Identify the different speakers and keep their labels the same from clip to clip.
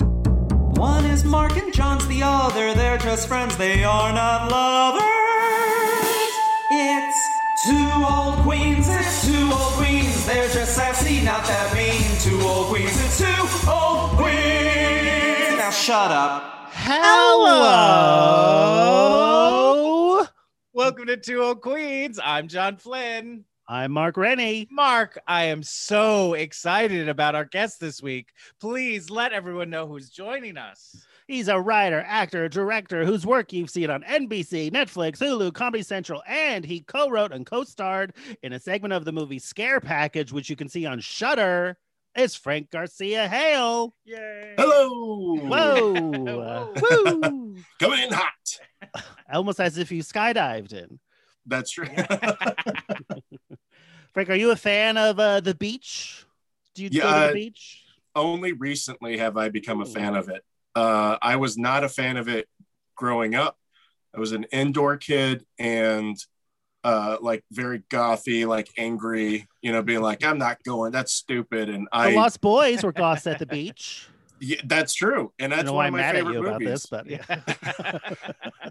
Speaker 1: One is Mark and John's the other. They're just friends, they are not lovers. It's two old queens, it's two old queens. They're just sassy, not that mean. Two old queens, it's two old queens. Now shut up.
Speaker 2: Hello.
Speaker 3: Welcome to Two Old Queens. I'm John Flynn.
Speaker 2: I'm Mark Rennie.
Speaker 3: Mark, I am so excited about our guest this week. Please let everyone know who's joining us.
Speaker 2: He's a writer, actor, director whose work you've seen on NBC, Netflix, Hulu, Comedy Central, and he co-wrote and co-starred in a segment of the movie Scare Package, which you can see on Shudder. Is Frank Garcia Hale?
Speaker 3: Yay.
Speaker 4: Hello.
Speaker 2: Whoa! Woo.
Speaker 4: Coming in hot.
Speaker 2: Almost as if you skydived in.
Speaker 4: That's true.
Speaker 2: Frank, are you a fan of uh, the beach? Do you go to
Speaker 4: Yeah,
Speaker 2: the
Speaker 4: I-
Speaker 2: beach?
Speaker 4: Only recently have I become a
Speaker 2: Ooh.
Speaker 4: fan of it. Uh, I was not a fan of it growing up. I was an indoor kid and uh, like very gothy, like angry, you know, being like, I'm not going. That's stupid. And
Speaker 2: The
Speaker 4: I,
Speaker 2: Lost Boys were goths at the beach.
Speaker 4: yeah, that's true. And
Speaker 2: I
Speaker 4: that's
Speaker 2: don't know why
Speaker 4: one
Speaker 2: I'm
Speaker 4: of my
Speaker 2: mad at
Speaker 4: favorite
Speaker 2: you
Speaker 4: movies.
Speaker 2: about this, but yeah.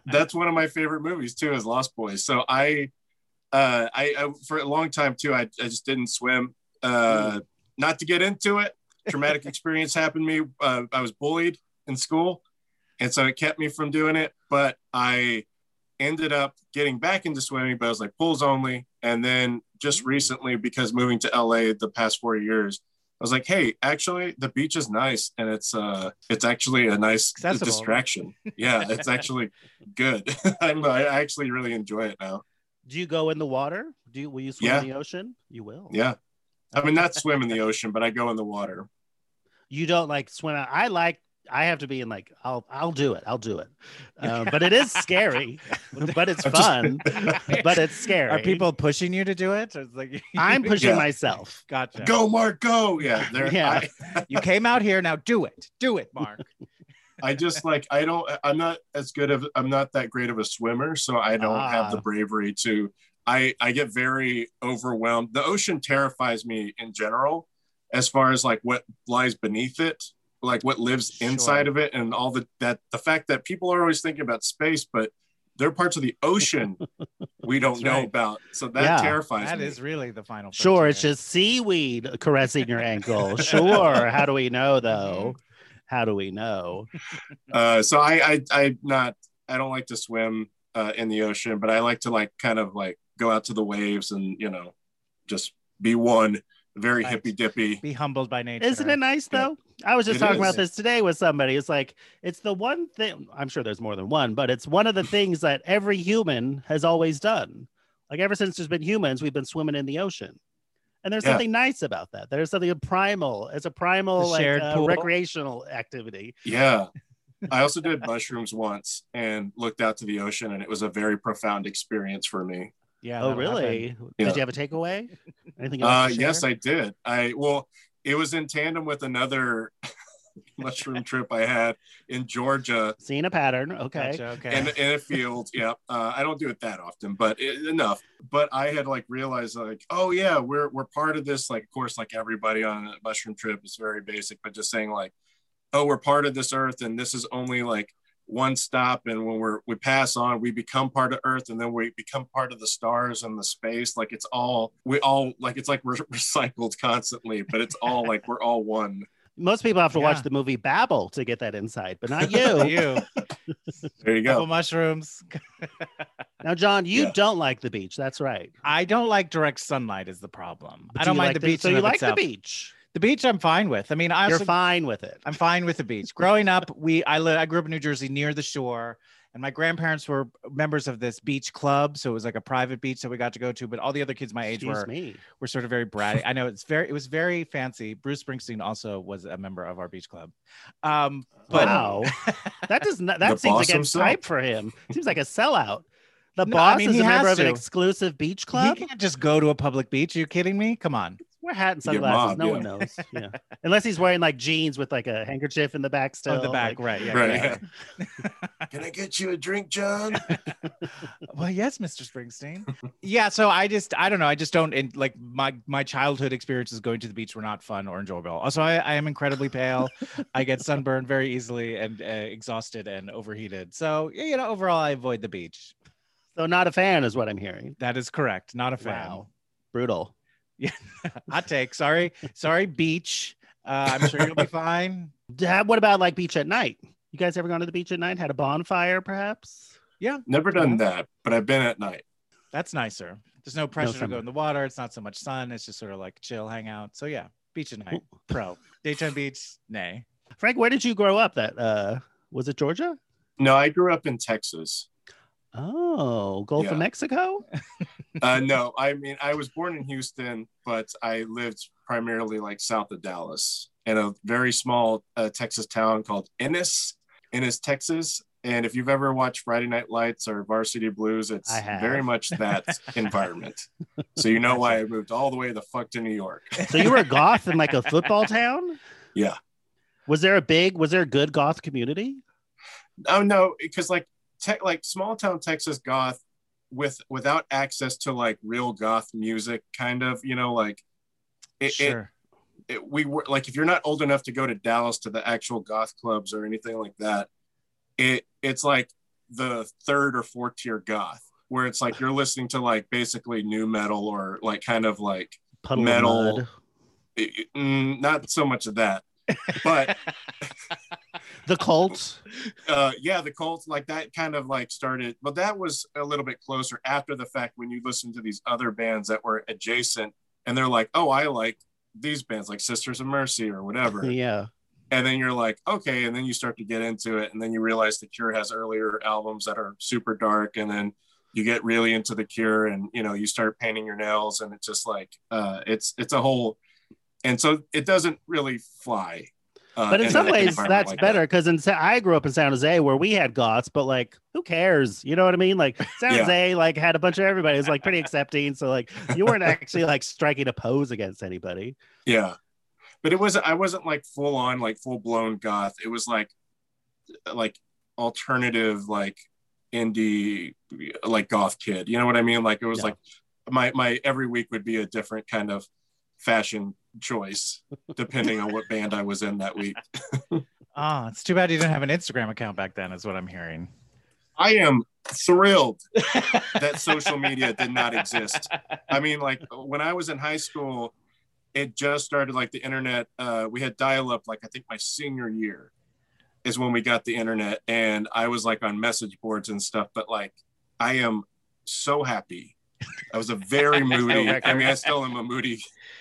Speaker 4: that's one of my favorite movies too is lost boys so i uh i, I for a long time too i, I just didn't swim uh not to get into it traumatic experience happened to me uh, i was bullied in school and so it kept me from doing it but i ended up getting back into swimming but i was like pools only and then just recently because moving to la the past four years i was like hey actually the beach is nice and it's uh it's actually a nice
Speaker 3: Accessible.
Speaker 4: distraction yeah it's actually good I'm, i actually really enjoy it now
Speaker 2: Do you go in the water? Do you will you swim
Speaker 4: Yeah.
Speaker 2: in the ocean? You will.
Speaker 4: yeah i mean not swim in the ocean but i go in the water
Speaker 2: You don't like swim out. I like I have to be in like I'll I'll do it. I'll do it. Uh, but it is scary, but it's fun, but it's scary.
Speaker 3: Are people pushing you to do it? Or it's like
Speaker 2: I'm pushing
Speaker 4: Yeah.
Speaker 2: myself.
Speaker 3: Gotcha.
Speaker 4: go mark go yeah there
Speaker 2: Yeah.
Speaker 4: I-
Speaker 3: You came out here. Now do it. Do it, Mark.
Speaker 4: I just like I don't I'm not as good of I'm not that great of a swimmer, so I don't
Speaker 2: Ah.
Speaker 4: have the bravery to I I get very overwhelmed. The ocean terrifies me in general as far as like what lies beneath it, like what lives
Speaker 3: Sure.
Speaker 4: inside of it and all the that the fact that people are always thinking about space but there are parts of the ocean we don't
Speaker 3: That's
Speaker 4: know
Speaker 3: right.
Speaker 4: about. So that
Speaker 2: Yeah.
Speaker 4: terrifies
Speaker 3: That
Speaker 4: me.
Speaker 3: is really the final.
Speaker 2: Sure,
Speaker 3: frontier.
Speaker 2: it's just seaweed caressing your ankle. Sure. How do we know though? How do we know?
Speaker 4: Uh, so I, I I not I don't like to swim uh, in the ocean, but I like to like kind of like go out to the waves and you know just be one, very
Speaker 3: Right.
Speaker 4: hippy dippy.
Speaker 3: be humbled by nature.
Speaker 2: Isn't it nice
Speaker 4: Yeah.
Speaker 2: though? I was just
Speaker 4: It
Speaker 2: talking
Speaker 4: is.
Speaker 2: about this today with somebody. It's like it's the one thing I'm sure there's more than one, but it's one of the things that every human has always done. Like ever since there's been humans, we've been swimming in the ocean. And there's
Speaker 4: Yeah.
Speaker 2: something nice about that. There's something primal. It's a
Speaker 3: The
Speaker 2: primal like,
Speaker 3: shared
Speaker 2: uh,
Speaker 3: pool.
Speaker 2: recreational activity.
Speaker 4: Yeah, I also did mushrooms once and looked out to the ocean, and it was a very profound experience for me.
Speaker 3: Yeah.
Speaker 2: Oh,
Speaker 3: that'll happen.
Speaker 2: really?
Speaker 4: Yeah.
Speaker 2: Did you have a takeaway? Anything
Speaker 4: Uh,
Speaker 2: else? to
Speaker 4: yes,
Speaker 2: share?
Speaker 4: I did. I well, it was in tandem with another mushroom trip I had in Georgia
Speaker 2: Seen a pattern. Okay.
Speaker 3: Gotcha, okay.
Speaker 4: in, in a field. Yeah, uh, I don't do it that often, but it, enough. But I had like realized like, oh yeah, we're we're part of this. Like, of course, like everybody on a mushroom trip is very basic, but just saying like, oh, we're part of this earth, and this is only like one stop and when we're we pass on we become part of earth and then we become part of the stars and the space like it's all we all like it's like we're recycled constantly but it's all like we're all one
Speaker 2: Most people have to
Speaker 3: Yeah.
Speaker 2: watch the movie Babel to get that insight, but not you.
Speaker 3: you.
Speaker 4: there you
Speaker 3: Couple
Speaker 4: go
Speaker 3: mushrooms.
Speaker 2: now, John, you
Speaker 4: Yeah.
Speaker 2: don't like the beach. That's right.
Speaker 3: I don't like direct sunlight is the problem.
Speaker 2: But
Speaker 3: I
Speaker 2: do
Speaker 3: don't
Speaker 2: you
Speaker 3: mind
Speaker 2: like
Speaker 3: the beach.
Speaker 2: So
Speaker 3: in
Speaker 2: you
Speaker 3: of
Speaker 2: like
Speaker 3: itself.
Speaker 2: the beach?
Speaker 3: The beach I'm fine with. I mean, I
Speaker 2: You're
Speaker 3: also
Speaker 2: fine with it.
Speaker 3: I'm fine with the beach. Growing up, we I li- I grew up in New Jersey near the shore, and my grandparents were members of this beach club, so it was like a private beach that we got to go to. But all the other kids my age
Speaker 2: Excuse
Speaker 3: were
Speaker 2: me.
Speaker 3: were sort of very bratty. I know it's very it was very fancy. Bruce Springsteen also was a member of our beach club. Um, but
Speaker 2: wow, that does not.
Speaker 4: The
Speaker 2: That seems
Speaker 4: boss
Speaker 2: like a
Speaker 4: himself.
Speaker 2: type for him. Seems like a sellout. The
Speaker 3: No, I
Speaker 2: boss
Speaker 3: mean,
Speaker 2: is
Speaker 3: he
Speaker 2: a member
Speaker 3: has
Speaker 2: of an
Speaker 3: to.
Speaker 2: exclusive beach
Speaker 3: he
Speaker 2: club.
Speaker 3: can't just go to a public beach. Are you kidding me? Come on.
Speaker 2: Wear hat and
Speaker 4: You get
Speaker 2: sunglasses.
Speaker 4: mobbed,
Speaker 2: No
Speaker 4: yeah.
Speaker 2: one knows. Yeah, unless he's wearing like jeans with like a handkerchief in the back. Still
Speaker 3: Oh, the back,
Speaker 2: like-
Speaker 3: right? Yeah,
Speaker 4: Right.
Speaker 3: yeah.
Speaker 4: can i get you a drink john
Speaker 3: well yes mr springsteen yeah so i just i don't know i just don't and like my my childhood experiences going to the beach were not fun or enjoyable also i, I am incredibly pale i get sunburned very easily and uh, exhausted and overheated so yeah, you know overall i avoid the beach
Speaker 2: so not a fan is what I'm hearing.
Speaker 3: that is correct not a fan
Speaker 2: Wow. Brutal.
Speaker 3: hot take sorry sorry beach uh, i'm sure you'll be fine
Speaker 2: D- ha- What about like beach at night? You guys ever gone to the beach at night? Had a bonfire, perhaps?
Speaker 4: never done that but i've been at night
Speaker 3: that's nicer there's no pressure to
Speaker 2: summer.
Speaker 3: go in the water it's not so much sun it's just sort of like chill hang out so yeah beach and night pro daytime beach nay
Speaker 2: Frank, where did you grow up? That uh, was it Georgia?
Speaker 4: no i grew up in texas
Speaker 2: Oh, Gulf
Speaker 4: Yeah.
Speaker 2: of Mexico.
Speaker 4: uh no i mean i was born in houston but i lived primarily like south of dallas in a very small uh, texas town called ennis ennis texas and if you've ever watched friday night lights or varsity blues it's
Speaker 2: I have.
Speaker 4: very much that environment so you know why i moved all the way the fuck to new york
Speaker 2: So you were a goth in like a football town?
Speaker 4: Yeah.
Speaker 2: Was there a big? Was there a good goth community?
Speaker 4: oh no because like tech like small town texas goth with without access to like real goth music kind of you know like it, it, it we were like if you're not old enough to go to dallas to the actual goth clubs or anything like that it it's like the third or fourth tier goth where it's like you're listening to like basically new metal or like kind of like
Speaker 2: Puddle of
Speaker 4: Metal.
Speaker 2: mud.
Speaker 4: it- mm, not so much of that but
Speaker 2: The cult.
Speaker 4: uh yeah the Colts like that kind of like started but that was a little bit closer after the fact when you listen to these other bands that were adjacent and they're like oh i like these bands like sisters of mercy or whatever
Speaker 2: Yeah.
Speaker 4: and then you're like okay and then you start to get into it and then you realize the cure has earlier albums that are super dark and then you get really into the cure and you know you start painting your nails and it's just like uh it's it's a whole and so it doesn't really fly uh,
Speaker 2: But in
Speaker 4: a-
Speaker 2: some
Speaker 4: an
Speaker 2: ways,
Speaker 4: environment
Speaker 2: that's
Speaker 4: like that.
Speaker 2: better because in Sa- I grew up in San Jose where we had goths, but like, who cares? You know what I mean? Like, San
Speaker 4: Yeah.
Speaker 2: Jose like had a bunch of everybody. It was like pretty accepting. So like, you weren't actually like striking a pose against anybody.
Speaker 4: Yeah. But it was I wasn't like full on like full blown goth. It was like like alternative like indie like goth kid. You know what I mean? Like it was
Speaker 2: Yeah.
Speaker 4: like my my every week would be a different kind of fashion choice depending on what band I was in that week.
Speaker 3: Ah, it's too bad you didn't have an Instagram account back then, is what I'm hearing.
Speaker 4: I am thrilled that social media did not exist. I mean, like when I was in high school, it just started like the internet. Uh, we had dial up, like I think my senior year is when we got the internet. And I was like on message boards and stuff, but like I am so happy. I was a very moody, I mean, I still am a moody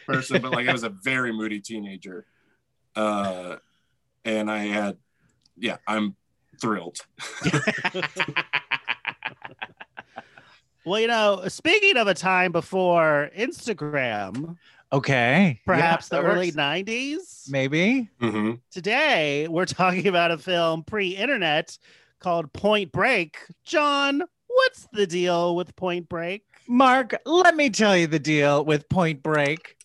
Speaker 4: person, but like I was a very moody teenager. Uh, and I had, yeah, I'm thrilled.
Speaker 2: Well, you know, speaking of a time before Instagram,
Speaker 3: Okay.
Speaker 2: perhaps
Speaker 3: Yeah,
Speaker 2: the
Speaker 3: that
Speaker 2: early
Speaker 3: works.
Speaker 2: 90s,
Speaker 3: Maybe.
Speaker 4: Mhm.
Speaker 2: today we're talking about a film pre internet called Point Break. John, what's the deal with Point Break?
Speaker 3: Mark, let me tell you the deal with Point Break.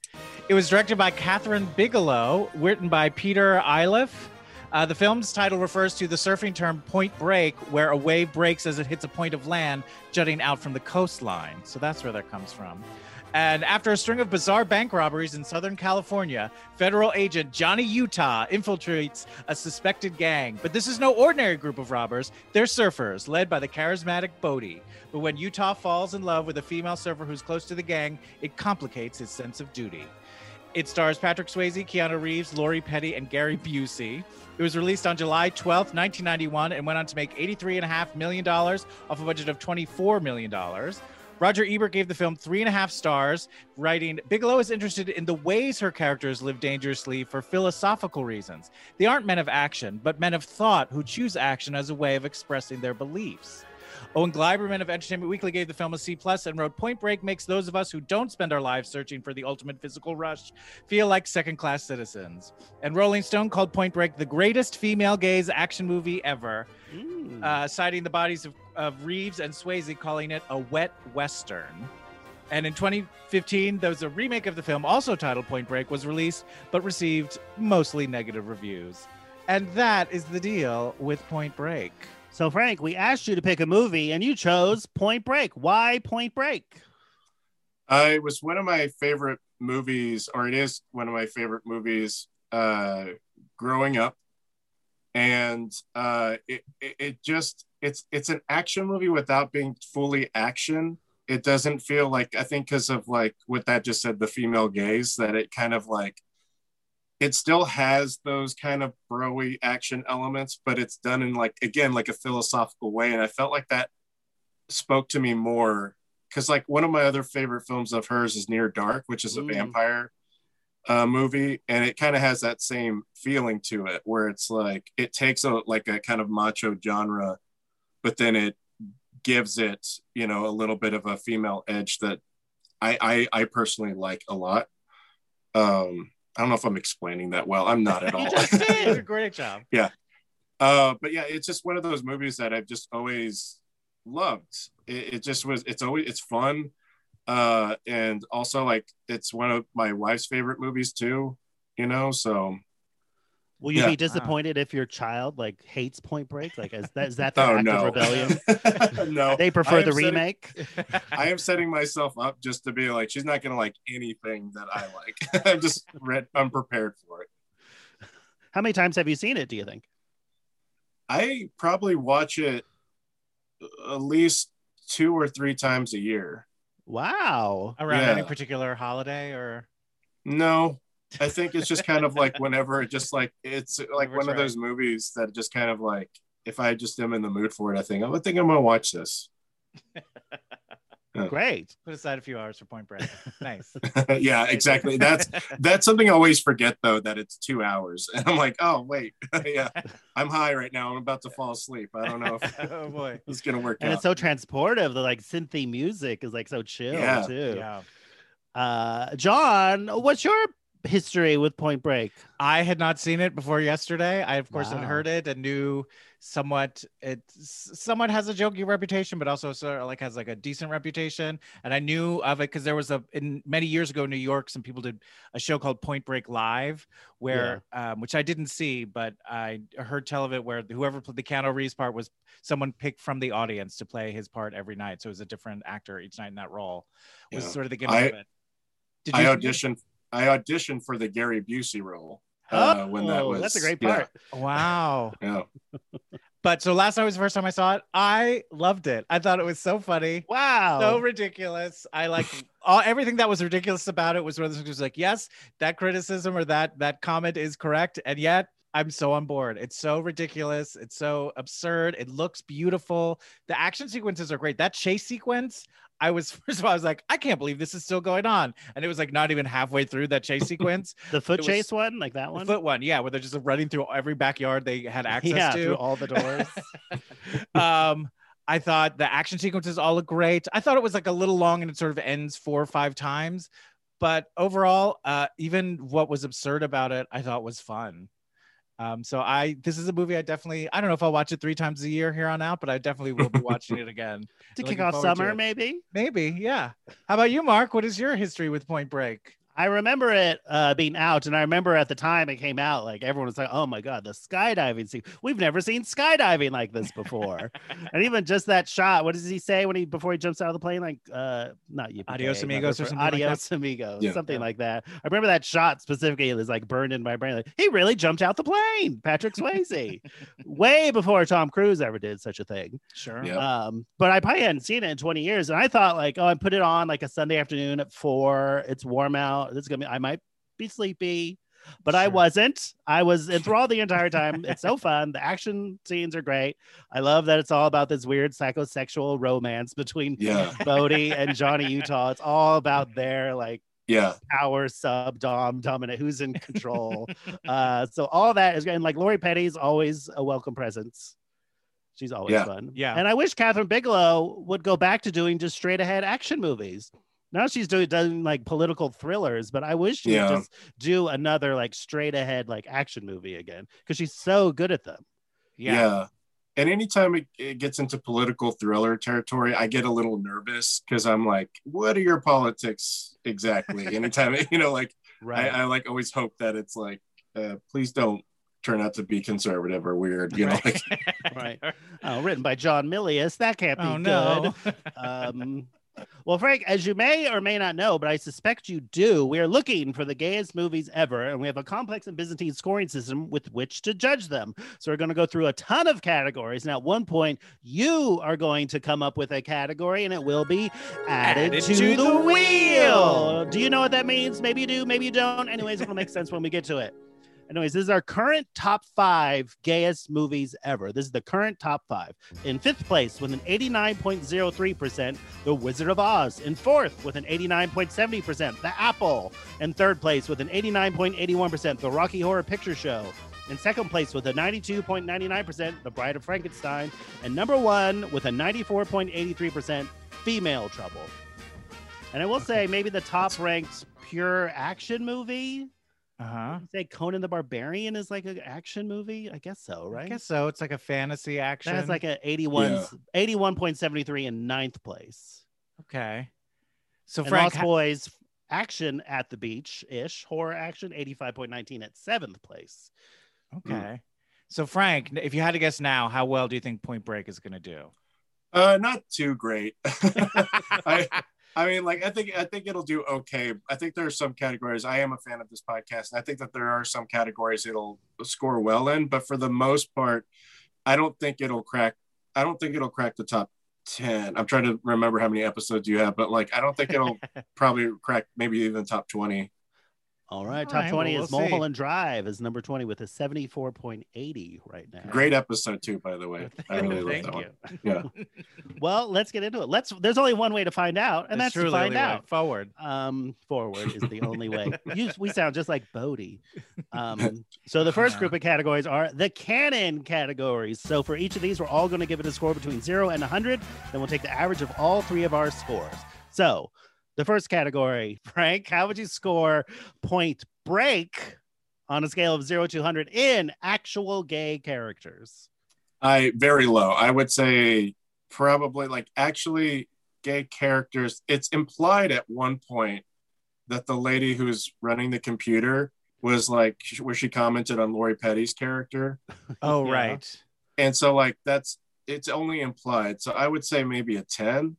Speaker 3: It was directed by Catherine Bigelow, written by Peter Iliff. Uh, the film's title refers to the surfing term point break, where a wave breaks as it hits a point of land jutting out from the coastline. So that's where that comes from. And after a string of bizarre bank robberies in Southern California, federal agent Johnny Utah infiltrates a suspected gang. But this is no ordinary group of robbers, they're surfers, led by the charismatic Bodie. But when Utah falls in love with a female surfer who's close to the gang, it complicates his sense of duty. It stars Patrick Swayze, Keanu Reeves, Lori Petty, and Gary Busey. It was released on July 12th, 1991, and went on to make $83.5 million off a budget of $24 million. Roger Ebert gave the film three and a half stars, writing Bigelow is interested in the ways her characters live dangerously for philosophical reasons. They aren't men of action, but men of thought who choose action as a way of expressing their beliefs. Owen Gleiberman of Entertainment Weekly gave the film a C plus and wrote Point Break makes those of us who don't spend our lives searching for the ultimate physical rush feel like second class citizens. And Rolling Stone called Point Break the greatest female gaze action movie ever,
Speaker 2: Mm.
Speaker 3: uh, citing the bodies of, of Reeves and Swayze, calling it a wet western. And in 2015, there was a remake of the film, also titled Point Break, was released but received mostly negative reviews. And that is the deal with Point Break.
Speaker 2: so, Frank, we asked you to pick a movie and you chose Point Break. Why Point Break?
Speaker 4: Uh, it was one of my favorite movies, or it is one of my favorite movies uh, growing up, and uh, it, it it just it's it's an action movie without being fully action. It doesn't feel like I think because of like what that just said, the female gaze, that it kind of like it still has those kind of broy action elements, but it's done in like again like a philosophical way, and I felt like that spoke to me more because like one of my other favorite films of hers is Near Dark, which is a
Speaker 2: Mm.
Speaker 4: vampire uh, movie, and it kind of has that same feeling to it, where it's like it takes a like a kind of macho genre, but then it gives it you know a little bit of a female edge that I I, I personally like a lot. Um, I don't know if I'm explaining that well. I'm not at all.
Speaker 3: You just did a great job.
Speaker 4: Uh, but yeah, it's just one of those movies that I've just always loved. It, it just was. It's always it's fun, uh, and also like it's one of my wife's favorite movies too. You know, so
Speaker 2: Will you
Speaker 4: Yeah.
Speaker 2: be disappointed if your child like hates Point Break? Like, is that is that their
Speaker 4: oh
Speaker 2: act of
Speaker 4: no,
Speaker 2: rebellion?
Speaker 4: no,
Speaker 2: They
Speaker 4: I
Speaker 2: prefer
Speaker 4: am
Speaker 2: the
Speaker 4: setting-
Speaker 2: remake.
Speaker 4: I am setting myself up just to be like she's not gonna like anything that I like. I'm just re- I'm prepared for it.
Speaker 2: How many times have you seen it? Do you think?
Speaker 4: I probably watch it at least two or three times a year.
Speaker 2: Wow.
Speaker 3: Around
Speaker 4: Yeah.
Speaker 3: any particular holiday or
Speaker 4: No, I think it's just kind of like whenever it just like it's like
Speaker 3: Whenever
Speaker 4: one
Speaker 3: it's
Speaker 4: of those movies that just kind of like if I just am in the mood for it, I think "Oh, I think I'm gonna watch this.
Speaker 2: Great.
Speaker 3: put aside a few hours for Point Break. Nice.
Speaker 4: yeah, exactly. That's that's something I always forget though that it's two hours, and I'm like, oh wait, yeah, I'm high right now. I'm about to fall asleep. I don't know if
Speaker 3: oh boy.
Speaker 4: it's gonna work
Speaker 2: And
Speaker 4: out.
Speaker 2: it's so transportive. The like synthy music is like so chill
Speaker 4: Yeah.
Speaker 2: too.
Speaker 3: Yeah.
Speaker 2: Uh, John, what's your history with Point Break?
Speaker 3: I had not seen it before yesterday. I of course had
Speaker 2: Wow.
Speaker 3: heard it and knew somewhat it s- somewhat has a jokey reputation, but also sort of like has like a decent reputation. And I knew of it because there was a in many years ago in New York, some people did a show called Point Break Live, where um, which I didn't see, but I heard tell of it where whoever played the Keanu Reeves part was someone picked from the audience to play his part every night. So it was a different actor each night in that role. Was
Speaker 4: Yeah.
Speaker 3: sort of the gimmick
Speaker 4: I-
Speaker 3: of it. Did
Speaker 4: I
Speaker 3: you
Speaker 4: auditioned. I auditioned for the Gary Busey role uh, when that
Speaker 2: Oh,
Speaker 4: was.
Speaker 2: that's a great
Speaker 4: yeah,
Speaker 2: part.
Speaker 3: Wow.
Speaker 4: Yeah,
Speaker 3: But so last night was the first time I saw it. I loved it. I thought it was so funny.
Speaker 2: Wow.
Speaker 3: So ridiculous. I like all everything that was ridiculous about it was where this was like, yes, that criticism or that that comment is correct. And yet I'm so on board. It's so ridiculous. It's so absurd. It looks beautiful. The action sequences are great. That chase sequence, I was first of all, I was like, I can't believe this is still going on. And it was like not even halfway through that chase sequence.
Speaker 2: the
Speaker 3: it
Speaker 2: foot
Speaker 3: was-
Speaker 2: chase one, like that
Speaker 3: The
Speaker 2: one.
Speaker 3: foot one, yeah, where they're just running through every backyard they had access
Speaker 2: yeah,
Speaker 3: to
Speaker 2: through all the doors.
Speaker 3: um I thought the action sequences all look great. I thought it was like a little long and it sort of ends four or five times. But overall, uh, even what was absurd about it, I thought was fun. Um, so I this is a movie I definitely I don't know if I'll watch it three times a year here on out, but I definitely will be watching it again.
Speaker 2: to
Speaker 3: Looking
Speaker 2: kick off
Speaker 3: forward to
Speaker 2: summer,
Speaker 3: it.
Speaker 2: maybe.
Speaker 3: Maybe, yeah. How about you, Mark? What is your history with Point Break?
Speaker 2: I remember it uh, being out, and I remember at the time it came out, like everyone was like, "Oh my god, the skydiving scene! We've never seen skydiving like this before." and even just that shot, what does he say when he before he jumps out of the plane? Like, uh, not you,
Speaker 3: Adios, amigos, or something like that?
Speaker 2: Adios, amigos,
Speaker 4: Yeah.
Speaker 2: something
Speaker 3: Yeah.
Speaker 2: like that. I remember that shot specifically. It was like burned in my brain. Like, he really jumped out the plane, Patrick Swayze, way before Tom Cruise ever did such a thing.
Speaker 3: Sure.
Speaker 4: Yeah. Yep.
Speaker 2: Um, but I probably hadn't seen it in 20 years. And I thought like, oh, I put it on like a Sunday afternoon at four. It's warm out. This is gonna be I might be sleepy, but I
Speaker 3: Sure.
Speaker 2: wasn't. I was enthralled the entire time. It's so fun. The action scenes are great. I love that it's all about this weird psychosexual romance between
Speaker 4: Yeah.
Speaker 2: Bodie and Johnny Utah. It's all about their like
Speaker 4: Yeah.
Speaker 2: power sub dom dominant who's in control uh so all that is great and like lori petty's always a welcome presence she's always
Speaker 4: Yeah.
Speaker 2: fun
Speaker 3: Yeah.
Speaker 2: and i wish catherine bigelow would go back to doing just straight ahead action movies now she's doing, doing like political thrillers but i wish she
Speaker 4: Yeah.
Speaker 2: would just do another like straight ahead like action movie again because she's so good at them
Speaker 4: Yeah. And anytime it, it gets into political thriller territory, I get a little nervous because I'm like, what are your politics exactly? Anytime, you know, like I, I like always hope that it's like, uh, please don't turn out to be conservative or weird, you know, like,
Speaker 2: right oh, written by john milius that can't be
Speaker 3: Oh
Speaker 2: good
Speaker 3: no.
Speaker 2: um, well, Frank, as you may or may not know, but I suspect you do, we are looking for the gayest movies ever, and we have a complex and Byzantine scoring system with which to judge them. So we're going to go through a ton of categories, and at one point, you are going to come up with a category, and it will be added, to, the, wheel. Do you know what that means? Maybe you do, maybe you don't. Anyways, it'll make sense when we get to it. Anyways, this is our current top five gayest movies ever. This is the current top five. In fifth place with an 89.03%, The Wizard of Oz. In fourth with an 89.70%, The Apple. In third place with an 89.81%, The Rocky Horror Picture Show. In second place with a 92.99%, The Bride of Frankenstein. And number one with a 94.83%, Female Trouble. And I will say, maybe the top ranked pure action movie
Speaker 3: uh-huh.
Speaker 2: say Conan the Barbarian is like an action movie? I guess so, right?
Speaker 3: I guess so. It's like a fantasy action.
Speaker 2: that has like an 81, 81.73 in ninth place.
Speaker 3: okay. So
Speaker 2: and
Speaker 3: Frank,
Speaker 2: Lost Boys action at the beach ish, horror action 85.19 at seventh place.
Speaker 3: Okay. So Frank, if you had to guess now, how well do you think Point Break is going to do?
Speaker 4: uh, not too great. I, I mean, like, I think I think it'll do okay. I think there are some categories. I am a fan of this podcast, and I think that there are some categories it'll score well in. But for the most part, I don't think it'll crack. I don't think it'll crack the top ten. I'm trying to remember how many episodes you have, but like, I don't think it'll probably crack maybe even top twenty.
Speaker 2: All right,
Speaker 3: All
Speaker 2: top
Speaker 3: right,
Speaker 2: 20
Speaker 3: well,
Speaker 2: is
Speaker 3: we'll see.
Speaker 2: Mulholland Drive is number 20 with a 74.80 right now.
Speaker 4: Great episode too, by the way. I really love
Speaker 3: Thank
Speaker 4: that
Speaker 3: you.
Speaker 4: one. Yeah.
Speaker 2: Well, let's get into it. Let's there's only one way to find out, and that's,
Speaker 3: It's
Speaker 2: to
Speaker 3: truly
Speaker 2: find
Speaker 3: the way
Speaker 2: out.
Speaker 3: Forward.
Speaker 2: um forward is the only way you, we sound just like bodie um so the first group of categories are the canon categories so for each of these we're all going to give it a score between 0 and 100 then we'll take the average of all three of our scores so the first category frank how would you score point break on a scale of 0 to 100 in actual gay characters
Speaker 4: I very low. I would say probably like actually gay characters. It's implied at one point that the lady who's running the computer was like where she commented on Lori Petty's character.
Speaker 3: Oh
Speaker 2: Yeah.
Speaker 3: right.
Speaker 4: And so like that's it's only implied. So I would say maybe a 10.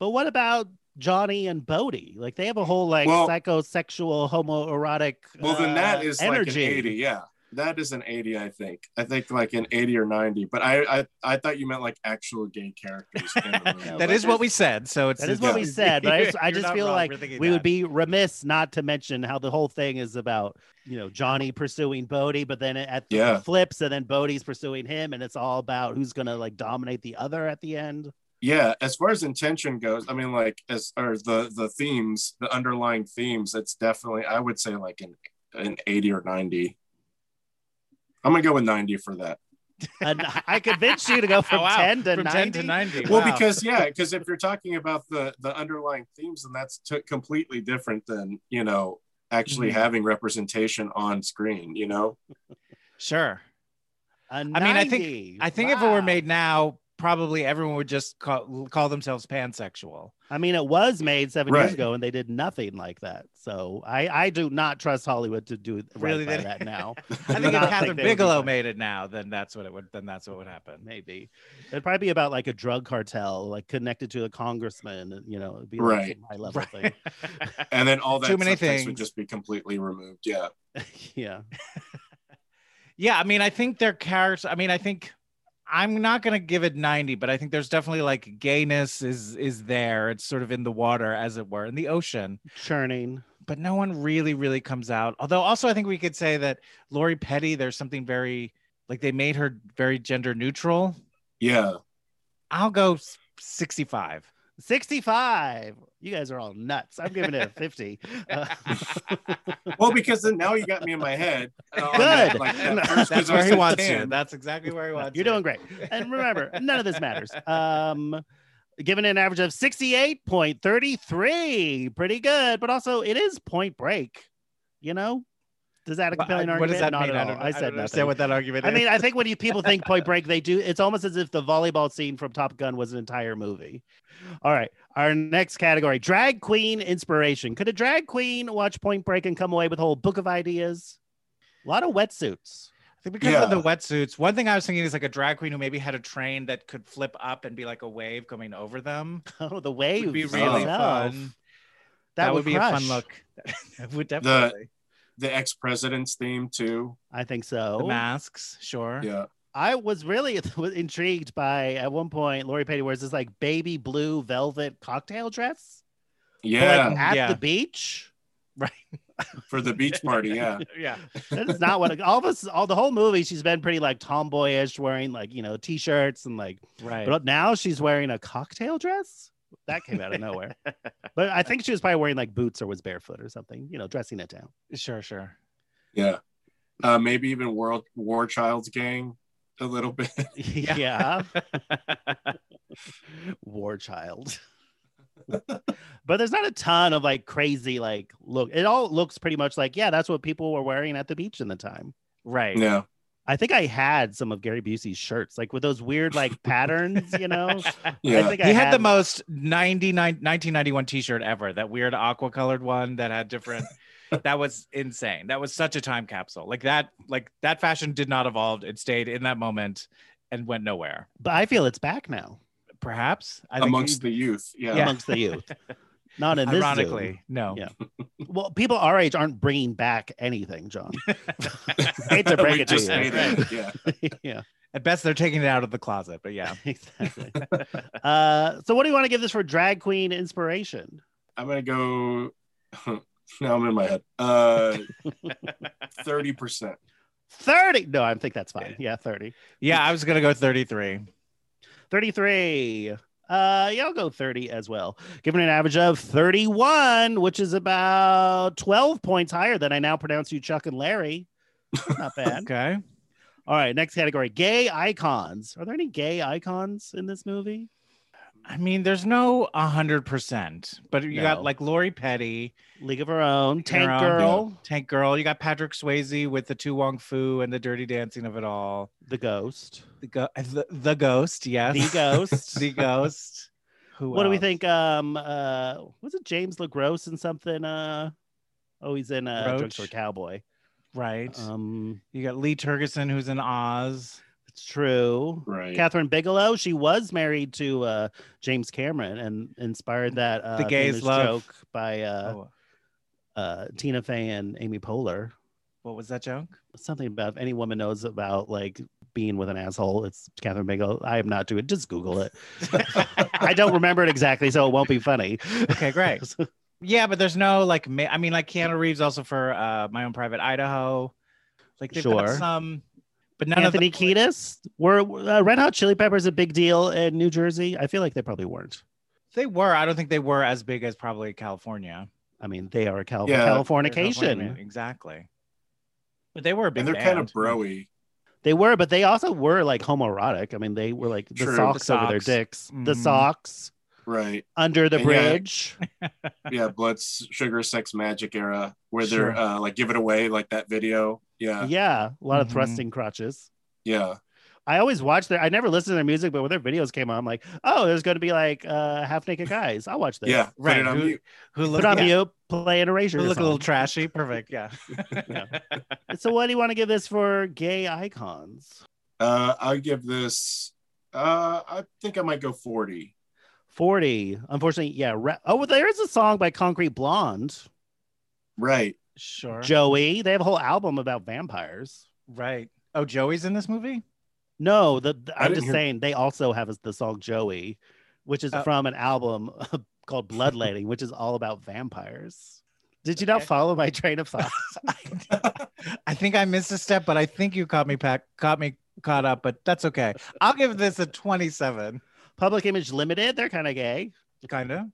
Speaker 2: but what about johnny and bodie like they have a whole like
Speaker 4: Well-
Speaker 2: psychosexual homoerotic
Speaker 4: Well then that
Speaker 2: uh,
Speaker 4: is
Speaker 2: energy
Speaker 4: like an 80. Yeah. That is an 80, I think. I think like an 80 or 90. But I I, I thought you meant like actual gay characters. in the movie.
Speaker 3: that is what we said. So it's
Speaker 2: That is what we said, but I just, I
Speaker 3: You're
Speaker 2: just
Speaker 3: not
Speaker 2: feel
Speaker 3: wrong
Speaker 2: like
Speaker 3: for thinking
Speaker 2: we would
Speaker 3: that.
Speaker 2: be remiss not to mention how the whole thing is about, you know, Johnny pursuing Bodie, but then it- at the
Speaker 4: Yeah.
Speaker 2: flips, and then Bodie's pursuing him, and it's all about who's gonna like dominate the other at the end.
Speaker 4: yeah as far as intention goes i mean like as or the the themes the underlying themes that's definitely i would say like an an 80 or 90 i'm gonna go with 90 for that
Speaker 2: And I convinced you to go from
Speaker 3: Oh, wow.
Speaker 2: 10 to
Speaker 3: From
Speaker 2: 90.
Speaker 3: 10 to 90.
Speaker 4: Well,
Speaker 3: wow.
Speaker 4: because yeah, because if you're talking about the the underlying themes, then that's t- completely different than you know actually
Speaker 3: Mhm.
Speaker 4: having representation on screen. You know,
Speaker 3: sure.
Speaker 2: I
Speaker 3: I mean, I think- I think if it were made now, probably everyone would just call, call themselves pansexual.
Speaker 2: I mean, it was made seven years
Speaker 4: Right.
Speaker 2: ago, and they did nothing like that. So I, I do not trust Hollywood to do
Speaker 3: Really,
Speaker 2: really by
Speaker 3: they-
Speaker 2: that now.
Speaker 3: I
Speaker 2: No,
Speaker 3: think
Speaker 2: I
Speaker 3: if
Speaker 2: think
Speaker 3: Catherine
Speaker 2: they would be
Speaker 3: Bigelow
Speaker 2: fine.
Speaker 3: made it now, then that's what it would. Then that's what would happen.
Speaker 2: Maybe it'd probably be about like a drug cartel, like connected to a congressman. and, You know, it'd be like
Speaker 4: Right.
Speaker 2: some high level
Speaker 3: Right.
Speaker 4: and then all that
Speaker 3: Too many
Speaker 4: subtext would
Speaker 3: things.
Speaker 4: just be completely removed. Yeah,
Speaker 2: thing. yeah,
Speaker 3: yeah, I mean, I think their characters. I mean, I think I'm not gonna give it 90, but I think there's definitely like gayness is is there. It's sort of in the water, as it were, in the ocean.
Speaker 2: churning.
Speaker 3: But no one really, really comes out. Although, also, I think we could say that Lori Petty, there's something very like they made her very gender neutral.
Speaker 4: yeah.
Speaker 3: I'll go s- 65.
Speaker 2: 65. You guys are all nuts. I'm giving it a 50. Uh,
Speaker 4: Well, because then now you got me in my head. uh, on
Speaker 2: Good.
Speaker 4: that, like, that
Speaker 2: No,
Speaker 4: first- 'cause
Speaker 3: That's
Speaker 4: I
Speaker 3: where he
Speaker 4: said
Speaker 3: wants you.
Speaker 4: 10.
Speaker 3: That's exactly where he wants
Speaker 2: You're
Speaker 3: you.
Speaker 2: doing great. And remember, none of this matters. Um, given an average of 68.33, pretty good, but also it is point break, you know? Does that a
Speaker 3: But
Speaker 2: compelling
Speaker 3: I-
Speaker 2: argument?
Speaker 3: What does that
Speaker 2: Not
Speaker 3: mean?
Speaker 2: at
Speaker 3: I
Speaker 2: all.
Speaker 3: don't,
Speaker 2: I, said
Speaker 3: don't understand
Speaker 2: nothing.
Speaker 3: what that argument
Speaker 2: I
Speaker 3: is.
Speaker 2: mean, I think when you people think Point Break, they do. It's almost as if the volleyball scene from Top Gun was an entire movie. All right, our next category: drag queen inspiration. Could a drag queen watch Point Break and come away with a whole book of ideas? A lot of wetsuits.
Speaker 3: I think because
Speaker 4: Yeah.
Speaker 3: of the wetsuits, one thing I was thinking is like a drag queen who maybe had a train that could flip up and be like a wave coming over them.
Speaker 2: Oh, the waves
Speaker 3: would be
Speaker 4: really
Speaker 3: really
Speaker 2: itself.
Speaker 3: fun.
Speaker 2: That,
Speaker 3: would, be a
Speaker 2: crush.
Speaker 3: fun look. that would definitely.
Speaker 4: The ex president's theme too.
Speaker 2: I think
Speaker 3: The,
Speaker 2: so.
Speaker 3: masks, sure.
Speaker 4: Yeah,
Speaker 2: I was really intrigued by at one point Lori Petty wears this like baby blue velvet cocktail dress but,
Speaker 4: yeah.
Speaker 2: like, at
Speaker 3: Yeah.
Speaker 2: the beach.
Speaker 4: for the beach party. Yeah.
Speaker 3: Yeah.
Speaker 2: that is not what all of us all the whole movie she's been pretty like tomboyish wearing like you know t-shirts and like
Speaker 3: Right.
Speaker 2: but now she's wearing a cocktail dress that came out of nowhere but i think she was probably wearing like boots or was barefoot or something you know dressing it down
Speaker 3: sure, sure.
Speaker 4: Yeah. Uh, maybe even World War Child's gang a little bit.
Speaker 2: yeah, war child but there's not a ton of like crazy like look it all looks pretty much like yeah that's what people were wearing at the beach in the time
Speaker 3: Right.
Speaker 4: Yeah.
Speaker 2: i think i had some of gary busey's shirts like with those weird like patterns you know i
Speaker 4: Yeah.
Speaker 2: think
Speaker 3: He
Speaker 2: I
Speaker 3: had the
Speaker 2: most.
Speaker 3: most 99 1991 t-shirt ever, that weird aqua colored one that had different that was insane. That was such a time capsule. Like that like that fashion did not evolve. It stayed in that moment and went nowhere.
Speaker 2: But I feel it's back now
Speaker 3: Perhaps I think
Speaker 4: Amongst
Speaker 3: you-
Speaker 4: the youth. Yeah.
Speaker 3: Yeah.
Speaker 2: amongst the youth. Not in this
Speaker 3: ironically, no.
Speaker 2: Yeah. Zoom. Well, people our age aren't bringing back anything, John. Hate to break
Speaker 4: We
Speaker 2: it to
Speaker 4: just made
Speaker 2: you.
Speaker 4: it. Yeah.
Speaker 2: yeah,
Speaker 3: At best, they're taking it out of the closet. But yeah,
Speaker 2: exactly. uh, so, what do you want to give this for drag queen inspiration?
Speaker 4: I'm going to go. now I'm in my head. Uh, 30%.
Speaker 2: Thirty? No, I think that's fine. Yeah, thirty.
Speaker 3: yeah, I was gonna go thirty-three.
Speaker 2: Thirty-three. Uh, yeah, I'll go 30 as well, given an average of 31, which is about 12 points higher than I now pronounce you Chuck and Larry. Not bad.
Speaker 3: Okay,
Speaker 2: All right, next category: gay icons. Are there any gay icons in this movie?
Speaker 3: I mean, there's no hundred percent, but you
Speaker 2: No.
Speaker 3: got like Lori Petty,
Speaker 2: League of Her Own, Tank
Speaker 3: Her Own,
Speaker 2: Girl,
Speaker 3: Tank Girl. You got Patrick Swayze with the two Wong Fu and the dirty dancing of it all.
Speaker 2: The Ghost,
Speaker 3: The go- uh, the, the ghost, yes,
Speaker 2: The Ghost.
Speaker 3: the ghost. Who?
Speaker 2: what do we
Speaker 3: else?
Speaker 2: think? Um, uh, was it James LaGrosse in something? Uh, oh, he's in uh,
Speaker 3: Roach?
Speaker 2: Drugstore Cowboy.
Speaker 3: Right.
Speaker 2: Um,
Speaker 3: you got Lee Turgeson, who's in Oz.
Speaker 2: it's true.
Speaker 4: Right.
Speaker 2: Catherine Bigelow, she was married to uh, James Cameron and inspired that uh,
Speaker 3: The gays
Speaker 2: famous
Speaker 3: love.
Speaker 2: joke by uh,
Speaker 3: oh,
Speaker 2: uh, Tina Fey and Amy Poehler.
Speaker 3: what was that joke?
Speaker 2: something about if any woman knows about like being with an asshole, it's Catherine Bigelow. I am not doing. Just Google it. I don't remember it exactly, so it won't be funny.
Speaker 3: Okay, great. Yeah, but there's no like. Ma- I mean, like Keanu Reeves also for uh, my own private Idaho. Like they've got
Speaker 2: Sure.
Speaker 3: some, but none
Speaker 2: Anthony
Speaker 3: of them-
Speaker 2: Kiedis were uh, Red Hot Chili Peppers a big deal in New Jersey? I feel like they probably weren't.
Speaker 3: They were. I don't think they were as big as probably California.
Speaker 2: I mean, they are a Cal-
Speaker 4: Yeah.
Speaker 2: Californication.
Speaker 3: California, exactly. But they were a big.
Speaker 4: And they're
Speaker 3: band.
Speaker 4: kind of broy.
Speaker 2: They were, but they also were like homoerotic. I mean, they were like the
Speaker 4: True.
Speaker 2: socks,
Speaker 3: The
Speaker 2: over their
Speaker 3: socks.
Speaker 2: dicks, the
Speaker 3: Mhm.
Speaker 2: socks
Speaker 4: Right.
Speaker 2: under the
Speaker 4: Yeah.
Speaker 2: bridge.
Speaker 4: Yeah. Blood, s- sugar, sex, magic era where
Speaker 3: Sure.
Speaker 4: they're uh, like give it away, like that video.
Speaker 2: Yeah,
Speaker 4: Yeah.
Speaker 2: a lot of
Speaker 3: Mhm.
Speaker 2: thrusting crotches.
Speaker 4: Yeah.
Speaker 2: I always watch their. I never listened to their music, but when their videos came on, I'm like, oh, there's going to be like uh, half naked guys. I'll watch this.
Speaker 4: Yeah. Put
Speaker 3: Right,
Speaker 4: it on
Speaker 3: who-
Speaker 4: mute.
Speaker 3: Who
Speaker 2: Put
Speaker 3: look,
Speaker 2: on
Speaker 3: yeah,
Speaker 2: mute, play an erasure.
Speaker 3: who look a
Speaker 2: song.
Speaker 3: little trashy. Perfect. Yeah.
Speaker 2: so, what do you want to give this for gay icons?
Speaker 4: Uh, I'll give this, uh, I think I might go 40.
Speaker 2: 40. Unfortunately, yeah. Ra- oh, well, there is a song by Concrete Blonde,
Speaker 4: Right.
Speaker 3: Sure.
Speaker 2: Joey. They have a whole album about vampires.
Speaker 3: right. Oh, Joey's in this movie?
Speaker 2: No, the, the- I'm
Speaker 4: I didn't
Speaker 2: just
Speaker 4: hear-
Speaker 2: saying they also have the song Joey, which is
Speaker 3: Oh.
Speaker 2: from an album called Bloodletting, which is all about vampires. Did you not
Speaker 3: Okay.
Speaker 2: follow my train of thought?
Speaker 3: I think I missed a step, but I think you caught me pack caught me caught up, but that's okay. I'll give this a 27.
Speaker 2: Public Image Limited, they're kind of gay,
Speaker 3: Kinda.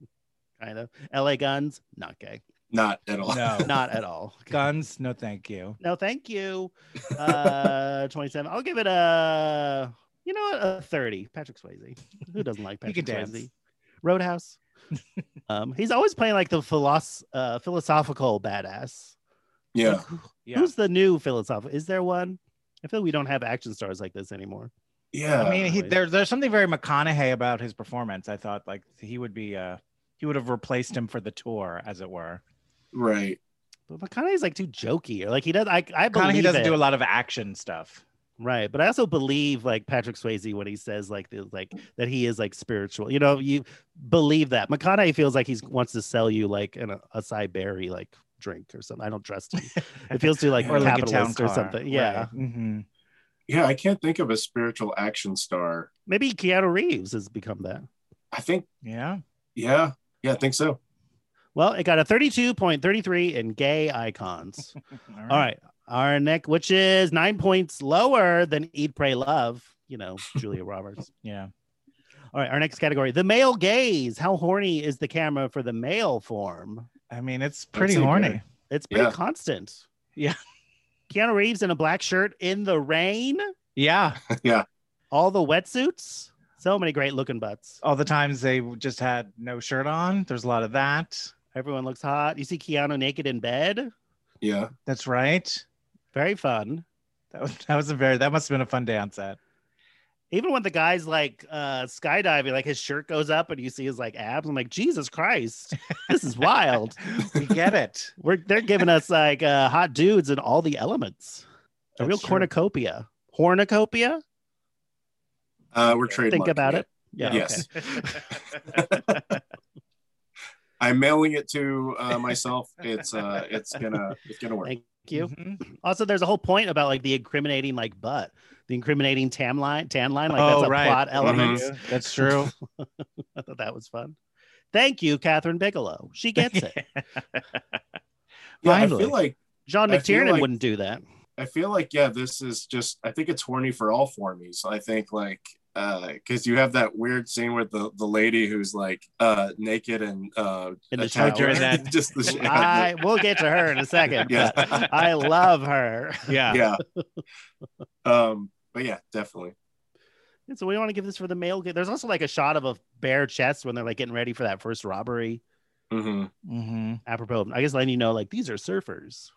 Speaker 2: kind of. LA Guns, not gay,
Speaker 4: Not at all.
Speaker 3: No.
Speaker 2: not at all.
Speaker 3: Guns, no thank you.
Speaker 2: No, thank you. Uh, 27. I'll give it a, you know what, a 30. Patrick Swayze. Who doesn't like
Speaker 3: He
Speaker 2: Patrick
Speaker 3: could
Speaker 2: Swayze?
Speaker 3: dance.
Speaker 2: Roadhouse. um, he's always playing like the philosoph- uh, philosophical badass.
Speaker 4: Yeah.
Speaker 3: Yeah.
Speaker 2: Who's the new philosophical? Is there one? I feel we don't have action stars like this anymore.
Speaker 4: Yeah.
Speaker 3: I mean, he,
Speaker 2: Right.
Speaker 3: there, there's something very McConaughey about his performance. I thought like he would be, uh, he would have replaced him for the tour, as it were.
Speaker 4: right.
Speaker 2: But McConaughey's like too jokey, or like he does. I I believe
Speaker 3: McConaughey doesn't
Speaker 2: it.
Speaker 3: do a lot of action stuff.
Speaker 2: Right, but I also believe like Patrick Swayze when he says like the, like that he is like spiritual. You know, you believe that McConaughey feels like he wants to sell you like an acai berry like drink or something. I don't trust him. it feels too like
Speaker 4: Or, like, a
Speaker 2: capitalist or something. Yeah,
Speaker 3: hmm
Speaker 4: Yeah. I can't think of a spiritual action star.
Speaker 2: maybe Keanu Reeves has become that.
Speaker 4: I think,
Speaker 3: Yeah.
Speaker 4: yeah. Yeah. I think so.
Speaker 2: Well, it got a thirty-two point thirty-three in gay icons. All right, our neck, which is nine points lower than Eat, Pray, Love. You know, Julia Roberts.
Speaker 3: Yeah.
Speaker 2: All right, our next category: the male gaze. How horny is the camera for the male form?
Speaker 3: I mean, it's pretty
Speaker 4: pretty
Speaker 3: horny.
Speaker 4: good.
Speaker 2: It's pretty
Speaker 4: Yeah.
Speaker 2: constant.
Speaker 3: Yeah.
Speaker 2: Keanu Reeves in a black shirt in the rain.
Speaker 3: Yeah.
Speaker 2: All the wetsuits. So many great looking butts.
Speaker 3: All the times they just had no shirt on. There's a lot of that.
Speaker 2: Everyone looks hot. You see Keanu naked in bed.
Speaker 4: Yeah.
Speaker 3: That's right.
Speaker 2: Very fun.
Speaker 3: That was, that was a very, that must have been a fun day on set.
Speaker 2: Even when the guy's like uh, skydiving, like his shirt goes up and you see his like abs. I'm like, Jesus Christ, this is wild.
Speaker 3: We get it.
Speaker 2: We're they're giving us like uh, hot dudes in all the elements. A
Speaker 3: That's
Speaker 2: real
Speaker 3: true.
Speaker 2: cornucopia. Hornucopia.
Speaker 4: Uh, we're trademarking.
Speaker 2: think about it. Yeah.
Speaker 4: Yes.
Speaker 2: okay.
Speaker 4: I'm mailing it to uh, myself. It's uh, it's gonna it's gonna work.
Speaker 2: Thank
Speaker 4: Mm-hmm.
Speaker 2: you.
Speaker 3: Mhm.
Speaker 2: Also, there's a whole point about like the incriminating like butt, the incriminating tan line, tan line. Like
Speaker 3: Oh,
Speaker 2: that's a
Speaker 3: right.
Speaker 2: plot
Speaker 4: Mm-hmm.
Speaker 2: element.
Speaker 3: Mhm. That's true.
Speaker 2: I thought that was fun. Thank you, Catherine Bigelow. She gets it.
Speaker 4: Yeah, I
Speaker 2: Finally.
Speaker 4: feel like
Speaker 2: John
Speaker 4: I feel
Speaker 2: McTiernan
Speaker 4: like-
Speaker 2: wouldn't do that.
Speaker 4: I feel like yeah, this is just I think it's horny for all formies. I think like because you have that weird scene with the the lady who's like uh naked and uh
Speaker 2: In the
Speaker 4: a towel.
Speaker 2: shower.
Speaker 3: During that-
Speaker 4: just the shower.
Speaker 2: I we'll get to her in a second.
Speaker 4: Yeah.
Speaker 2: But I love her.
Speaker 3: yeah.
Speaker 4: yeah. um, but yeah, definitely.
Speaker 2: So we want to give this for the male. ga- There's also like a shot of a bare chest when they're like getting ready for that first robbery.
Speaker 4: hmm
Speaker 3: Mm-hmm.
Speaker 2: Apropos, of- I guess letting you know like these are surfers.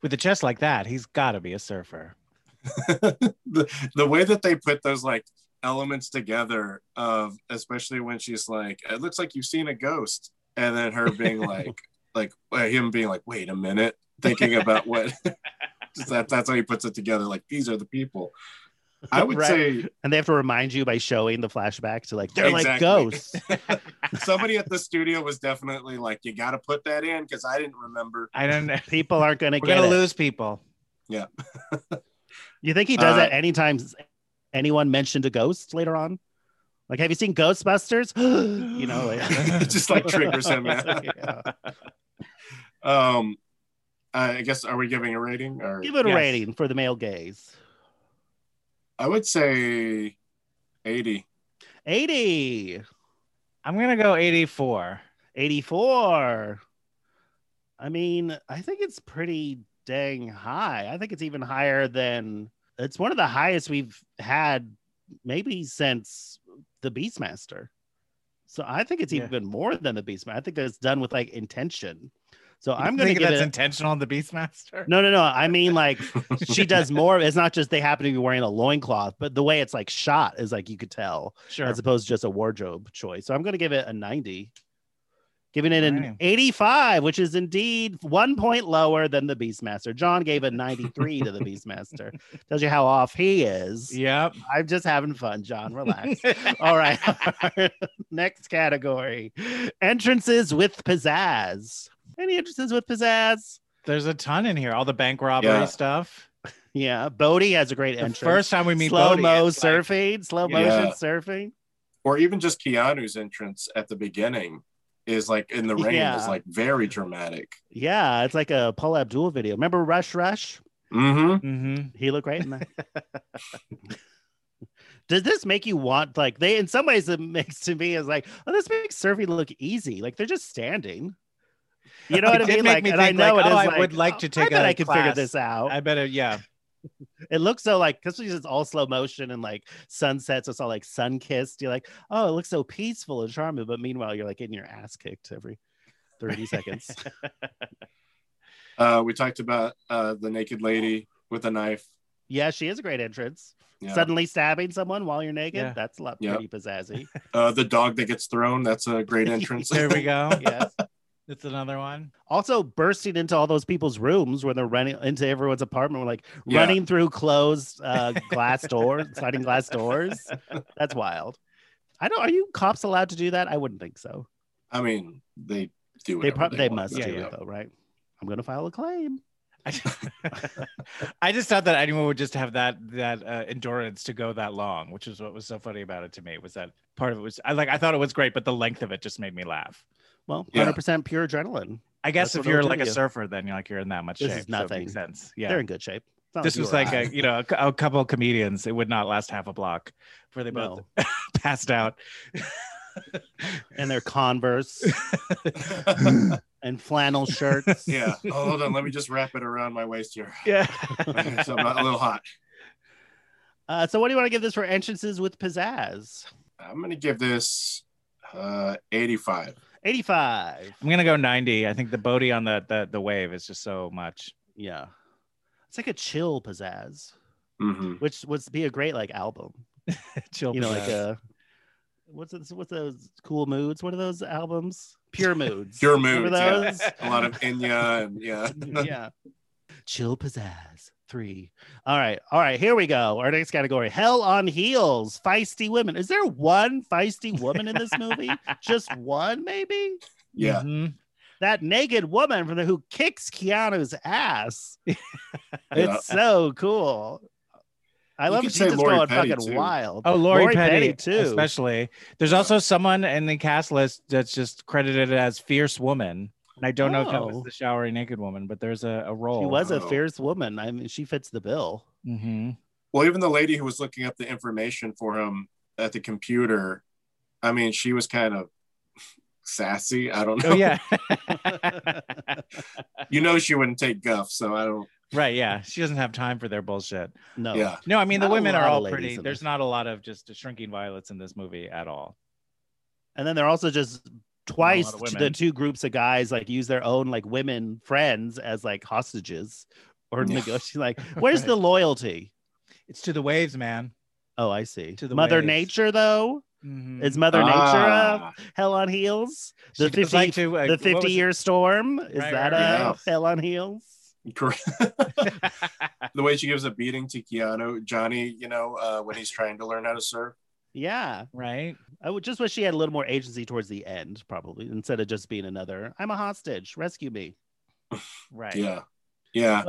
Speaker 3: With a chest like that, he's got to be a surfer.
Speaker 4: the the way that they put those like elements together of especially when she's like it looks like you've seen a ghost and then her being like like uh, him being like wait a minute thinking about what just that that's how he puts it together like these are the people i would
Speaker 2: Right.
Speaker 4: say
Speaker 2: and they have to remind you by showing the flashback to like they're like
Speaker 4: Exactly.
Speaker 2: ghosts.
Speaker 4: somebody at the studio was definitely like you got to put that in because i didn't remember
Speaker 3: I don't know.
Speaker 2: People aren't going to
Speaker 3: We're
Speaker 2: get
Speaker 3: going to
Speaker 2: it.
Speaker 3: lose people.
Speaker 2: You think he does that
Speaker 4: Uh,
Speaker 2: anytime anyone mentioned a ghost later on? Like, have you seen Ghostbusters? you know, like,
Speaker 4: It just, like, triggers him, yeah.
Speaker 2: Yeah.
Speaker 4: um i guess are we giving a rating or
Speaker 2: Give it a
Speaker 3: Yes.
Speaker 2: rating for the male gaze.
Speaker 4: i would say 80
Speaker 2: 80,
Speaker 3: I'm going to go 84.
Speaker 2: 84. I mean, I think it's pretty dang high. I think it's even higher than it's one of the highest we've had maybe since the Beastmaster. So I think it's
Speaker 3: Yeah.
Speaker 2: even more than the Beastmaster. I think that's done with like intention. So
Speaker 3: You
Speaker 2: I'm gonna
Speaker 3: think
Speaker 2: give
Speaker 3: that's
Speaker 2: it.
Speaker 3: intentional on the Beastmaster.
Speaker 2: no, no, no. I mean, like she does more. It's not just they happen to be wearing a loincloth, but the way it's like shot is like you could tell
Speaker 3: sure.
Speaker 2: as opposed to just a wardrobe choice. So I'm going to give it a 90, giving it an
Speaker 3: Alrighty.
Speaker 2: 85, which is indeed one point lower than the Beastmaster. John gave a 93 to the Beastmaster. Tells you how off he is.
Speaker 3: Yep. Oh,
Speaker 2: I'm just having fun, John. Relax. All right. Next category entrances with pizzazz. Any entrances with pizzazz?
Speaker 3: There's a ton in here. All the bank robbery
Speaker 4: Yeah.
Speaker 3: stuff.
Speaker 2: Yeah. Bodhi has a great
Speaker 3: The
Speaker 2: entrance.
Speaker 3: first time we meet
Speaker 2: slow mo
Speaker 3: Bodhi, it's like-
Speaker 2: surfing, slow
Speaker 3: Yeah.
Speaker 2: motion surfing.
Speaker 4: or even just Keanu's entrance at the beginning is like in the rain
Speaker 2: Yeah.
Speaker 4: is like very dramatic.
Speaker 2: Yeah. It's like a Paul Abdul video. Remember Rush Rush?
Speaker 4: Mm-hmm.
Speaker 3: Mhm.
Speaker 2: He looked great in that. Does this make you want like they in some ways it makes to me is like, oh, this makes surfing look easy. Like they're just standing. You know what
Speaker 3: It
Speaker 2: I
Speaker 3: did
Speaker 2: mean?
Speaker 3: make
Speaker 2: Like,
Speaker 3: me
Speaker 2: and I
Speaker 3: think,
Speaker 2: know
Speaker 3: like,
Speaker 2: it
Speaker 3: oh,
Speaker 2: is
Speaker 3: I
Speaker 2: like,
Speaker 3: would like to
Speaker 2: "Oh,
Speaker 3: take
Speaker 2: I bet
Speaker 3: a
Speaker 2: I could figure
Speaker 3: class."
Speaker 2: this out.
Speaker 3: I bet it. Yeah.
Speaker 2: It looks so like because it's all slow motion and like sunsets, it's all like sun kissed. You're like, oh, it looks so peaceful and charming. But meanwhile, you're like getting your ass kicked every 30 seconds.
Speaker 4: Uh, we talked about uh, the naked lady with a knife.
Speaker 2: yeah, she is a great entrance.
Speaker 4: Yeah.
Speaker 2: Suddenly stabbing someone while you're naked.
Speaker 3: Yeah.
Speaker 2: That's a lot
Speaker 4: Yep.
Speaker 2: pretty pizzazzy.
Speaker 4: Uh, the dog that gets thrown. That's a great entrance.
Speaker 3: There we go.
Speaker 2: yes.
Speaker 3: That's another one.
Speaker 2: also bursting into all those people's rooms when they're running into everyone's apartment, we're like
Speaker 4: Yeah.
Speaker 2: running through closed uh, glass doors, sliding glass doors. That's wild. I don't. Are you cops allowed to do that? I wouldn't think so.
Speaker 4: I mean, they
Speaker 2: They
Speaker 4: do. whatever
Speaker 2: probably they
Speaker 4: want,
Speaker 2: must
Speaker 4: though.
Speaker 2: do
Speaker 3: yeah.
Speaker 2: it though, right? I'm gonna file a claim.
Speaker 3: I just, I just thought that anyone would just have that that uh, endurance to go that long, which is what was so funny about it to me. Was that part of it was I like I thought it was great, but the length of it just made me laugh.
Speaker 2: Well,
Speaker 4: Yeah.
Speaker 2: 100 percent pure adrenaline.
Speaker 3: I guess if
Speaker 2: That's what it'll
Speaker 3: you're
Speaker 2: do
Speaker 3: like
Speaker 2: to
Speaker 3: a
Speaker 2: you.
Speaker 3: surfer, then you're like you're in that much
Speaker 2: This
Speaker 3: shape.
Speaker 2: is
Speaker 3: so it
Speaker 2: nothing.
Speaker 3: makes sense. Yeah.
Speaker 2: They're in good shape. It's not
Speaker 3: this
Speaker 2: you
Speaker 3: was
Speaker 2: or
Speaker 3: like
Speaker 2: I.
Speaker 3: a, you know a, cou- a couple of comedians. It would not last half a block before they both passed out.
Speaker 2: and their Converse and flannel shirts.
Speaker 4: yeah. Oh, hold on. Let me just wrap it around my waist here.
Speaker 3: yeah.
Speaker 4: so I'm not- a little hot.
Speaker 2: Uh, so, what do you want to give this for entrances with pizzazz?
Speaker 4: I'm gonna give this uh, 85.
Speaker 2: 85.
Speaker 3: I'm gonna go 90. I think the Bodhi on the the, the wave is just so much.
Speaker 2: Yeah. It's like a chill pizzazz,
Speaker 4: Mm-hmm.
Speaker 2: which would be a great like album.
Speaker 3: Chill.
Speaker 2: You know, like
Speaker 3: pizzazz.
Speaker 2: uh what's this, what's those cool moods? What are those albums? Pure moods.
Speaker 4: Pure
Speaker 2: Remember
Speaker 4: moods. Yeah.
Speaker 2: those?
Speaker 4: A lot of Inya and yeah.
Speaker 2: yeah. Chill pizzazz. Three. All right. All right. Here we go. Our next category. Hell on heels. Feisty women. Is there one feisty woman in this movie? Just one, maybe?
Speaker 4: Yeah.
Speaker 3: Mhm.
Speaker 2: That naked woman from the who kicks Keanu's ass.
Speaker 4: Yeah.
Speaker 2: It's so cool. I
Speaker 4: You
Speaker 2: love
Speaker 4: could
Speaker 2: it. She's
Speaker 4: say
Speaker 2: just
Speaker 4: Lori
Speaker 2: going
Speaker 4: Petty,
Speaker 2: fucking
Speaker 4: too.
Speaker 2: wild.
Speaker 3: Oh, Lori,
Speaker 2: Lori
Speaker 3: Petty,
Speaker 2: Petty, too.
Speaker 3: Especially. There's also someone in the cast list that's just credited as fierce woman. And I don't know if that
Speaker 2: Oh.
Speaker 3: was the showery naked woman, but there's a, a role.
Speaker 2: She was a
Speaker 4: wow.
Speaker 2: fierce woman. I mean, she fits the bill.
Speaker 3: Mhm.
Speaker 4: Well, even the lady who was looking up the information for him at the computer, I mean, she was kind of sassy. I don't know.
Speaker 3: Oh yeah.
Speaker 4: You know, she wouldn't take guff, so I don't.
Speaker 3: right. Yeah. She doesn't have time for their bullshit.
Speaker 2: No.
Speaker 4: Yeah.
Speaker 3: No, I mean
Speaker 2: Not
Speaker 3: the
Speaker 2: a
Speaker 3: women are
Speaker 2: lot of
Speaker 3: all
Speaker 2: ladies
Speaker 3: pretty.
Speaker 2: in
Speaker 3: There's
Speaker 2: this.
Speaker 3: not a lot of just shrinking violets in this movie at all.
Speaker 2: And then they're also just twice
Speaker 3: of women.
Speaker 2: the two groups of guys like use their own like women friends as like hostages or
Speaker 4: Yeah.
Speaker 2: negotiate. Like, where's the loyalty?
Speaker 3: It's to the waves, man.
Speaker 2: Oh, I see.
Speaker 3: To the
Speaker 2: Mother
Speaker 3: waves.
Speaker 2: Nature, though,
Speaker 3: Mhm.
Speaker 2: is Mother
Speaker 4: Ah.
Speaker 2: Nature of Hell on Heels?
Speaker 3: She
Speaker 2: Mm-hmm. The
Speaker 3: goes
Speaker 2: 50
Speaker 3: like to, uh,
Speaker 2: the
Speaker 3: what was it?
Speaker 2: 50 year storm is
Speaker 3: Right, right,
Speaker 2: that
Speaker 4: right.
Speaker 2: a
Speaker 4: Yes.
Speaker 2: Hell on Heels?
Speaker 4: Correct. the way she gives a beating to Keanu, Johnny, you know, uh, when he's trying to learn how to surf.
Speaker 2: Yeah,
Speaker 3: right.
Speaker 2: I would just wish she had a little more agency towards the end, probably, instead of just being another "I'm a hostage, rescue me."
Speaker 3: Right.
Speaker 4: Yeah. Yeah.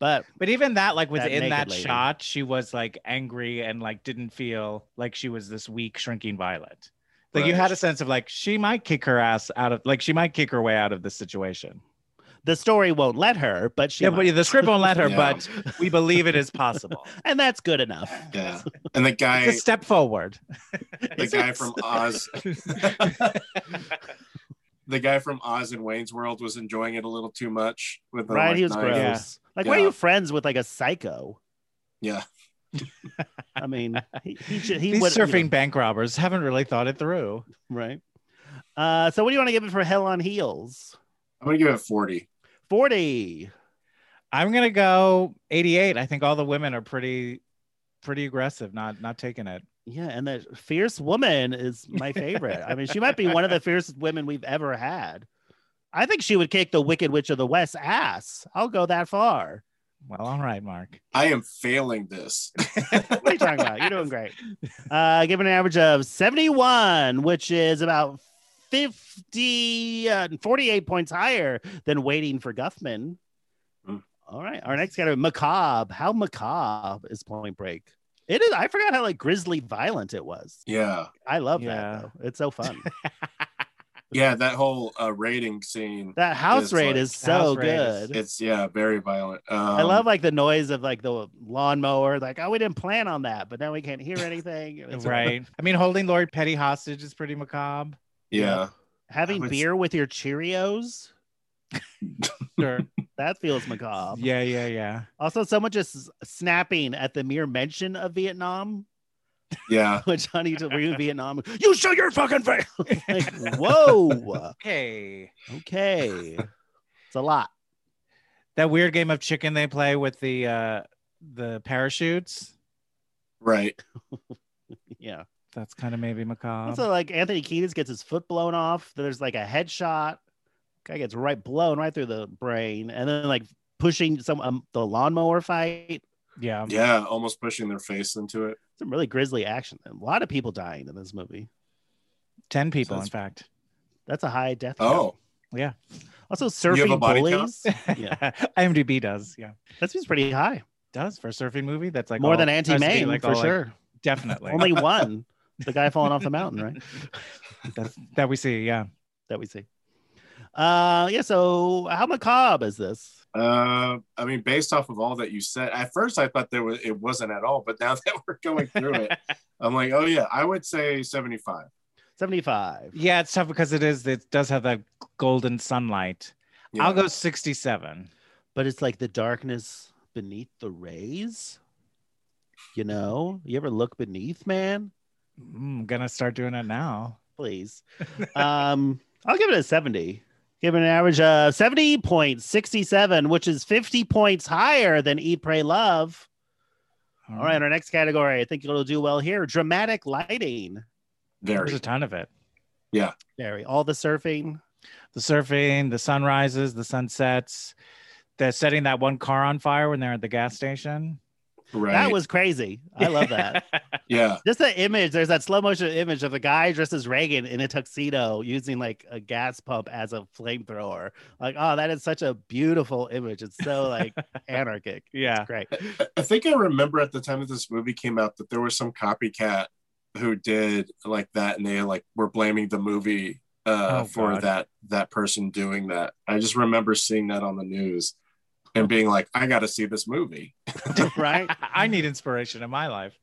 Speaker 2: But
Speaker 3: But even that, like, was
Speaker 2: That
Speaker 3: in
Speaker 2: naked
Speaker 3: that
Speaker 2: lady.
Speaker 3: shot, she was like angry and like didn't feel like she was this weak, shrinking violet. Like you
Speaker 4: Right.
Speaker 3: had a sense of like she might kick her ass out of like she might kick her way out of this situation.
Speaker 2: the story won't let her. But she,
Speaker 3: yeah, but
Speaker 2: might.
Speaker 3: the script won't let her,
Speaker 4: Yeah.
Speaker 3: but we believe it is possible.
Speaker 2: and that's good enough.
Speaker 4: Yeah. And the guy,
Speaker 3: It's a step forward.
Speaker 4: the guy from Oz, the the guy from Oz and Wayne's World was enjoying it a little too much with
Speaker 3: Oh,
Speaker 4: the
Speaker 2: right? He
Speaker 4: like,
Speaker 2: was gross.
Speaker 4: knife.
Speaker 2: Like, why are
Speaker 4: Yeah.
Speaker 2: you friends with like a psycho?
Speaker 4: Yeah.
Speaker 2: I mean, he he, should, he
Speaker 3: These
Speaker 2: would you know,
Speaker 3: surfing bank robbers haven't really thought it through.
Speaker 2: right? Uh, so what do you want to give it for Hell on Heels?
Speaker 4: I'm gonna give it 40.
Speaker 2: Forty.
Speaker 3: I'm gonna go 88. I think all the women are pretty, pretty aggressive. Not not taking it.
Speaker 2: Yeah, and that fierce woman is my favorite. I mean, she might be one of the fiercest women we've ever had. I think she would kick the Wicked Witch of the West ass. I'll go that far.
Speaker 3: Well, all right, Mark.
Speaker 4: I am failing this.
Speaker 2: What are you talking about? You're doing great. Uh, give it an average of 71, which is about 50, uh, 48 points higher than Waiting for Guffman.
Speaker 3: Hmm.
Speaker 4: Mm.
Speaker 2: All right. Our next category, Macabre. How macabre is Point Break? It is. I forgot how like grisly violent it was.
Speaker 4: yeah.
Speaker 2: I love
Speaker 3: Yeah.
Speaker 2: that though. It's so fun.
Speaker 4: Yeah, that whole uh rating scene.
Speaker 2: that house
Speaker 4: It's
Speaker 2: raid
Speaker 4: like-
Speaker 2: is so
Speaker 3: House raid
Speaker 2: good.
Speaker 3: is-
Speaker 4: It's yeah, very violent. Um,
Speaker 2: I love like the noise of like the lawnmower. Like, oh, we didn't plan on that, but now we can't hear anything. It's-
Speaker 3: right. I mean, holding Lori Petty hostage is pretty macabre.
Speaker 4: yeah.
Speaker 2: Having
Speaker 4: I would-
Speaker 2: beer with your Cheerios.
Speaker 3: Sure.
Speaker 2: That feels macabre.
Speaker 3: yeah, yeah, yeah.
Speaker 2: Also, someone just snapping at the mere mention of Vietnam,
Speaker 4: Yeah.
Speaker 2: which I need to read Vietnam. You show your fucking face. like, whoa.
Speaker 3: Okay.
Speaker 2: Okay. It's a lot.
Speaker 3: That weird game of chicken they play with the uh the parachutes.
Speaker 4: Right.
Speaker 2: Yeah.
Speaker 3: That's kind of maybe macabre.
Speaker 2: Also, like Anthony Kiedis gets his foot blown off. There's like a headshot. Guy gets right blown right through the brain, and then like pushing some um, the lawnmower fight. Um,
Speaker 3: yeah.
Speaker 4: Yeah. Almost pushing their face into it.
Speaker 2: Some really grisly action. A lot of people dying in this movie.
Speaker 3: Ten people, in
Speaker 4: That's-
Speaker 3: fact.
Speaker 2: That's a high death. count.
Speaker 4: Oh.
Speaker 3: Yeah.
Speaker 2: Also,
Speaker 4: have a
Speaker 2: surfing
Speaker 4: body count?
Speaker 2: bullies. Yeah.
Speaker 3: IMDb does. Yeah.
Speaker 2: That seems pretty high.
Speaker 3: Does for a surfing movie. That's like
Speaker 2: More
Speaker 3: all-
Speaker 2: than
Speaker 3: has to be,
Speaker 2: anti-Maine
Speaker 3: like,
Speaker 2: for
Speaker 3: all, like,
Speaker 2: sure.
Speaker 3: definitely.
Speaker 2: Only one, the guy falling off the mountain, right?
Speaker 3: That's, that we see. Yeah.
Speaker 2: That we see. Uh, yeah. So how macabre is this?
Speaker 4: Uh, I mean, based off of all that you said, at first I thought there was it wasn't at all, but now that we're going through it, I'm like, oh yeah, I would say 75.
Speaker 2: Seventy-five.
Speaker 3: Yeah, it's tough because it is. It does have that golden sunlight.
Speaker 4: Yeah.
Speaker 3: I'll go sixty-seven.
Speaker 2: But it's like the darkness beneath the rays. You know, you ever look beneath, man?
Speaker 3: I'm Mm, gonna start doing it now.
Speaker 2: Please. Um, I'll give it a seventy. Give it an average of seventy point sixty-seven, which is fifty points higher than Eat, Pray, Love. All right, our next category. I think it'll do well here. Dramatic lighting.
Speaker 4: Very.
Speaker 3: There's a ton of it.
Speaker 2: Very. All the surfing.
Speaker 3: The surfing, the sunrises, the sunsets. They're setting that one car on fire when they're at the gas station.
Speaker 4: right.
Speaker 2: That was crazy. I love that.
Speaker 4: yeah.
Speaker 2: Just the image. There's that slow motion image of a guy dressed as Reagan in a tuxedo using like a gas pump as a flamethrower. Like, oh, that is such a beautiful image. It's so like anarchic.
Speaker 3: yeah.
Speaker 2: It's great.
Speaker 4: I- I think I remember at the time that this movie came out that there was some copycat who did like that, and they like were blaming the movie uh,
Speaker 3: Oh,
Speaker 4: for
Speaker 3: God.
Speaker 4: that that person doing that. I just remember seeing that on the news and being like, I got to see this movie.
Speaker 2: Right?
Speaker 3: I need inspiration in my life.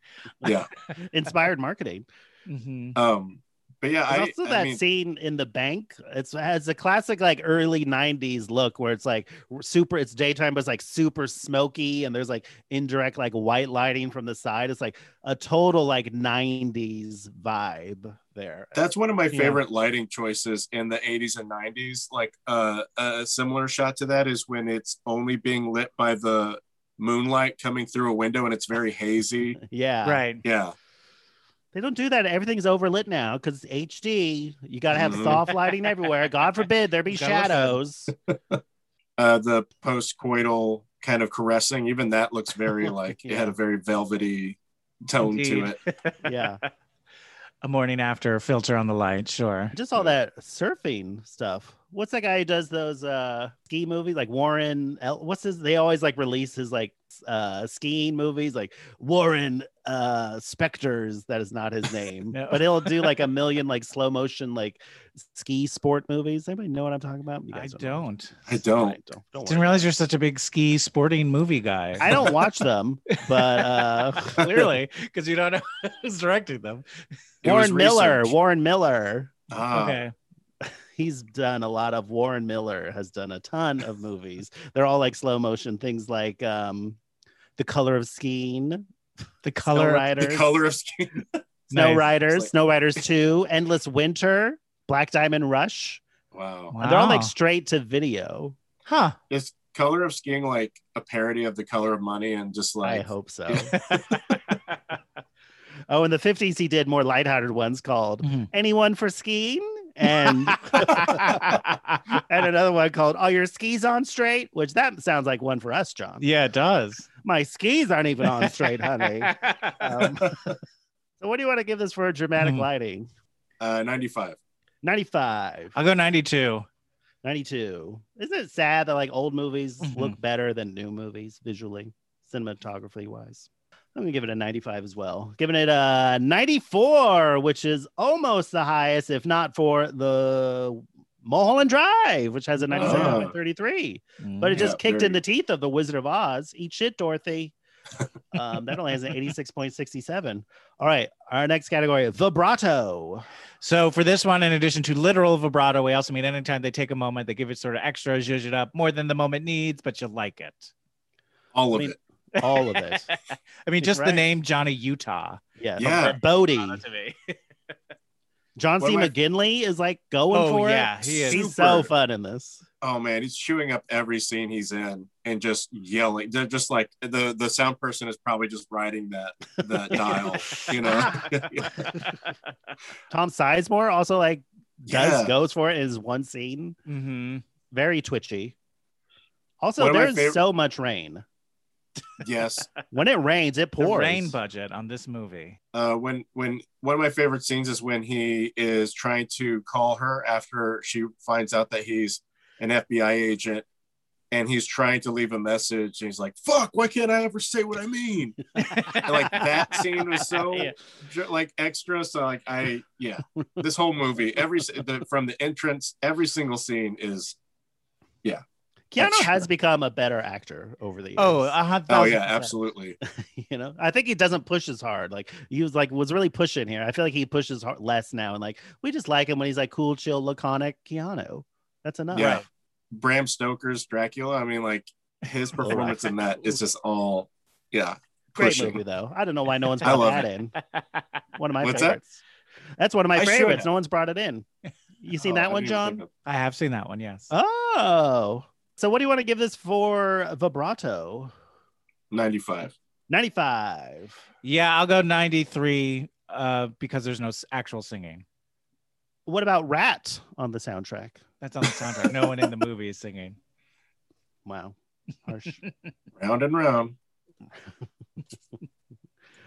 Speaker 4: Yeah.
Speaker 2: Inspired marketing. Mm-hmm.
Speaker 3: Mhm.
Speaker 4: Um, but yeah,
Speaker 2: There's
Speaker 4: I,
Speaker 2: also
Speaker 4: I
Speaker 2: that
Speaker 4: mean,
Speaker 2: scene in the bank. It's has a classic like early '90s look where it's like super. It's daytime, but it's like super smoky, and there's like indirect like white lighting from the side. It's like a total like '90s vibe there.
Speaker 4: that's one of my
Speaker 3: Yeah.
Speaker 4: favorite lighting choices in the 80s and 90s. Like uh, a similar shot to that is when it's only being lit by the moonlight coming through a window and it's very hazy.
Speaker 2: yeah,
Speaker 3: Right.
Speaker 4: Yeah.
Speaker 2: They don't do that. Everything's overlit now because HD. You got to have
Speaker 4: Mhm.
Speaker 2: soft lighting everywhere. God forbid there be
Speaker 3: Gotta listen.
Speaker 2: shadows.
Speaker 4: uh, the post-coital kind of caressing even that looks very like it had a very velvety tone to
Speaker 3: Indeed.
Speaker 4: it
Speaker 2: Yeah.
Speaker 3: a morning after filter on the light. Sure.
Speaker 2: Just all that surfing stuff. What's that guy who does those uh ski movies like Warren? El- what's his? They always like release his like s- uh skiing movies like Warren uh Specters. That is not his name,
Speaker 3: No.
Speaker 2: but he'll do like a million like slow motion like ski sport movies. Anybody know what I'm talking about? You
Speaker 3: I
Speaker 2: guys know.
Speaker 3: don't.
Speaker 4: i don't
Speaker 2: Right, don't, don't
Speaker 3: Didn't
Speaker 2: worry.
Speaker 3: realize you're such a big ski sporting movie guy.
Speaker 2: I don't watch them, but uh
Speaker 3: Clearly, because you don't know who's directing them.
Speaker 4: It was
Speaker 2: Warren Miller.
Speaker 4: research.
Speaker 2: Warren Miller.
Speaker 4: Ah,
Speaker 3: okay.
Speaker 2: he's done a lot of Warren Miller has done a ton of movies. They're all like slow motion things like um The Color of Skein,
Speaker 3: The
Speaker 2: Snow
Speaker 3: color.
Speaker 2: Riders,
Speaker 4: The color of skin.
Speaker 2: Snow
Speaker 3: Nice.
Speaker 2: Riders,
Speaker 4: It's like-
Speaker 2: Snow Riders 2, Endless Winter, Black Diamond Rush.
Speaker 4: Wow.
Speaker 3: Wow.
Speaker 2: And they're all
Speaker 3: Ah.
Speaker 2: like straight to video.
Speaker 3: huh.
Speaker 4: Is color of skin like a parody of the color of money and just like
Speaker 2: I hope so. oh, in the 50s, he did more lighthearted ones called
Speaker 3: Mhm.
Speaker 2: Anyone for Skiing? And and another one called Are Your Skis On Straight? Which that sounds like one for us, John.
Speaker 3: yeah, it does.
Speaker 2: My skis aren't even on straight, honey. Um, so, what do you want to give this for a dramatic
Speaker 3: Hmm.
Speaker 2: lighting?
Speaker 4: uh, 95?
Speaker 2: 95,
Speaker 3: I'll go 92.
Speaker 2: 92. Isn't it sad that like old movies
Speaker 3: Mhm.
Speaker 2: look better than new movies visually, cinematography wise? I'm gonna give it a 95 as well. Giving it a 94, which is almost the highest, if not for the Mulholland Drive, which has a 97.33. but it
Speaker 3: Mm.
Speaker 4: Yeah,
Speaker 2: just kicked
Speaker 4: there
Speaker 2: in
Speaker 4: you
Speaker 2: the teeth of the Wizard of Oz. Eat shit, Dorothy. um, that only has an 86.67. All right, our next category vibrato.
Speaker 3: So for this one, in addition to literal vibrato, we also mean anytime they take a moment, they give it sort of extra, zhuzh it up more than the moment needs, but you like it.
Speaker 4: All
Speaker 2: I
Speaker 4: of
Speaker 2: mean,
Speaker 4: it.
Speaker 2: All of it.
Speaker 3: I mean,
Speaker 2: He's
Speaker 3: just the
Speaker 2: right.
Speaker 3: name Johnny Utah.
Speaker 2: Yeah.
Speaker 4: Yeah.
Speaker 2: Bodie.
Speaker 3: me.
Speaker 2: John
Speaker 4: What
Speaker 2: C.
Speaker 4: am I-
Speaker 2: McGinley is like going
Speaker 3: Oh,
Speaker 2: for
Speaker 3: yeah,
Speaker 2: it.
Speaker 3: he is.
Speaker 2: He's so
Speaker 4: Super.
Speaker 2: fun in this.
Speaker 4: Oh man, he's chewing up every scene he's in and just yelling. They're just like the the sound person is probably just riding that that dial, you know.
Speaker 2: Tom Sizemore also like does
Speaker 4: Yeah.
Speaker 2: goes for it in his one scene.
Speaker 3: hmm
Speaker 2: Very twitchy. Also,
Speaker 4: One of my
Speaker 2: there's
Speaker 4: favorite-
Speaker 2: so much rain.
Speaker 4: yes.
Speaker 2: When it rains, it
Speaker 3: The
Speaker 2: pours.
Speaker 3: rain budget on this movie.
Speaker 4: Uh, when when one of my favorite scenes is when he is trying to call her after she finds out that he's an FBI agent, and he's trying to leave a message, and he's like, "Fuck, why can't I ever say what I mean?" And, like that scene was so
Speaker 3: Yeah.
Speaker 4: ju- like extra. So like I yeah, this whole movie, every s- the, from the entrance, every single scene is
Speaker 2: Keanu has become a better actor over the years.
Speaker 3: Oh, a hot
Speaker 4: oh
Speaker 3: thousand
Speaker 4: yeah,
Speaker 3: percent.
Speaker 4: absolutely.
Speaker 2: you know i think he doesn't push as hard like he was like was really pushing here i feel like he pushes hard less now and like we just like him when he's like cool chill laconic keanu that's enough
Speaker 4: yeah, Bram Stoker's Dracula. I mean, like his performance in that is just all yeah,
Speaker 2: Oh, great
Speaker 4: pushing.
Speaker 2: movie though i don't know why no one's
Speaker 4: I
Speaker 2: brought
Speaker 4: love
Speaker 2: that in one of my
Speaker 4: What's that?
Speaker 2: favorites that's one of my
Speaker 4: I showed
Speaker 2: favorites
Speaker 4: it.
Speaker 2: no one's brought it in you seen
Speaker 4: Oh, I
Speaker 2: that
Speaker 4: didn't
Speaker 2: one
Speaker 4: even
Speaker 2: john
Speaker 4: think of-
Speaker 3: I have seen that one, yes.
Speaker 2: oh so what do you want to give this for vibrato
Speaker 4: 95.
Speaker 2: 95
Speaker 3: Yeah, I'll go 93 uh, because there's no s- actual singing.
Speaker 2: what about rat on the soundtrack
Speaker 3: That's on the soundtrack. no one in the movie is singing.
Speaker 2: wow harsh
Speaker 4: Round and round.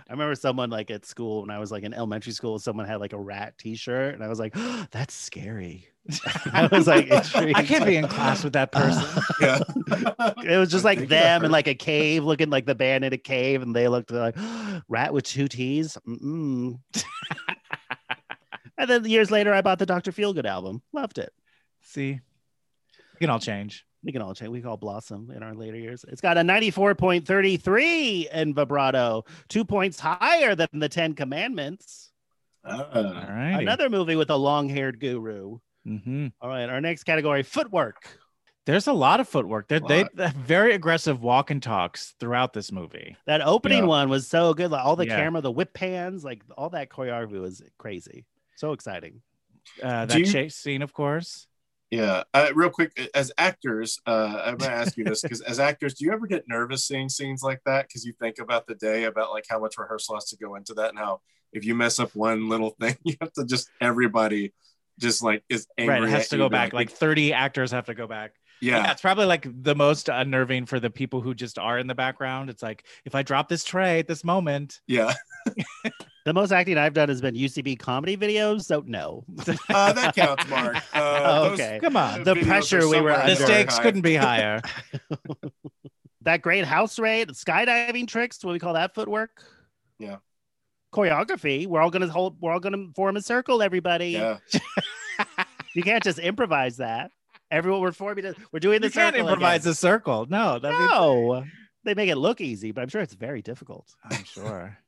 Speaker 2: I remember someone like at school when I was like in elementary school, someone had like a rat T-shirt, and I was like, "That's scary." I was like, intrigued.
Speaker 3: I can't be in class with that person.
Speaker 4: Yeah.
Speaker 2: It was just
Speaker 4: I
Speaker 2: like
Speaker 4: think that
Speaker 2: them in
Speaker 4: hurt.
Speaker 2: like a cave, looking like the band in a cave, and they looked like rat with two T's. Mm-mm. and then years later, I bought the Dr. Feelgood album. Loved it.
Speaker 3: See, you can all change.
Speaker 2: We can all change. We can all blossom in our later years. It's got a 94.33 in vibrato, two points higher than the Ten Commandments.
Speaker 3: All
Speaker 4: Uh,
Speaker 3: right.
Speaker 2: Another movie with a long-haired guru.
Speaker 3: hmm
Speaker 2: All right, our next category: footwork.
Speaker 3: There's a lot of footwork. They're, they they're very aggressive walk and talks throughout this movie.
Speaker 2: That opening
Speaker 4: Yeah.
Speaker 2: one was so good. Like all the
Speaker 3: Yeah.
Speaker 2: camera, the whip pans, like all that choreography was crazy. So exciting.
Speaker 3: Uh,
Speaker 4: Do
Speaker 3: that
Speaker 4: you-
Speaker 3: chase scene, of course.
Speaker 4: yeah. Uh, real quick, as actors, uh, I'm going to ask you this because as actors, do you ever get nervous seeing scenes like that? Because you think about the day, about like how much rehearsal has to go into that and how if you mess up one little thing, you have to just everybody just like is angry.
Speaker 3: Right. It has
Speaker 4: at
Speaker 3: to
Speaker 4: you.
Speaker 3: go
Speaker 4: You're
Speaker 3: back. Like 30 actors have to go back. Yeah.
Speaker 4: yeah.
Speaker 3: it's probably like the most unnerving for the people who just are in the background. It's like if I drop this tray at this moment,
Speaker 4: Yeah.
Speaker 2: The most acting I've done has been UCB comedy videos. So no,
Speaker 4: Uh, that counts, Mark. Uh,
Speaker 2: Oh,
Speaker 4: those-
Speaker 2: okay.
Speaker 3: come on,
Speaker 4: those
Speaker 2: The
Speaker 4: videos are
Speaker 2: pressure we were
Speaker 4: somewhat
Speaker 3: the
Speaker 2: under.
Speaker 3: stakes
Speaker 4: archived.
Speaker 3: couldn't be higher.
Speaker 2: that great house raid, skydiving tricks. What do we call that footwork?
Speaker 4: Yeah.
Speaker 2: Choreography. We're all gonna hold. We're all gonna form a circle. Everybody.
Speaker 4: Yeah.
Speaker 2: You can't just improvise that. Everyone, we're forming. a- We're doing the
Speaker 3: you can't
Speaker 2: circle
Speaker 3: improvise
Speaker 2: again.
Speaker 3: a circle. No, that'd be-
Speaker 2: No, they make it look easy, but I'm sure it's very difficult.
Speaker 3: I'm sure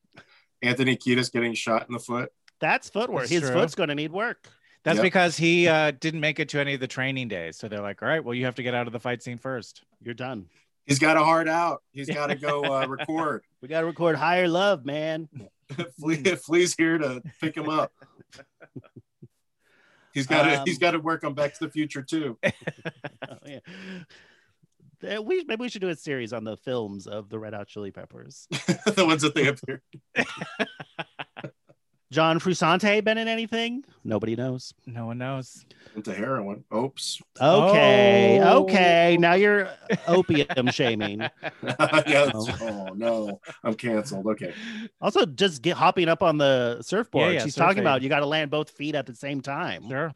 Speaker 4: Anthony Kiedis getting shot in the foot.
Speaker 2: That's footwork.
Speaker 3: That's
Speaker 2: His
Speaker 3: true.
Speaker 2: foot's going to need work.
Speaker 3: That's
Speaker 4: Yep.
Speaker 3: because he uh, didn't make it to any of the training days. So they're like, all right, well, you have to get out of the fight scene first.
Speaker 2: You're done.
Speaker 4: He's got a hard out. He's got to go uh, record.
Speaker 2: We got to record Higher Love, man. Hmm.
Speaker 4: Flea, Flea's here to pick him up. He's got to
Speaker 2: Um,
Speaker 4: he's got to work on Back to the Future too.
Speaker 2: Oh, yeah. Uh, We, maybe we should do a series on the films of the Red Hot Chili Peppers.
Speaker 4: the ones that they appear.
Speaker 2: John Frusante been in anything? Nobody knows.
Speaker 3: No one knows.
Speaker 4: Into heroin. Oops.
Speaker 2: Okay,
Speaker 3: Oh.
Speaker 2: okay. Now you're opium shaming.
Speaker 4: yeah, that's- oh no, I'm canceled. Okay.
Speaker 2: Also, just get hopping up on the surfboard.
Speaker 3: Yeah, yeah,
Speaker 2: She's talking
Speaker 3: surfing.
Speaker 2: about you got to land both feet at the same time.
Speaker 3: Sure.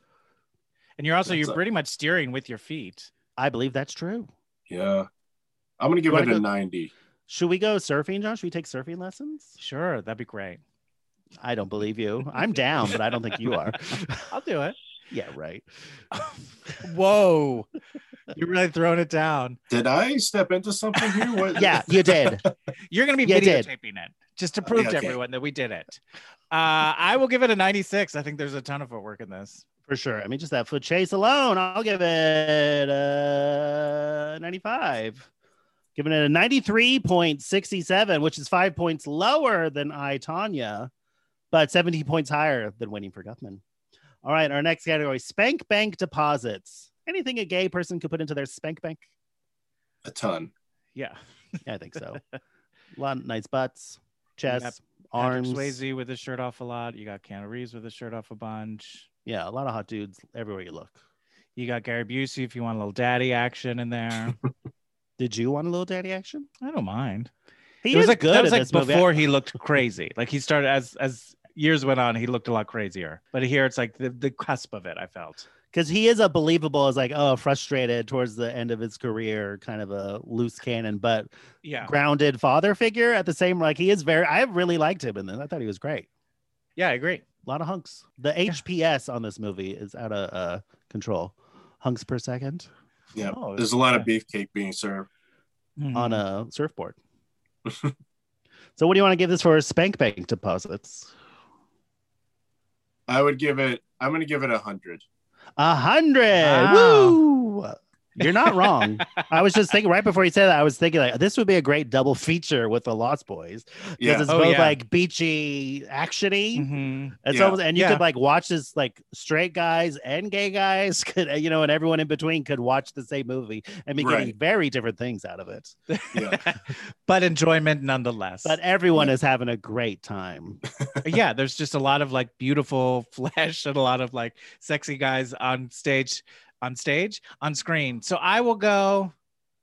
Speaker 3: And you're also,
Speaker 4: That's
Speaker 3: you're
Speaker 4: a-
Speaker 3: pretty much steering with your feet.
Speaker 2: I believe that's true.
Speaker 4: Yeah. I'm gonna give
Speaker 2: You
Speaker 4: it
Speaker 2: wanna
Speaker 4: a
Speaker 2: go-
Speaker 4: 90.
Speaker 2: Should we go surfing, John? Should we take surfing lessons?
Speaker 3: Sure. That'd be great.
Speaker 2: I don't believe you. I'm down, but I don't think you are.
Speaker 3: I'll do it.
Speaker 2: yeah, right.
Speaker 3: Whoa. You're really throwing it down.
Speaker 4: Did I step into something here? What
Speaker 2: Yeah, you did.
Speaker 3: You're going to be
Speaker 2: You did.
Speaker 3: videotaping it just to prove
Speaker 4: yeah,
Speaker 3: to
Speaker 4: okay.
Speaker 3: everyone that we did it. Uh, I will give it a 96. I think there's a ton of footwork in this.
Speaker 2: For sure. I mean, just that foot chase alone, I'll give it a 95. Giving it a 93.67, which is five points lower than I, Tanya, but 17 points higher than Waiting for Guffman. All right, our next category Spank Bank Deposits. Anything a gay person could put into their Spank Bank?
Speaker 4: a ton.
Speaker 3: Yeah.
Speaker 2: Yeah, I think so. a lot of nice butts, chest,
Speaker 3: Yep. Patrick
Speaker 2: arms.
Speaker 3: Swayze with his shirt off a lot. You got Keanu Reeves with his shirt off a bunch.
Speaker 2: Yeah, a lot of hot dudes everywhere you look.
Speaker 3: You got Gary Busey if you want a little daddy action in there.
Speaker 2: Did you want a little daddy action?
Speaker 3: I don't mind.
Speaker 2: He
Speaker 3: it was
Speaker 2: is
Speaker 3: like
Speaker 2: good
Speaker 3: that was
Speaker 2: at
Speaker 3: like
Speaker 2: this movie.
Speaker 3: before he looked crazy. Like he started as as years went on, he looked a lot crazier. But here it's like the the cusp of it. I felt.
Speaker 2: because he is a believable as like oh frustrated towards the end of his career kind of a loose cannon but
Speaker 3: Yeah.
Speaker 2: grounded father figure at the same like he is very i really liked him and i thought he was great
Speaker 3: Yeah, I agree.
Speaker 2: a lot of hunks the hps on this movie is out of uh, control hunks per 2nd
Speaker 4: Yeah.
Speaker 3: Oh,
Speaker 4: There's a lot of beefcake being served.
Speaker 2: on a surfboard so what do you want to give this for spank bank deposits
Speaker 4: I would give it. I'm gonna give it a hundred.
Speaker 2: a hundred
Speaker 3: Wow.
Speaker 2: Woo! you're
Speaker 3: Mm-hmm.
Speaker 2: not wrong I was just thinking right before you said that, I was thinking like this would be a great double feature with the Lost Boys because
Speaker 4: Yeah.
Speaker 2: it's
Speaker 3: Oh,
Speaker 2: both
Speaker 3: yeah.
Speaker 2: like beachy actiony.
Speaker 3: Mhm.
Speaker 2: It's
Speaker 4: Yeah.
Speaker 2: almost and you
Speaker 3: Yeah.
Speaker 2: could like watch this like straight guys and gay guys could you know and everyone in between could watch the same movie and be getting
Speaker 4: Right.
Speaker 2: very different things out of it.
Speaker 4: Yeah.
Speaker 3: but enjoyment nonetheless.
Speaker 2: But everyone is having a great time.
Speaker 3: yeah, there's just a lot of like beautiful flesh and a lot of like sexy guys on stage, on stage, on screen. So I will go.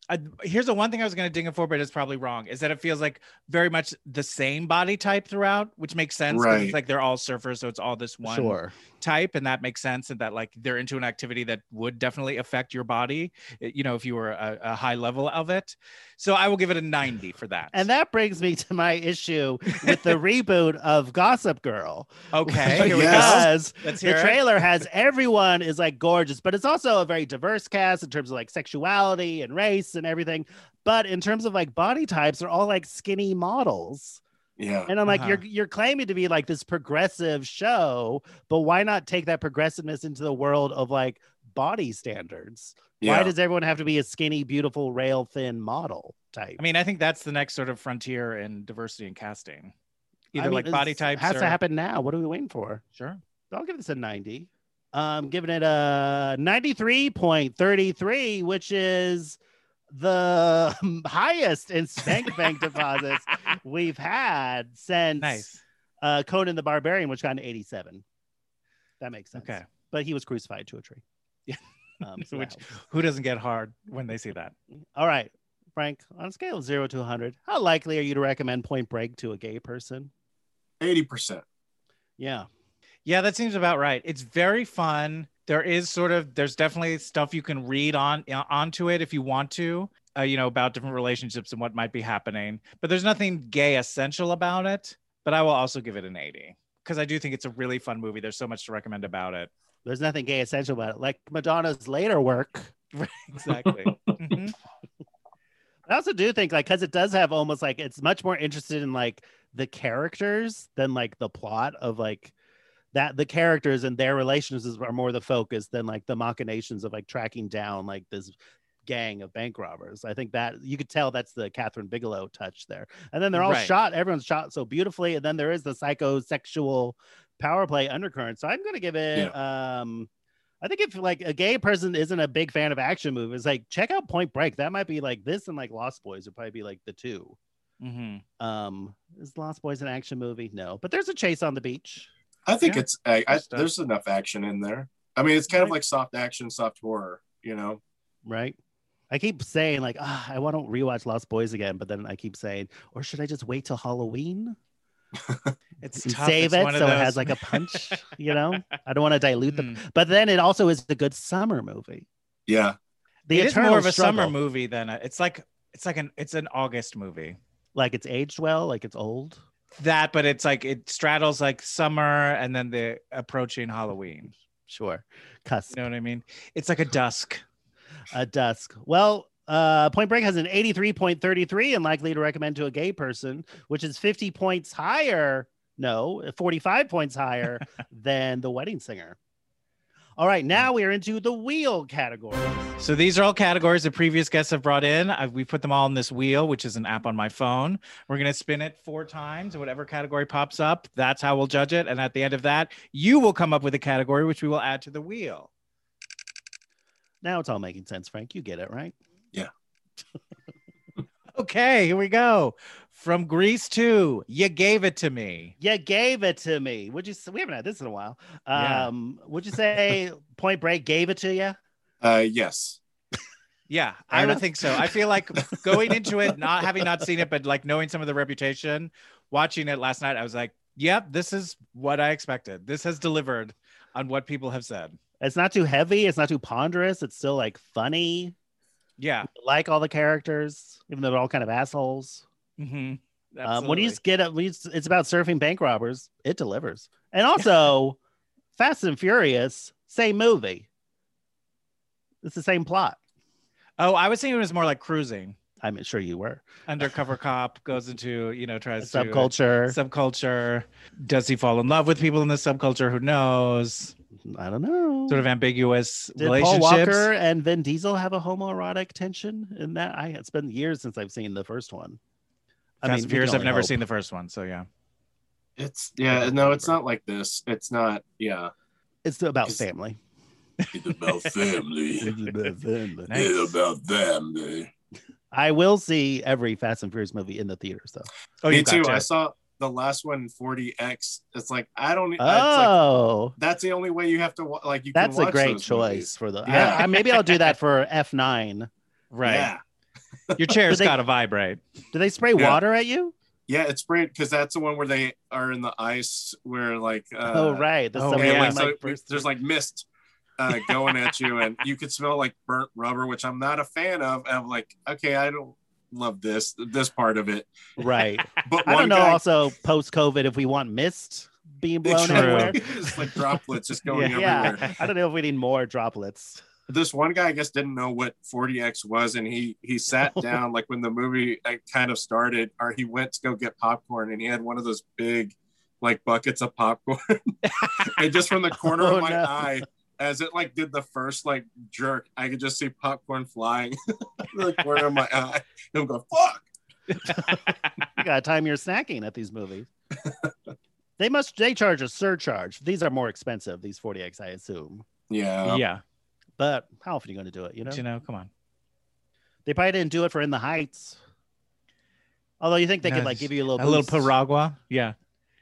Speaker 3: I, here's the one thing I was going to ding it for, but it's probably wrong. Is that it feels like very much the same body type throughout, which makes sense. 'cause
Speaker 4: Right.
Speaker 3: It's like they're all surfers, so it's all this one
Speaker 2: Sure.
Speaker 3: type, and that makes sense. And that like they're into an activity that would definitely affect your body, eh, you know, if you were a, a high level of it. So I will give it a 90 for that.
Speaker 2: And that brings me to my issue with the reboot of Gossip Girl.
Speaker 3: okay, here
Speaker 4: Yes.
Speaker 3: we go.
Speaker 2: Because
Speaker 3: Let's hear it.
Speaker 2: the trailer has everyone is like gorgeous, but it's also a very diverse cast in terms of like sexuality and race and everything. But in terms of like body types, they're all like skinny models.
Speaker 4: Yeah.
Speaker 2: And I'm like,
Speaker 3: Uh-huh.
Speaker 2: you're you're claiming to be like this progressive show, but why not take that progressiveness into the world of like body standards?
Speaker 4: Yeah.
Speaker 2: Why does everyone have to be a skinny, beautiful, rail thin model type?
Speaker 3: I mean, I think that's the next sort of frontier in diversity and casting.
Speaker 2: I
Speaker 3: Either
Speaker 2: mean,
Speaker 3: like body
Speaker 2: it's-
Speaker 3: types
Speaker 2: has
Speaker 3: or,
Speaker 2: to happen now. What are we waiting for?
Speaker 3: Sure.
Speaker 2: I'll give this a 90. I'm giving it a 93.33, which is the highest in Spank Bank deposits we've had since
Speaker 3: Nice.
Speaker 2: uh, Conan the Barbarian, which got an 87. That makes sense.
Speaker 3: Okay.
Speaker 2: But he was crucified to a tree.
Speaker 3: Yeah.
Speaker 2: Um, so
Speaker 3: Which-
Speaker 2: that helps.
Speaker 3: Who doesn't get hard when they see that?
Speaker 2: All right, Frank, on a scale of zero to 100, how likely are you to recommend Point Break to a gay person?
Speaker 4: Eighty percent.
Speaker 2: Yeah.
Speaker 3: Yeah, that seems about right. It's very fun. There is sort of there's definitely stuff you can read on uh, onto it if you want to, uh, you know, about different relationships and what might be happening. But there's nothing gay essential about it. But I will also give it an 80 because I do think it's a really fun movie. There's so much to recommend about it.
Speaker 2: There's nothing gay essential about it. Like Madonna's later work.
Speaker 3: Exactly. Mhm.
Speaker 2: I also do think like because it does have almost like it's much more interested in like the characters than like the plot of like that the characters and their relationships are more the focus than like the machinations of like tracking down like this gang of bank robbers. I think that you could tell that's the Catherine Bigelow touch there. And then they're all
Speaker 3: Right.
Speaker 2: shot, everyone's shot so beautifully. And then there is the psychosexual power play undercurrent. So I'm gonna give it um I think if like a gay person isn't a big fan of action movies, like check out Point Break. That might be like this and like Lost Boys would probably be like the two.
Speaker 3: Mhm.
Speaker 2: Um is Lost Boys an action movie? No. But there's a chase on the beach.
Speaker 4: I think
Speaker 3: Yeah.
Speaker 4: it's I, I,
Speaker 3: Good stuff.
Speaker 4: there's enough action in there. I mean, it's kind of
Speaker 2: uh, Right.
Speaker 4: like soft action, soft horror. You know,
Speaker 2: right? I keep saying like, ah, I want to rewatch Lost Boys again, but then I keep saying, or should I just wait till Halloween
Speaker 3: It's
Speaker 2: and
Speaker 3: tough.
Speaker 2: save
Speaker 3: It's
Speaker 2: it
Speaker 3: one of
Speaker 2: so it
Speaker 3: those-
Speaker 2: has like a punch? You know, I don't want to dilute the.
Speaker 3: Mm.
Speaker 2: But then it also is a good summer movie.
Speaker 4: yeah,
Speaker 2: The
Speaker 3: It is
Speaker 2: Eternal
Speaker 3: more of a
Speaker 2: Struggle,
Speaker 3: summer movie than a, it's like it's like an it's an August movie.
Speaker 2: Like it's aged well, like it's old.
Speaker 3: That, but it's like it straddles like summer and then the approaching Halloween.
Speaker 2: Sure, cuss
Speaker 3: You know what I mean? It's like a dusk.
Speaker 2: a dusk. Well, uh, Point Break has an 83.33 and likely to recommend to a gay person, which is 50 points higher. No, 45 points higher than The Wedding Singer. All right, now we are into the wheel category.
Speaker 3: So these are all categories the previous guests have brought in. I've, we put them all in this wheel, which is an app on my phone. We're gonna spin it four times, and whatever category pops up, that's how we'll judge it. And at the end of that, you will come up with a category which we will add to the wheel.
Speaker 2: Now it's all making sense, Frank. You get it, right?
Speaker 3: Okay, here we go. From Greece to you gave it to me.
Speaker 2: You gave it to me. Would you? s- We haven't had this in a while.
Speaker 3: Yeah.
Speaker 2: Um, Would you say Point Break gave it to you?
Speaker 4: uh, yes,
Speaker 3: Yeah, I
Speaker 2: Anna?
Speaker 3: don't think so. I feel like going into it, not having not seen it, but like knowing some of the reputation, watching it last night, I was like, yep, this is what I expected. This has delivered on what people have said.
Speaker 2: It's not too heavy. It's not too ponderous. It's still like funny.
Speaker 3: Yeah.
Speaker 2: Like all the characters, even though they're all kind of assholes.
Speaker 3: Mm-hmm.
Speaker 2: Um, when you just get up, when you, it's about surfing bank robbers. It delivers, and also Fast and Furious, same movie. It's the same plot.
Speaker 3: oh, I was thinking it was more like cruising.
Speaker 2: I'm sure you were
Speaker 3: Undercover cop goes into, you know, tries to
Speaker 2: subculture.
Speaker 3: subculture. Does he fall in love with people in the subculture? Who knows?
Speaker 2: I don't know.
Speaker 3: Sort of ambiguous
Speaker 2: Did Paul
Speaker 3: relationships.
Speaker 2: Walker and Vin Diesel have a homoerotic tension in that? I it's been years since I've seen the first one.
Speaker 3: Fast
Speaker 2: we
Speaker 3: and
Speaker 2: can
Speaker 3: Furious. I've
Speaker 2: only
Speaker 3: never
Speaker 2: hope.
Speaker 3: seen the first one, so yeah.
Speaker 4: it's yeah. No, it's not like this. It's not. Yeah,
Speaker 2: It's about
Speaker 4: It's-
Speaker 2: family.
Speaker 4: it's about family.
Speaker 3: Nice.
Speaker 4: about family.
Speaker 2: I will see every Fast and Furious movie in the theaters, though.
Speaker 3: Oh,
Speaker 4: Me
Speaker 3: you've got
Speaker 4: too.
Speaker 3: to.
Speaker 4: I saw the last one in 40x. It's like I don't. e, it's like,
Speaker 2: Oh,
Speaker 4: that's the only way you have to wa- like. You
Speaker 2: That's
Speaker 4: can
Speaker 2: a
Speaker 4: watch
Speaker 2: great
Speaker 4: those
Speaker 2: choice
Speaker 4: movies.
Speaker 2: for the. I-
Speaker 4: Yeah.
Speaker 2: I, maybe I'll do that for F nine.
Speaker 3: Right.
Speaker 4: Yeah,
Speaker 3: Your chair's
Speaker 2: But they-
Speaker 3: got to vibrate.
Speaker 2: Do they spray
Speaker 4: Yeah.
Speaker 2: water at you?
Speaker 4: yeah. It's great because that's the one where they are in the ice, where like uh,
Speaker 2: oh right, the
Speaker 3: oh,
Speaker 2: subway
Speaker 4: and
Speaker 3: yeah.
Speaker 4: like,
Speaker 2: might
Speaker 4: so
Speaker 2: burst
Speaker 4: there's
Speaker 2: through.
Speaker 4: like mist uh, going at you, and you could smell like burnt rubber, which I'm not a fan of. And I'm like, okay, I don't love this this part of it.
Speaker 2: right.
Speaker 4: But
Speaker 2: I don't
Speaker 4: one
Speaker 2: know.
Speaker 4: guy-
Speaker 2: Also, post COVID, if we want mist being blown
Speaker 4: True.
Speaker 2: everywhere.
Speaker 4: It's like droplets just going
Speaker 3: Yeah.
Speaker 4: everywhere.
Speaker 2: Yeah, I don't know if we need more droplets.
Speaker 4: This one guy, I guess, didn't know what 40x was, and he he sat down like when the movie like, kind of started, or he went to go get popcorn, and he had one of those big like buckets of popcorn, and just from the corner
Speaker 2: Oh,
Speaker 4: of my
Speaker 2: no.
Speaker 4: eye. As it like did the first like jerk, I could just see popcorn flying in the corner of my eye. And I'm going, fuck.
Speaker 2: You gotta time your snacking at these movies. they must. They charge a surcharge. These are more expensive. These forty X, I assume.
Speaker 4: Yeah.
Speaker 3: yeah.
Speaker 2: But how often are you going to do it? You know,
Speaker 3: You know, come on.
Speaker 2: they probably didn't do it for In the Heights. Although you think they
Speaker 3: No,
Speaker 2: could like
Speaker 3: just
Speaker 2: give you a
Speaker 3: A
Speaker 2: little
Speaker 3: little
Speaker 2: boost.
Speaker 3: Paragua. Yeah.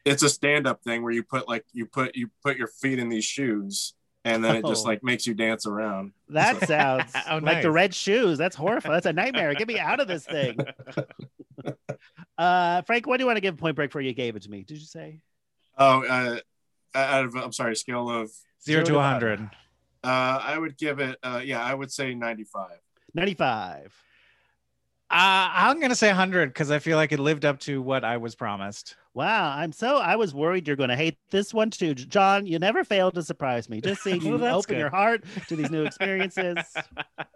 Speaker 4: It's a stand-up thing where you put like you put you put your feet in these shoes and then it just
Speaker 2: Oh.
Speaker 4: like makes you dance around.
Speaker 2: That sounds
Speaker 3: Oh,
Speaker 2: like
Speaker 3: nice.
Speaker 2: the red shoes. That's horrifying. That's a nightmare. Get me out of this thing. Uh, Frank, what do you want to give Point Break for? You gave it to me. Did you say?
Speaker 4: Oh, uh, out of I'm sorry, scale of
Speaker 3: Zero,
Speaker 2: Zero
Speaker 3: to
Speaker 2: to
Speaker 3: to 100.
Speaker 4: uh, I would give it. Uh, yeah, I would say 95.
Speaker 2: Ninety-five.
Speaker 3: Uh, I'm gonna say 100 because I feel like it lived up to what I was promised.
Speaker 2: Wow, I'm so I was worried you're going to hate this one too, J- John. You never fail to surprise me. Just seeing you
Speaker 3: Well, that's
Speaker 2: open
Speaker 3: good.
Speaker 2: your heart to these new experiences,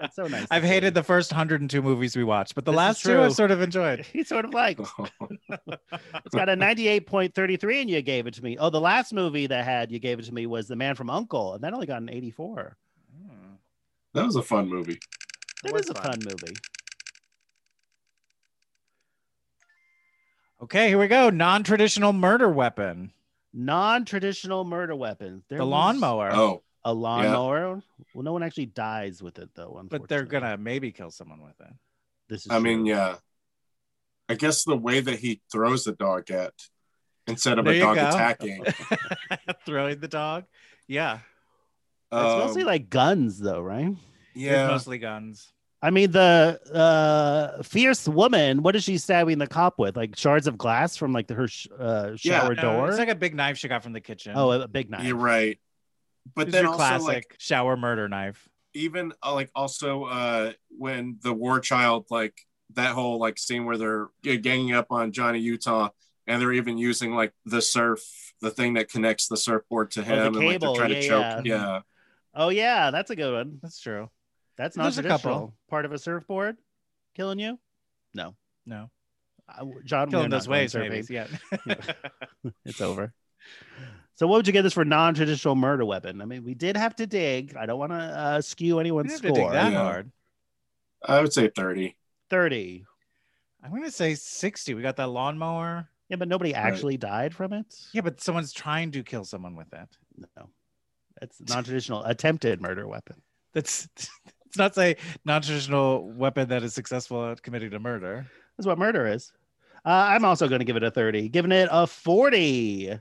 Speaker 2: it's so nice.
Speaker 3: I've hated the first 102 movies we watched, but the
Speaker 2: This is
Speaker 3: last two
Speaker 2: true.
Speaker 3: I've sort of enjoyed.
Speaker 2: He sort of like it's got a 98.33, and you gave it to me. Oh, the last movie that had you gave it to me was The Man from Uncle, and that only got an 84.
Speaker 4: that was a fun movie.
Speaker 2: That
Speaker 3: Hmm. was
Speaker 2: is a
Speaker 3: fun.
Speaker 2: fun movie.
Speaker 3: Okay, here we go. Non-traditional murder weapon,
Speaker 2: Non-traditional murder weapons. There
Speaker 3: the
Speaker 2: was
Speaker 3: lawnmower.
Speaker 4: Oh,
Speaker 2: A lawnmower. Well, no one actually dies with it though.
Speaker 3: but they're
Speaker 2: unfortunately.
Speaker 3: gonna maybe kill someone with it.
Speaker 2: This is
Speaker 4: I mean,
Speaker 2: true.
Speaker 4: yeah. I guess the way that he throws the dog at instead of
Speaker 3: There
Speaker 4: a
Speaker 3: you
Speaker 4: dog
Speaker 3: go.
Speaker 4: attacking.
Speaker 3: Throwing the dog. Yeah,
Speaker 2: It's
Speaker 4: Um,
Speaker 2: mostly like guns though, right?
Speaker 3: yeah.
Speaker 4: yeah.
Speaker 3: mostly guns.
Speaker 2: I mean, the uh, fierce woman. What is she stabbing the cop with? Like shards of glass from like the, her sh- uh,
Speaker 4: Yeah,
Speaker 2: shower
Speaker 3: No,
Speaker 2: door.
Speaker 3: It's like a big knife she got from the kitchen.
Speaker 2: oh, a a big knife.
Speaker 4: You're right. But
Speaker 3: It's
Speaker 4: then
Speaker 3: your
Speaker 4: also
Speaker 3: classic
Speaker 4: like
Speaker 3: shower murder knife.
Speaker 4: even uh, like also uh when the war child like that whole like scene where they're g- ganging up on Johnny Utah and they're even using like the surf the thing that connects the surfboard to him and like they're
Speaker 2: Oh, cable,
Speaker 4: trying to
Speaker 2: yeah,
Speaker 4: choke yeah
Speaker 2: Oh yeah, that's a good one.
Speaker 3: That's true.
Speaker 2: That's not
Speaker 3: There's a
Speaker 2: traditional.
Speaker 3: couple.
Speaker 2: Part of a surfboard, killing you. No,
Speaker 3: No,
Speaker 2: I- John.
Speaker 3: killing
Speaker 2: we're not
Speaker 3: those
Speaker 2: going
Speaker 3: waves, maybe.
Speaker 2: surfing.
Speaker 3: Yeah.
Speaker 2: It's over. So what would you get this for non-traditional murder weapon? I mean, we did have to dig. I don't want to uh, skew
Speaker 3: we didn't
Speaker 2: anyone's
Speaker 3: have to dig
Speaker 2: score.
Speaker 3: that
Speaker 4: Yeah.
Speaker 3: hard.
Speaker 4: I would say 30
Speaker 2: Thirty.
Speaker 3: I'm gonna say 60. We got that lawnmower.
Speaker 2: Yeah, but nobody actually died from it.
Speaker 3: Yeah, but someone's trying to kill someone with it.
Speaker 2: No, that's non-traditional attempted murder weapon.
Speaker 3: That's it's not say non-traditional weapon that is successful at committing a murder.
Speaker 2: That's what murder is. Uh, I'm also going to give it a 30, giving it a 40,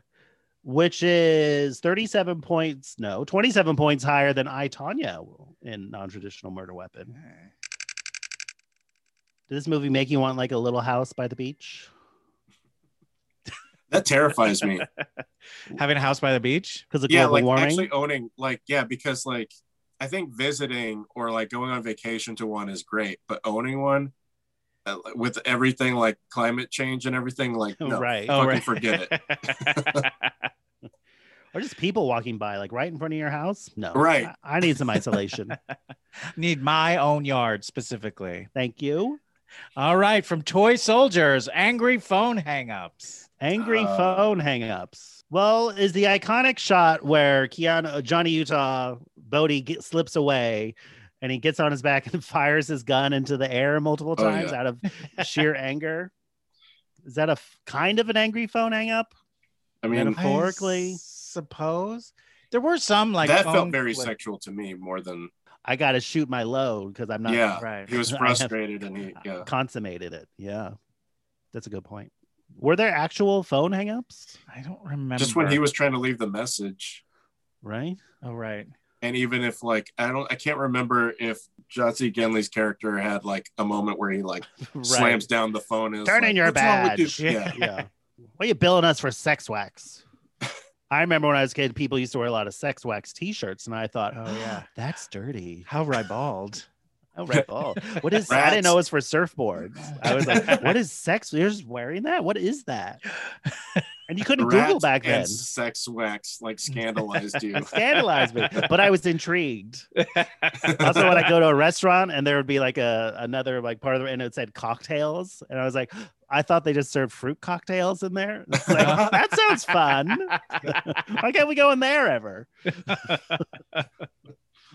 Speaker 2: which is 37 points, no, 27 points higher than I, Tanya, in non traditional murder weapon. Did this movie make you want like a little house by the beach?
Speaker 4: that terrifies me
Speaker 3: Having a house by the beach.
Speaker 2: Because of
Speaker 4: yeah
Speaker 2: global
Speaker 4: like
Speaker 2: warming?
Speaker 4: actually owning like yeah because like I think visiting or like going on vacation to one is great but owning one uh, with everything like climate change and everything like no
Speaker 2: Oh, right.
Speaker 4: fucking forget it
Speaker 3: it.
Speaker 2: Or just people walking by, like right in front of your house? No.
Speaker 4: Right.
Speaker 2: I, I need some isolation.
Speaker 3: Need my own yard specifically.
Speaker 2: Thank you.
Speaker 3: All right, from toy soldiers, angry phone hangups.
Speaker 2: Angry
Speaker 4: Uh,
Speaker 2: phone hangups. Well, is the iconic shot where Keanu, uh, Johnny Utah, Bodie get, slips away and he gets on his back and fires his gun into the air multiple
Speaker 4: Oh,
Speaker 2: times
Speaker 4: yeah.
Speaker 2: out of sheer anger. Is that a f- kind of an angry phone hangup?
Speaker 4: I mean
Speaker 3: I
Speaker 2: Metaphorically.
Speaker 3: suppose there were some like
Speaker 4: that felt
Speaker 2: um,
Speaker 3: phone
Speaker 4: very
Speaker 3: clip-
Speaker 4: sexual to me more than
Speaker 2: I got to shoot my load because I'm not
Speaker 4: yeah.
Speaker 3: Right.
Speaker 4: He was
Speaker 2: I have-
Speaker 4: frustrated and he yeah.
Speaker 2: consummated it. Yeah. That's a good point. Were there actual phone hangups?
Speaker 3: I don't remember.
Speaker 4: Just when he was trying to leave the message,
Speaker 2: Right?
Speaker 3: Oh right.
Speaker 4: and even if like I don't, I can't remember if Jotzi Genley's character had like a moment where he like
Speaker 2: right.
Speaker 4: slams down the phone. And is
Speaker 2: Turn in
Speaker 4: like,
Speaker 2: your
Speaker 4: "What's wrong with
Speaker 2: badge."
Speaker 4: you?" Yeah.
Speaker 2: yeah. What are you billing us for sex wax? I remember when I was a kid, people used to wear a lot of sex wax T-shirts, and I thought,
Speaker 3: Oh yeah.
Speaker 2: that's dirty.
Speaker 3: How ribald.
Speaker 2: Oh, right ball. What is? I didn't
Speaker 4: Rats.
Speaker 2: know it was for surfboards. I was like, what is sex? You're just wearing that? What is that? And you couldn't Google
Speaker 4: Rats
Speaker 2: back then.
Speaker 4: and sex wax like scandalized you.
Speaker 2: It scandalized me, but I was intrigued. Also, when I go to a restaurant and there would be like a another like part of the and it said cocktails, and I was like, I thought they just served fruit cocktails in there. It's like, that sounds fun. Why can't we go in there ever?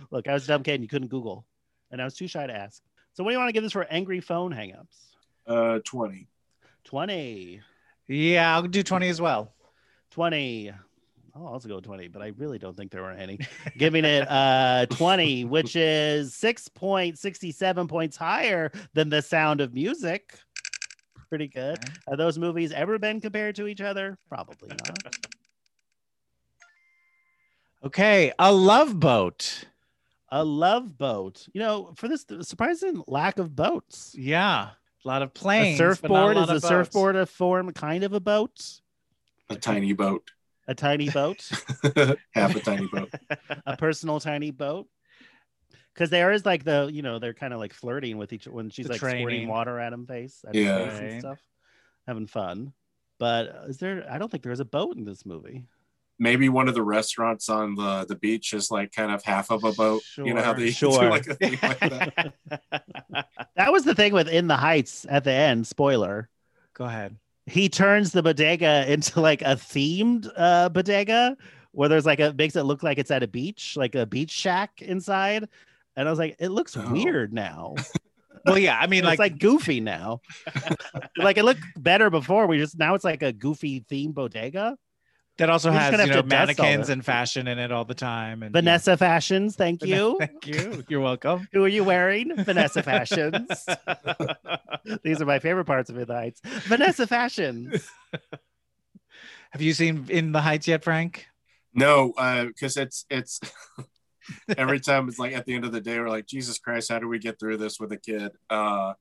Speaker 2: Look, I was a dumb kid and you couldn't Google, and I was too shy to ask. So, what do you want to give this for angry phone hangups?
Speaker 4: Uh, Twenty.
Speaker 2: 20,
Speaker 3: yeah, I'll do twenty as well.
Speaker 2: 20. I'll also go 20, but Oh, I really don't think there were any. Giving it uh 20, which is 6.67 points higher than the sound of music. Pretty good.
Speaker 3: Okay.
Speaker 2: Have those movies ever been compared to each other? Probably not.
Speaker 3: Okay, a love boat.
Speaker 2: A love boat. You know, for this surprising lack of boats.
Speaker 3: Yeah, a lot of
Speaker 2: A
Speaker 3: planes. but not
Speaker 2: surfboard
Speaker 3: lot
Speaker 2: is
Speaker 3: of
Speaker 2: a
Speaker 3: boats.
Speaker 2: surfboard a form kind of a boat,
Speaker 4: A tiny boat,
Speaker 2: a tiny boat,
Speaker 4: half a tiny boat.
Speaker 2: a personal tiny boat. because there is like the you know they're kind of like flirting with each when she's
Speaker 3: The
Speaker 2: like
Speaker 3: training.
Speaker 2: squirting water at him face, at his
Speaker 4: Yeah.
Speaker 2: face and
Speaker 3: Right.
Speaker 2: stuff, having fun. But uh, is there? I don't think there's a boat in this movie.
Speaker 4: Maybe one of the restaurants on the, the beach is like kind of half of a boat. You know how they
Speaker 3: Sure,
Speaker 4: do
Speaker 3: sure.
Speaker 4: like a thing like that.
Speaker 2: That was the thing with In the Heights at the end. Spoiler:
Speaker 3: Go ahead.
Speaker 2: he turns the bodega into like a themed uh, bodega where there's like a makes it look like it's at a beach, like a beach shack inside. And I was like, it looks
Speaker 4: Oh.
Speaker 2: weird now.
Speaker 3: Well, yeah, I mean,
Speaker 2: it's
Speaker 3: like,
Speaker 2: like goofy now. like it looked better before. We just now it's like a goofy themed bodega.
Speaker 3: that also
Speaker 2: we're just
Speaker 3: has
Speaker 2: gonna
Speaker 3: you
Speaker 2: have
Speaker 3: know
Speaker 2: to dust all
Speaker 3: mannequins
Speaker 2: that.
Speaker 3: and fashion in it all the time. And
Speaker 2: Vanessa Fashions, thank you.
Speaker 3: thank you. You're welcome.
Speaker 2: Who are you wearing? Vanessa Fashions. These are my favorite parts of In the Heights. Vanessa Fashions.
Speaker 3: Have you seen In the Heights yet, Frank?
Speaker 4: No, because it's it's every time it's like at the end of the day we're like Jesus Christ, how do we get through this with a kid? Uh,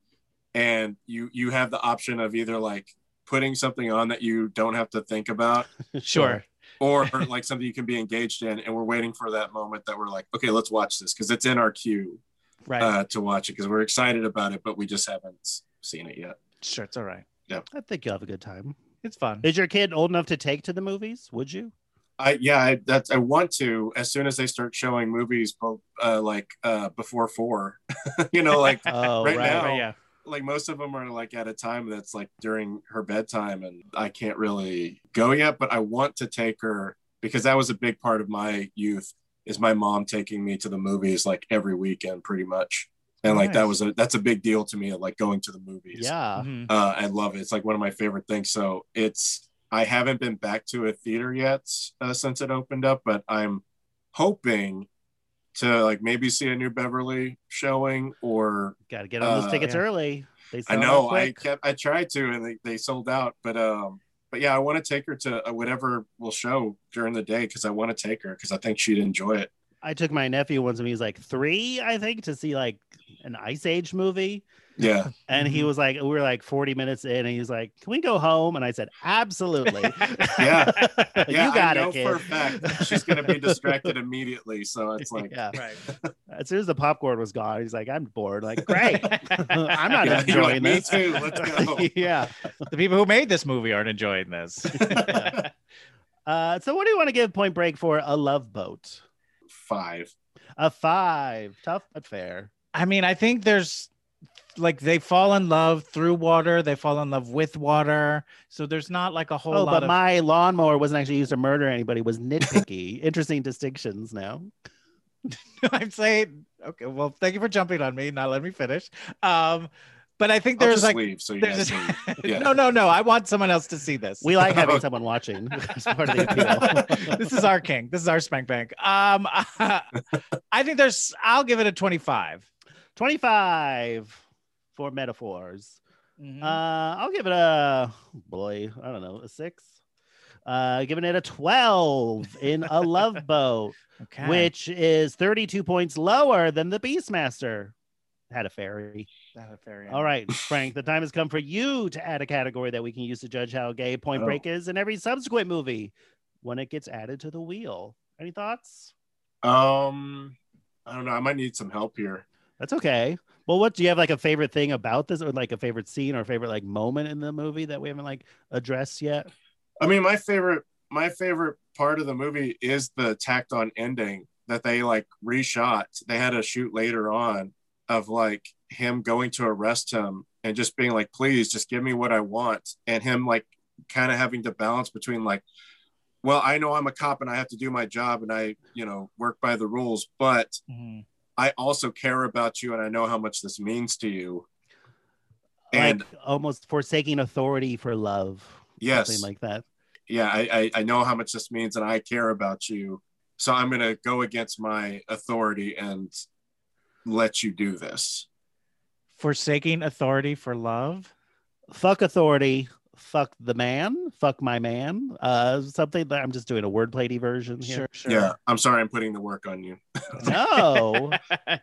Speaker 4: and you you have the option of either like putting something on that you don't have to think about,
Speaker 3: Sure.
Speaker 4: or like something you can be engaged in. And we're waiting for that moment that we're like, okay, let's watch this because it's in our queue
Speaker 3: Right.
Speaker 4: uh, to watch it because we're excited about it, but we just haven't seen it yet.
Speaker 3: sure. It's all right.
Speaker 2: I think you'll have a good time.
Speaker 3: It's fun.
Speaker 2: Is your kid old enough to take to the movies? Would you?
Speaker 4: I yeah, I, that's I want to as soon as they start showing movies, uh, like uh, before four, you know, like
Speaker 2: Oh,
Speaker 4: Right now.
Speaker 3: Right, yeah.
Speaker 4: like most of them are like at a time that's like during her bedtime and I can't really go yet, but I want to take her because that was a big part of my youth is my mom taking me to the movies like every weekend pretty much. And like that
Speaker 3: Nice.
Speaker 4: was a that's a big deal to me like going to the movies.
Speaker 2: Yeah.
Speaker 3: Mhm.
Speaker 4: Uh, I love it. It's like one of my favorite things. So it's I haven't been back to a theater yet uh, since it opened up, but I'm hoping to like maybe see a new Beverly showing or
Speaker 2: Got to get on those
Speaker 4: Uh,
Speaker 2: tickets
Speaker 3: yeah.
Speaker 2: early. They
Speaker 4: I
Speaker 2: sell out
Speaker 4: know. I
Speaker 2: quick.
Speaker 4: kept. I tried to, and they, they sold out. But um, but yeah, I want to take her to uh, whatever will show during the day because I want to take her because I think she'd enjoy it.
Speaker 2: I took my nephew once when he was like three, I think, to see like an Ice Age movie.
Speaker 4: Yeah,
Speaker 2: And
Speaker 4: Mm-hmm.
Speaker 2: he was like, we were like 40 minutes in, and he was like, Can we go home? And I said, Absolutely.
Speaker 4: yeah, yeah.
Speaker 2: you got
Speaker 4: I know
Speaker 2: it, kid.
Speaker 4: for a fact she's gonna be distracted immediately. So it's like,
Speaker 2: yeah.
Speaker 3: Right.
Speaker 2: As soon as the popcorn was gone, he's like, I'm bored. Like, great. I'm not
Speaker 4: Yeah, you're like,
Speaker 2: enjoying
Speaker 4: me
Speaker 2: this.
Speaker 4: too. Let's go.
Speaker 2: yeah.
Speaker 3: the people who made this movie aren't enjoying this.
Speaker 2: Uh, so, what do you want to give Point Break for a love boat?
Speaker 4: five.
Speaker 2: A five. Tough but fair.
Speaker 3: I mean, I think there's like they fall in love through water, they fall in love with water. So there's not like a whole
Speaker 2: Oh,
Speaker 3: lot
Speaker 2: but
Speaker 3: of
Speaker 2: my lawnmower wasn't actually used to murder anybody. It was nitpicky. Interesting distinctions now.
Speaker 3: I'm saying okay, well, thank you for jumping on me, not letting me finish. Um, but I think
Speaker 4: I'll
Speaker 3: there's
Speaker 4: just
Speaker 3: like
Speaker 4: leave so you guys
Speaker 3: there's
Speaker 4: can. yeah.
Speaker 3: no no no, I want someone else to see this.
Speaker 2: We like having someone watching. It's part of the appeal.
Speaker 3: this is our king. This is our spank bank. Um I think there's I'll give it a 25.
Speaker 2: 25 for metaphors.
Speaker 3: Mhm.
Speaker 2: Uh, I'll give it a boy, I don't know, a six. Uh, giving it a 12 in a love boat,
Speaker 3: okay.
Speaker 2: which is 32 points lower than the Beastmaster. Had a fairy. All right, Frank, the time has come for you to add a category that we can use to judge how gay Point
Speaker 4: Oh.
Speaker 2: Break is in every subsequent movie when it gets added to the wheel. Any thoughts?
Speaker 4: Um, I don't know. I might need some help here.
Speaker 2: That's okay. Well, what do you have like a favorite thing about this or like a favorite scene or favorite like moment in the movie that we haven't like addressed yet?
Speaker 4: I mean, my favorite my favorite part of the movie is the tacked on ending that they like reshot. They had a shoot later on of like him going to arrest him and just being like, "Please, just give me what I want," and him like kind of having to balance between like, "Well, I know I'm a cop and I have to do my job and I, you know, work by the rules, but
Speaker 3: Mhm.
Speaker 4: I also care about you and I know how much this means to you." And
Speaker 2: like almost forsaking authority for love.
Speaker 4: yes,
Speaker 2: Something like that.
Speaker 4: yeah, I, I, I know how much this means and I care about you. So I'm going to go against my authority and let you do this.
Speaker 3: Forsaking authority for love.
Speaker 2: Fuck authority. Fuck the man. Fuck my man. Uh, something that I'm just doing a wordplay version here.
Speaker 3: Sure, sure.
Speaker 4: Yeah. I'm sorry. I'm putting the work on you.
Speaker 2: No,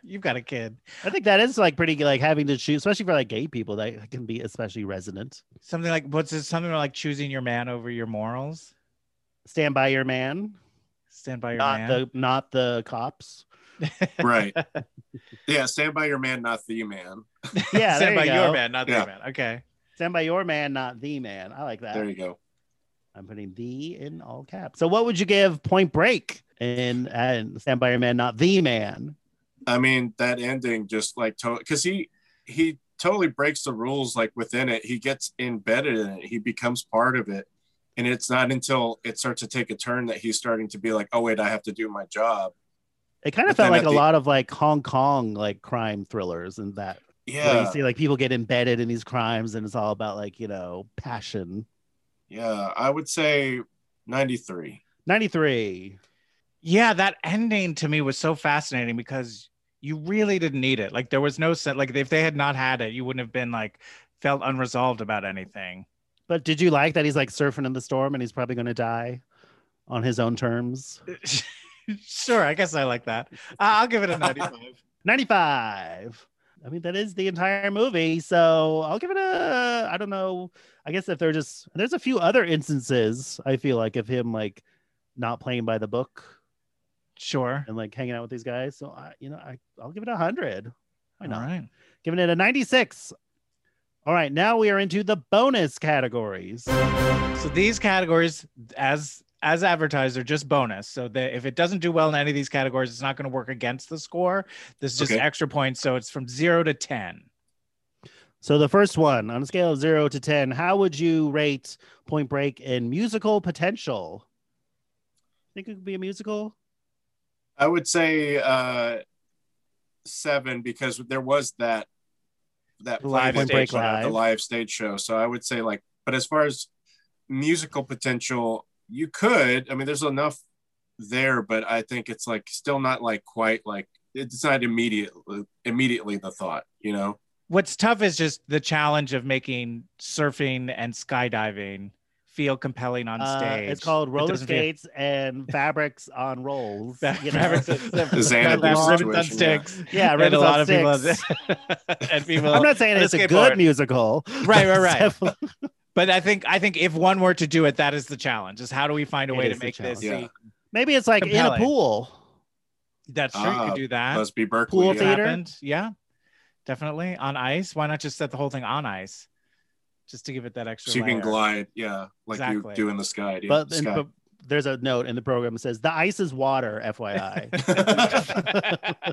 Speaker 3: You've got a kid.
Speaker 2: I think that is like pretty like having to choose, especially for like gay people, that can be especially resonant.
Speaker 3: Something like what's this? Something like choosing your man over your morals.
Speaker 2: Stand by your man,
Speaker 3: Stand by your
Speaker 2: not
Speaker 3: man.
Speaker 2: the not the cops.
Speaker 4: right. Yeah, stand by your man, not the man.
Speaker 2: Yeah, there
Speaker 3: Stand
Speaker 2: you
Speaker 3: by
Speaker 2: go.
Speaker 3: your man, not
Speaker 4: Yeah.
Speaker 3: their man. Okay.
Speaker 2: Stand by your man, not the man. I like that.
Speaker 4: There you go.
Speaker 2: I'm putting the in all caps. So what would you give Point Break and and Stand by Your Man, not the man?
Speaker 4: I mean, that ending just like because he he totally breaks the rules like within it. He gets embedded in it. He becomes part of it, and it's not until it starts to take a turn that he's starting to be like, "Oh wait, I have to do my job."
Speaker 2: It kind of
Speaker 4: But then
Speaker 2: felt like
Speaker 4: at
Speaker 2: a
Speaker 4: the-
Speaker 2: lot of like Hong Kong like crime thrillers and that. where
Speaker 4: Yeah,
Speaker 2: you see like people get embedded in these crimes and it's all about like, you know, passion.
Speaker 4: yeah. I would say ninety three.
Speaker 2: 93.
Speaker 3: Yeah, that ending to me was so fascinating because you really didn't need it. Like there was no sense. Like if they had not had it, you wouldn't have been like felt unresolved about anything.
Speaker 2: But did you like that he's like surfing in the storm and he's probably going to die on his own terms?
Speaker 3: sure, I guess I like that. I- I'll give it a ninety-five.
Speaker 2: 95. I mean, that is the entire movie. So I'll give it a, I don't know. I guess if they're just, there's a few other instances, I feel like, of him like not playing by the book
Speaker 3: sure.
Speaker 2: and like hanging out with these guys. So, I, you know, I, I'll give it a 100. Why
Speaker 3: All
Speaker 2: not?
Speaker 3: right.
Speaker 2: Giving it a 96. All right. Now we are into the bonus categories.
Speaker 3: So these categories, as as advertised, are just bonus. So that if it doesn't do well in any of these categories, it's not going to work against the score. This is just
Speaker 4: Okay.
Speaker 3: extra points. So it's from zero to ten.
Speaker 2: So the first one on a scale of zero to 10, how would you rate Point Break in musical potential? Think it could be a musical?
Speaker 4: I would say uh, seven because there was that that
Speaker 3: The live
Speaker 4: play that
Speaker 3: Break
Speaker 4: they put out, the
Speaker 2: live.
Speaker 4: live stage show. So I would say like, but as far as musical potential, you could. I mean, there's enough there, but I think it's like still not like quite like it's not immediately immediately the thought. You know,
Speaker 3: What's tough is just the challenge of making surfing and skydiving feel compelling on
Speaker 2: Uh,
Speaker 3: stage.
Speaker 2: it's called
Speaker 3: It
Speaker 2: roller
Speaker 3: doesn't feel-
Speaker 2: skates and fabrics on rolls.
Speaker 3: Fa-
Speaker 2: you know?
Speaker 3: fabrics-
Speaker 4: Xanadu
Speaker 3: fabrics on
Speaker 4: situation,
Speaker 3: sticks.
Speaker 2: yeah,
Speaker 3: And
Speaker 2: ribbons
Speaker 3: a
Speaker 2: on
Speaker 3: lot of people.
Speaker 2: sticks.
Speaker 3: and people.
Speaker 2: I'm not saying
Speaker 3: and a
Speaker 2: it's a
Speaker 3: skateboard.
Speaker 2: good musical.
Speaker 3: Right, right, right.
Speaker 2: It's definitely-
Speaker 3: But I think I think if one were to do it, that is the challenge. Is how do we find a
Speaker 2: It
Speaker 3: way
Speaker 2: is
Speaker 3: to
Speaker 2: the
Speaker 3: make this?
Speaker 4: challenge. Yeah.
Speaker 3: see-
Speaker 2: Maybe it's like in a
Speaker 3: Compelling.
Speaker 2: pool.
Speaker 3: That's true. you
Speaker 4: Ah,
Speaker 3: could do that.
Speaker 4: Busby Berkeley.
Speaker 2: Pool
Speaker 4: yeah.
Speaker 2: theater.
Speaker 3: Happened. Yeah, definitely on ice. Why not just set the whole thing on ice, just to give it that extra?
Speaker 4: So you can
Speaker 3: layer.
Speaker 4: glide, yeah, like
Speaker 3: Exactly.
Speaker 4: you do in the sky. Yeah,
Speaker 2: But, and,
Speaker 4: sky.
Speaker 2: but there's a note in the program that says the ice is water, FYI.
Speaker 3: uh,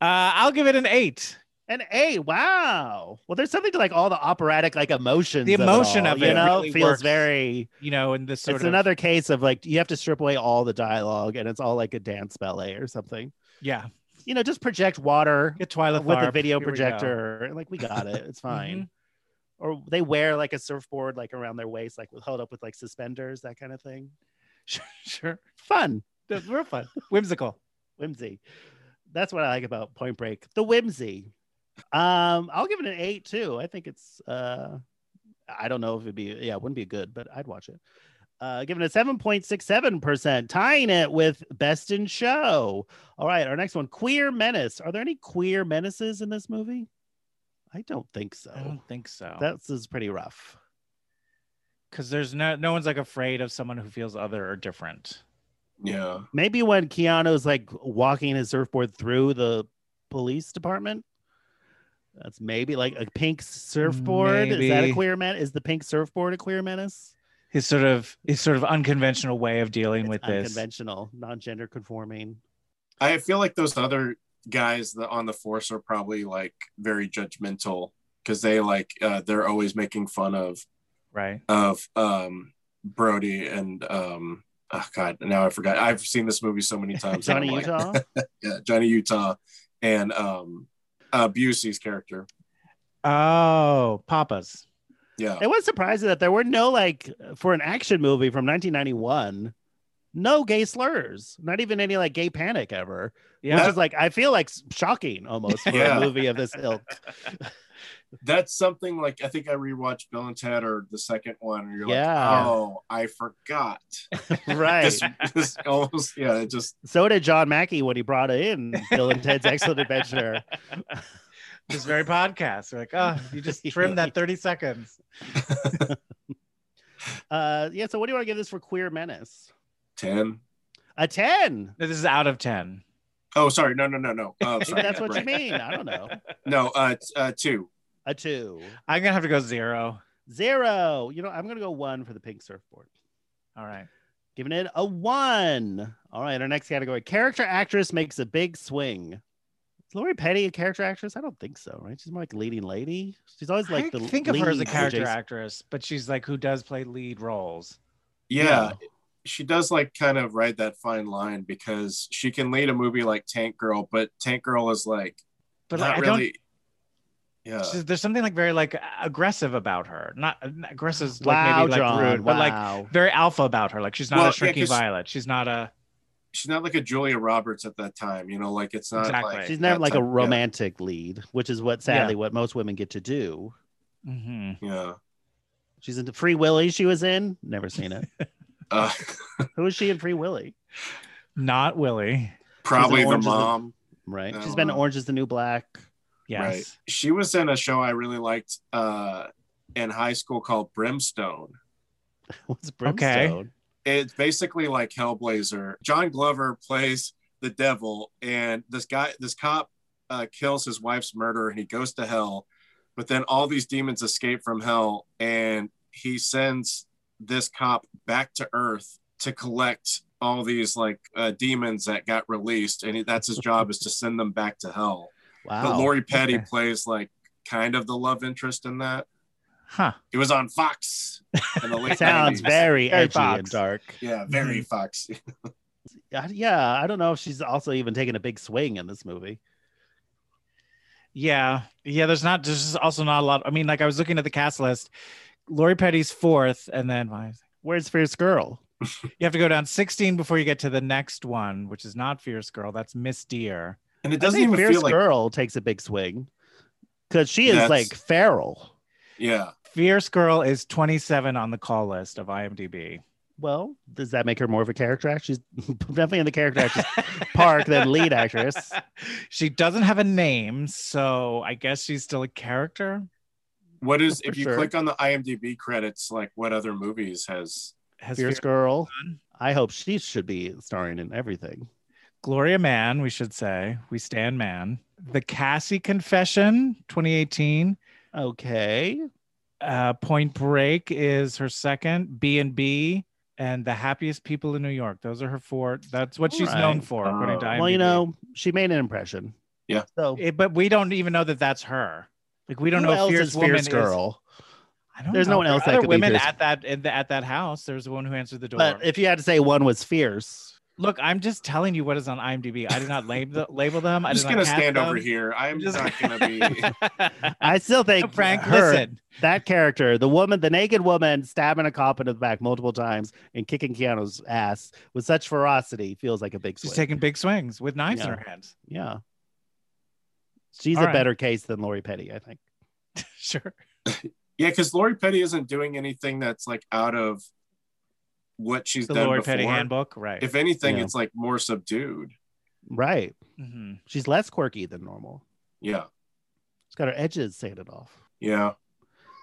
Speaker 3: I'll give it an eight.
Speaker 2: And a wow. Well, there's something to like all the operatic like emotions.
Speaker 3: The emotion of
Speaker 2: of it, all, you
Speaker 3: it
Speaker 2: know,
Speaker 3: really
Speaker 2: feels
Speaker 3: works.
Speaker 2: very.
Speaker 3: You know, in this sort
Speaker 2: it's
Speaker 3: of
Speaker 2: another case of like you have to strip away all the dialogue, and it's all like a dance ballet or something.
Speaker 3: yeah,
Speaker 2: You know, just project water
Speaker 3: get Twyla
Speaker 2: with a
Speaker 3: Tharp.
Speaker 2: video
Speaker 3: Here we go. Mm-hmm.
Speaker 2: projector. Like we got it. It's fine. Or they wear like a surfboard like around their waist, like with held up with like suspenders, that kind of thing.
Speaker 3: Sure, sure.
Speaker 2: Fun,
Speaker 3: That's real fun, whimsical.
Speaker 2: whimsy. That's what I like about Point Break. The whimsy. Um, I'll give it an eight too. I think it's uh I don't know if it'd be yeah, it wouldn't be good, but I'd watch it. Uh, given a 7.67%, tying it with Best in Show. All right, our next one Queer Menace. Are there any queer menaces in this movie? I don't think so.
Speaker 3: I don't think so.
Speaker 2: That's is pretty rough.
Speaker 3: because there's no no one's like afraid of someone who feels other or different.
Speaker 4: yeah.
Speaker 2: Maybe when Keanu's like walking his surfboard through the police department. That's maybe like a pink surfboard. Is that a
Speaker 3: Maybe.
Speaker 2: queer man? Is the pink surfboard a queer menace?
Speaker 3: His sort of his sort of unconventional way of dealing
Speaker 2: It's
Speaker 3: with this.
Speaker 2: unconventional, non-gender conforming.
Speaker 4: I feel like those other guys that on the force are probably like very judgmental because they like uh, they're always making fun of
Speaker 3: Right.
Speaker 4: of um, Brody and um, oh god now I forgot I've seen this movie so many times
Speaker 2: Johnny
Speaker 4: I'm like,
Speaker 2: Utah.
Speaker 4: yeah, Johnny Utah and um, uh, Busey's character
Speaker 3: Oh, Papa's.
Speaker 4: yeah
Speaker 2: it was surprising that there were no like for an action movie from 1991, no gay slurs, not even any like gay panic ever.
Speaker 3: Yeah.
Speaker 2: Which is like I feel like shocking almost for
Speaker 4: Yeah.
Speaker 2: a movie of this ilk.
Speaker 4: that's something like I think I rewatched Bill and Ted or the second one and you're
Speaker 2: Yeah.
Speaker 4: like oh I forgot
Speaker 2: right.
Speaker 4: this, this almost yeah it just
Speaker 2: So did John Mackey when he brought in Bill and Ted's Excellent Adventure.
Speaker 3: this very podcast. We're like, oh, you just trimmed that 30 seconds.
Speaker 2: Uh, yeah. So what do you want to give this for Queer Menace?
Speaker 4: ten
Speaker 2: A 10.
Speaker 3: This is out of 10.
Speaker 4: Oh, sorry. No, no, no, no. Oh,
Speaker 2: Maybe
Speaker 4: sorry.
Speaker 2: that's
Speaker 4: Yeah,
Speaker 2: what you
Speaker 4: right.
Speaker 2: mean. I don't know.
Speaker 4: No, uh, t- uh, two.
Speaker 2: A 2.
Speaker 3: I'm going to have to go zero.
Speaker 2: Zero. You know, I'm going to go 1 for the pink surfboard.
Speaker 3: All right.
Speaker 2: Giving it a 1. All right, our next category. Character actress makes a big swing. Is Lori Petty a character actress? I don't think so, right? She's more like a leading lady. She's always like
Speaker 3: I
Speaker 2: the
Speaker 3: think of her as a
Speaker 2: lead
Speaker 3: character
Speaker 2: adjacent-
Speaker 3: actress, but she's like who does play lead roles.
Speaker 4: Yeah, she does like kind of ride that fine line because she can lead a movie like Tank Girl, but Tank Girl is like
Speaker 3: But
Speaker 4: not
Speaker 3: like, I don't.
Speaker 4: really. Yeah.
Speaker 3: she's- There's something like very like aggressive about her. Not aggressive, is, like
Speaker 2: Wow,
Speaker 3: maybe like
Speaker 2: John.
Speaker 3: rude, but like
Speaker 2: wow.
Speaker 3: very alpha about her. Like she's not
Speaker 4: Well,
Speaker 3: a
Speaker 4: yeah,
Speaker 3: shrinky
Speaker 4: 'cause-
Speaker 3: violet. She's not a
Speaker 4: she's not like a Julia Roberts at that time, you know, like it's not
Speaker 3: Exactly.
Speaker 4: like
Speaker 2: She's never
Speaker 4: that
Speaker 2: like
Speaker 4: type-
Speaker 2: a
Speaker 4: yeah,
Speaker 2: romantic lead, which is what sadly what most women get to do.
Speaker 3: mhm.
Speaker 4: Yeah.
Speaker 2: She's in Free Willy. She was in. Never seen it.
Speaker 4: Uh,
Speaker 2: Who was she in Free Willy?
Speaker 3: not Willie.
Speaker 4: probably the
Speaker 2: Orange is the-
Speaker 4: mom.
Speaker 2: Right.
Speaker 4: I
Speaker 2: She's
Speaker 4: don't
Speaker 2: been in
Speaker 4: know.
Speaker 2: Orange Is the New Black.
Speaker 3: Yes.
Speaker 4: Right. She was in a show I really liked uh, in high school called Brimstone.
Speaker 2: What's
Speaker 3: Okay.
Speaker 2: Brimstone?
Speaker 4: it's basically like Hellblazer. John Glover plays the devil, and this guy, this cop, uh, kills his wife's murderer, and he goes to hell. But then all these demons escape from hell, and he sends this cop back to Earth to collect all these like uh, demons that got released, and he, that's his job is to send them back to hell. But
Speaker 2: Wow.
Speaker 4: Lori Petty
Speaker 3: okay.
Speaker 4: plays like kind of the love interest in that.
Speaker 3: Huh.
Speaker 4: It was on Fox in the late
Speaker 2: Sounds
Speaker 4: 90s.
Speaker 2: very
Speaker 3: Harry
Speaker 2: Mhm. edgy and
Speaker 3: Fox.
Speaker 2: dark.
Speaker 4: yeah, very Fox.
Speaker 2: I- Yeah, I don't know if she's also even taking a big swing in this movie.
Speaker 3: Yeah. Yeah. There's not, there's just also not a lot. I mean, like I was looking at the cast list, Lori Petty's fourth, and then why-
Speaker 2: Where's Fierce Girl?
Speaker 3: you have to go down 16 before you get to the next one, which is not Fierce Girl. That's Miss Deer.
Speaker 4: And it
Speaker 2: I
Speaker 4: doesn't
Speaker 2: think
Speaker 4: even
Speaker 2: Fierce
Speaker 4: feel like
Speaker 2: Girl takes a big swing because she is
Speaker 4: That's-
Speaker 2: like feral.
Speaker 4: yeah.
Speaker 3: Fierce Girl is 27 on the call list of IMDb.
Speaker 2: Well, does that make her more of a character actress? She's definitely in the character actress park than lead actress.
Speaker 3: she doesn't have a name, so I guess she's still a character.
Speaker 4: What is
Speaker 2: For
Speaker 4: if you
Speaker 2: sure.
Speaker 4: click on the IMDb credits, like what other movies has
Speaker 3: Has
Speaker 2: Fierce
Speaker 3: Fierce
Speaker 2: Girl.
Speaker 3: done?
Speaker 2: I hope she should be starring in everything.
Speaker 3: Gloria Mann, we should say. We stand Mann. The Cassie Confession, 2018.
Speaker 2: Okay.
Speaker 3: Uh, Point Break is her second. B and B and The Happiest People in New York. Those are her four. That's what she's
Speaker 2: All
Speaker 3: known
Speaker 2: right.
Speaker 3: for, according to IMDb.
Speaker 2: Well, you know, she made an impression.
Speaker 4: Yeah.
Speaker 2: So
Speaker 3: It- Eh, but we don't even know that that's her. Like we don't
Speaker 2: who
Speaker 3: know
Speaker 2: else
Speaker 3: if Fierce
Speaker 2: is
Speaker 3: Woman
Speaker 2: Fierce Girl.
Speaker 3: I don't
Speaker 2: There's
Speaker 3: know.
Speaker 2: no one
Speaker 3: There
Speaker 2: else
Speaker 3: are
Speaker 2: that
Speaker 3: other
Speaker 2: could be
Speaker 3: women
Speaker 2: Fierce-
Speaker 3: at that in the, at that house. There's the one who answered the door.
Speaker 2: But if you had to say one was fierce,
Speaker 3: Look, I'm just telling you what is on IMDb. I did not label label them. I
Speaker 4: I'm
Speaker 3: did
Speaker 4: just
Speaker 3: not
Speaker 4: gonna
Speaker 3: cast
Speaker 4: stand
Speaker 3: them.
Speaker 4: over here. I'm
Speaker 3: Just-
Speaker 4: not gonna be
Speaker 2: I still think
Speaker 3: Frank,
Speaker 2: her,
Speaker 3: listen.
Speaker 2: that character, the woman, the naked woman stabbing a cop in the back multiple times and kicking Keanu's ass with such ferocity feels like a big
Speaker 3: She's
Speaker 2: swing.
Speaker 3: taking big swings with knives in
Speaker 2: Yeah.
Speaker 3: her hands.
Speaker 2: yeah. She's
Speaker 3: All
Speaker 2: a
Speaker 3: right.
Speaker 2: better case than Lori Petty, I think.
Speaker 3: Sure.
Speaker 4: Yeah, because Lori Petty isn't doing anything that's like out of what she's
Speaker 3: The
Speaker 4: done
Speaker 3: Lori
Speaker 4: before.
Speaker 3: Petty handbook, right?
Speaker 4: If anything,
Speaker 2: Yeah.
Speaker 4: it's like more subdued.
Speaker 2: Right.
Speaker 3: Mhm.
Speaker 2: She's less quirky than normal.
Speaker 4: Yeah.
Speaker 2: She's got her edges sanded off.
Speaker 4: Yeah.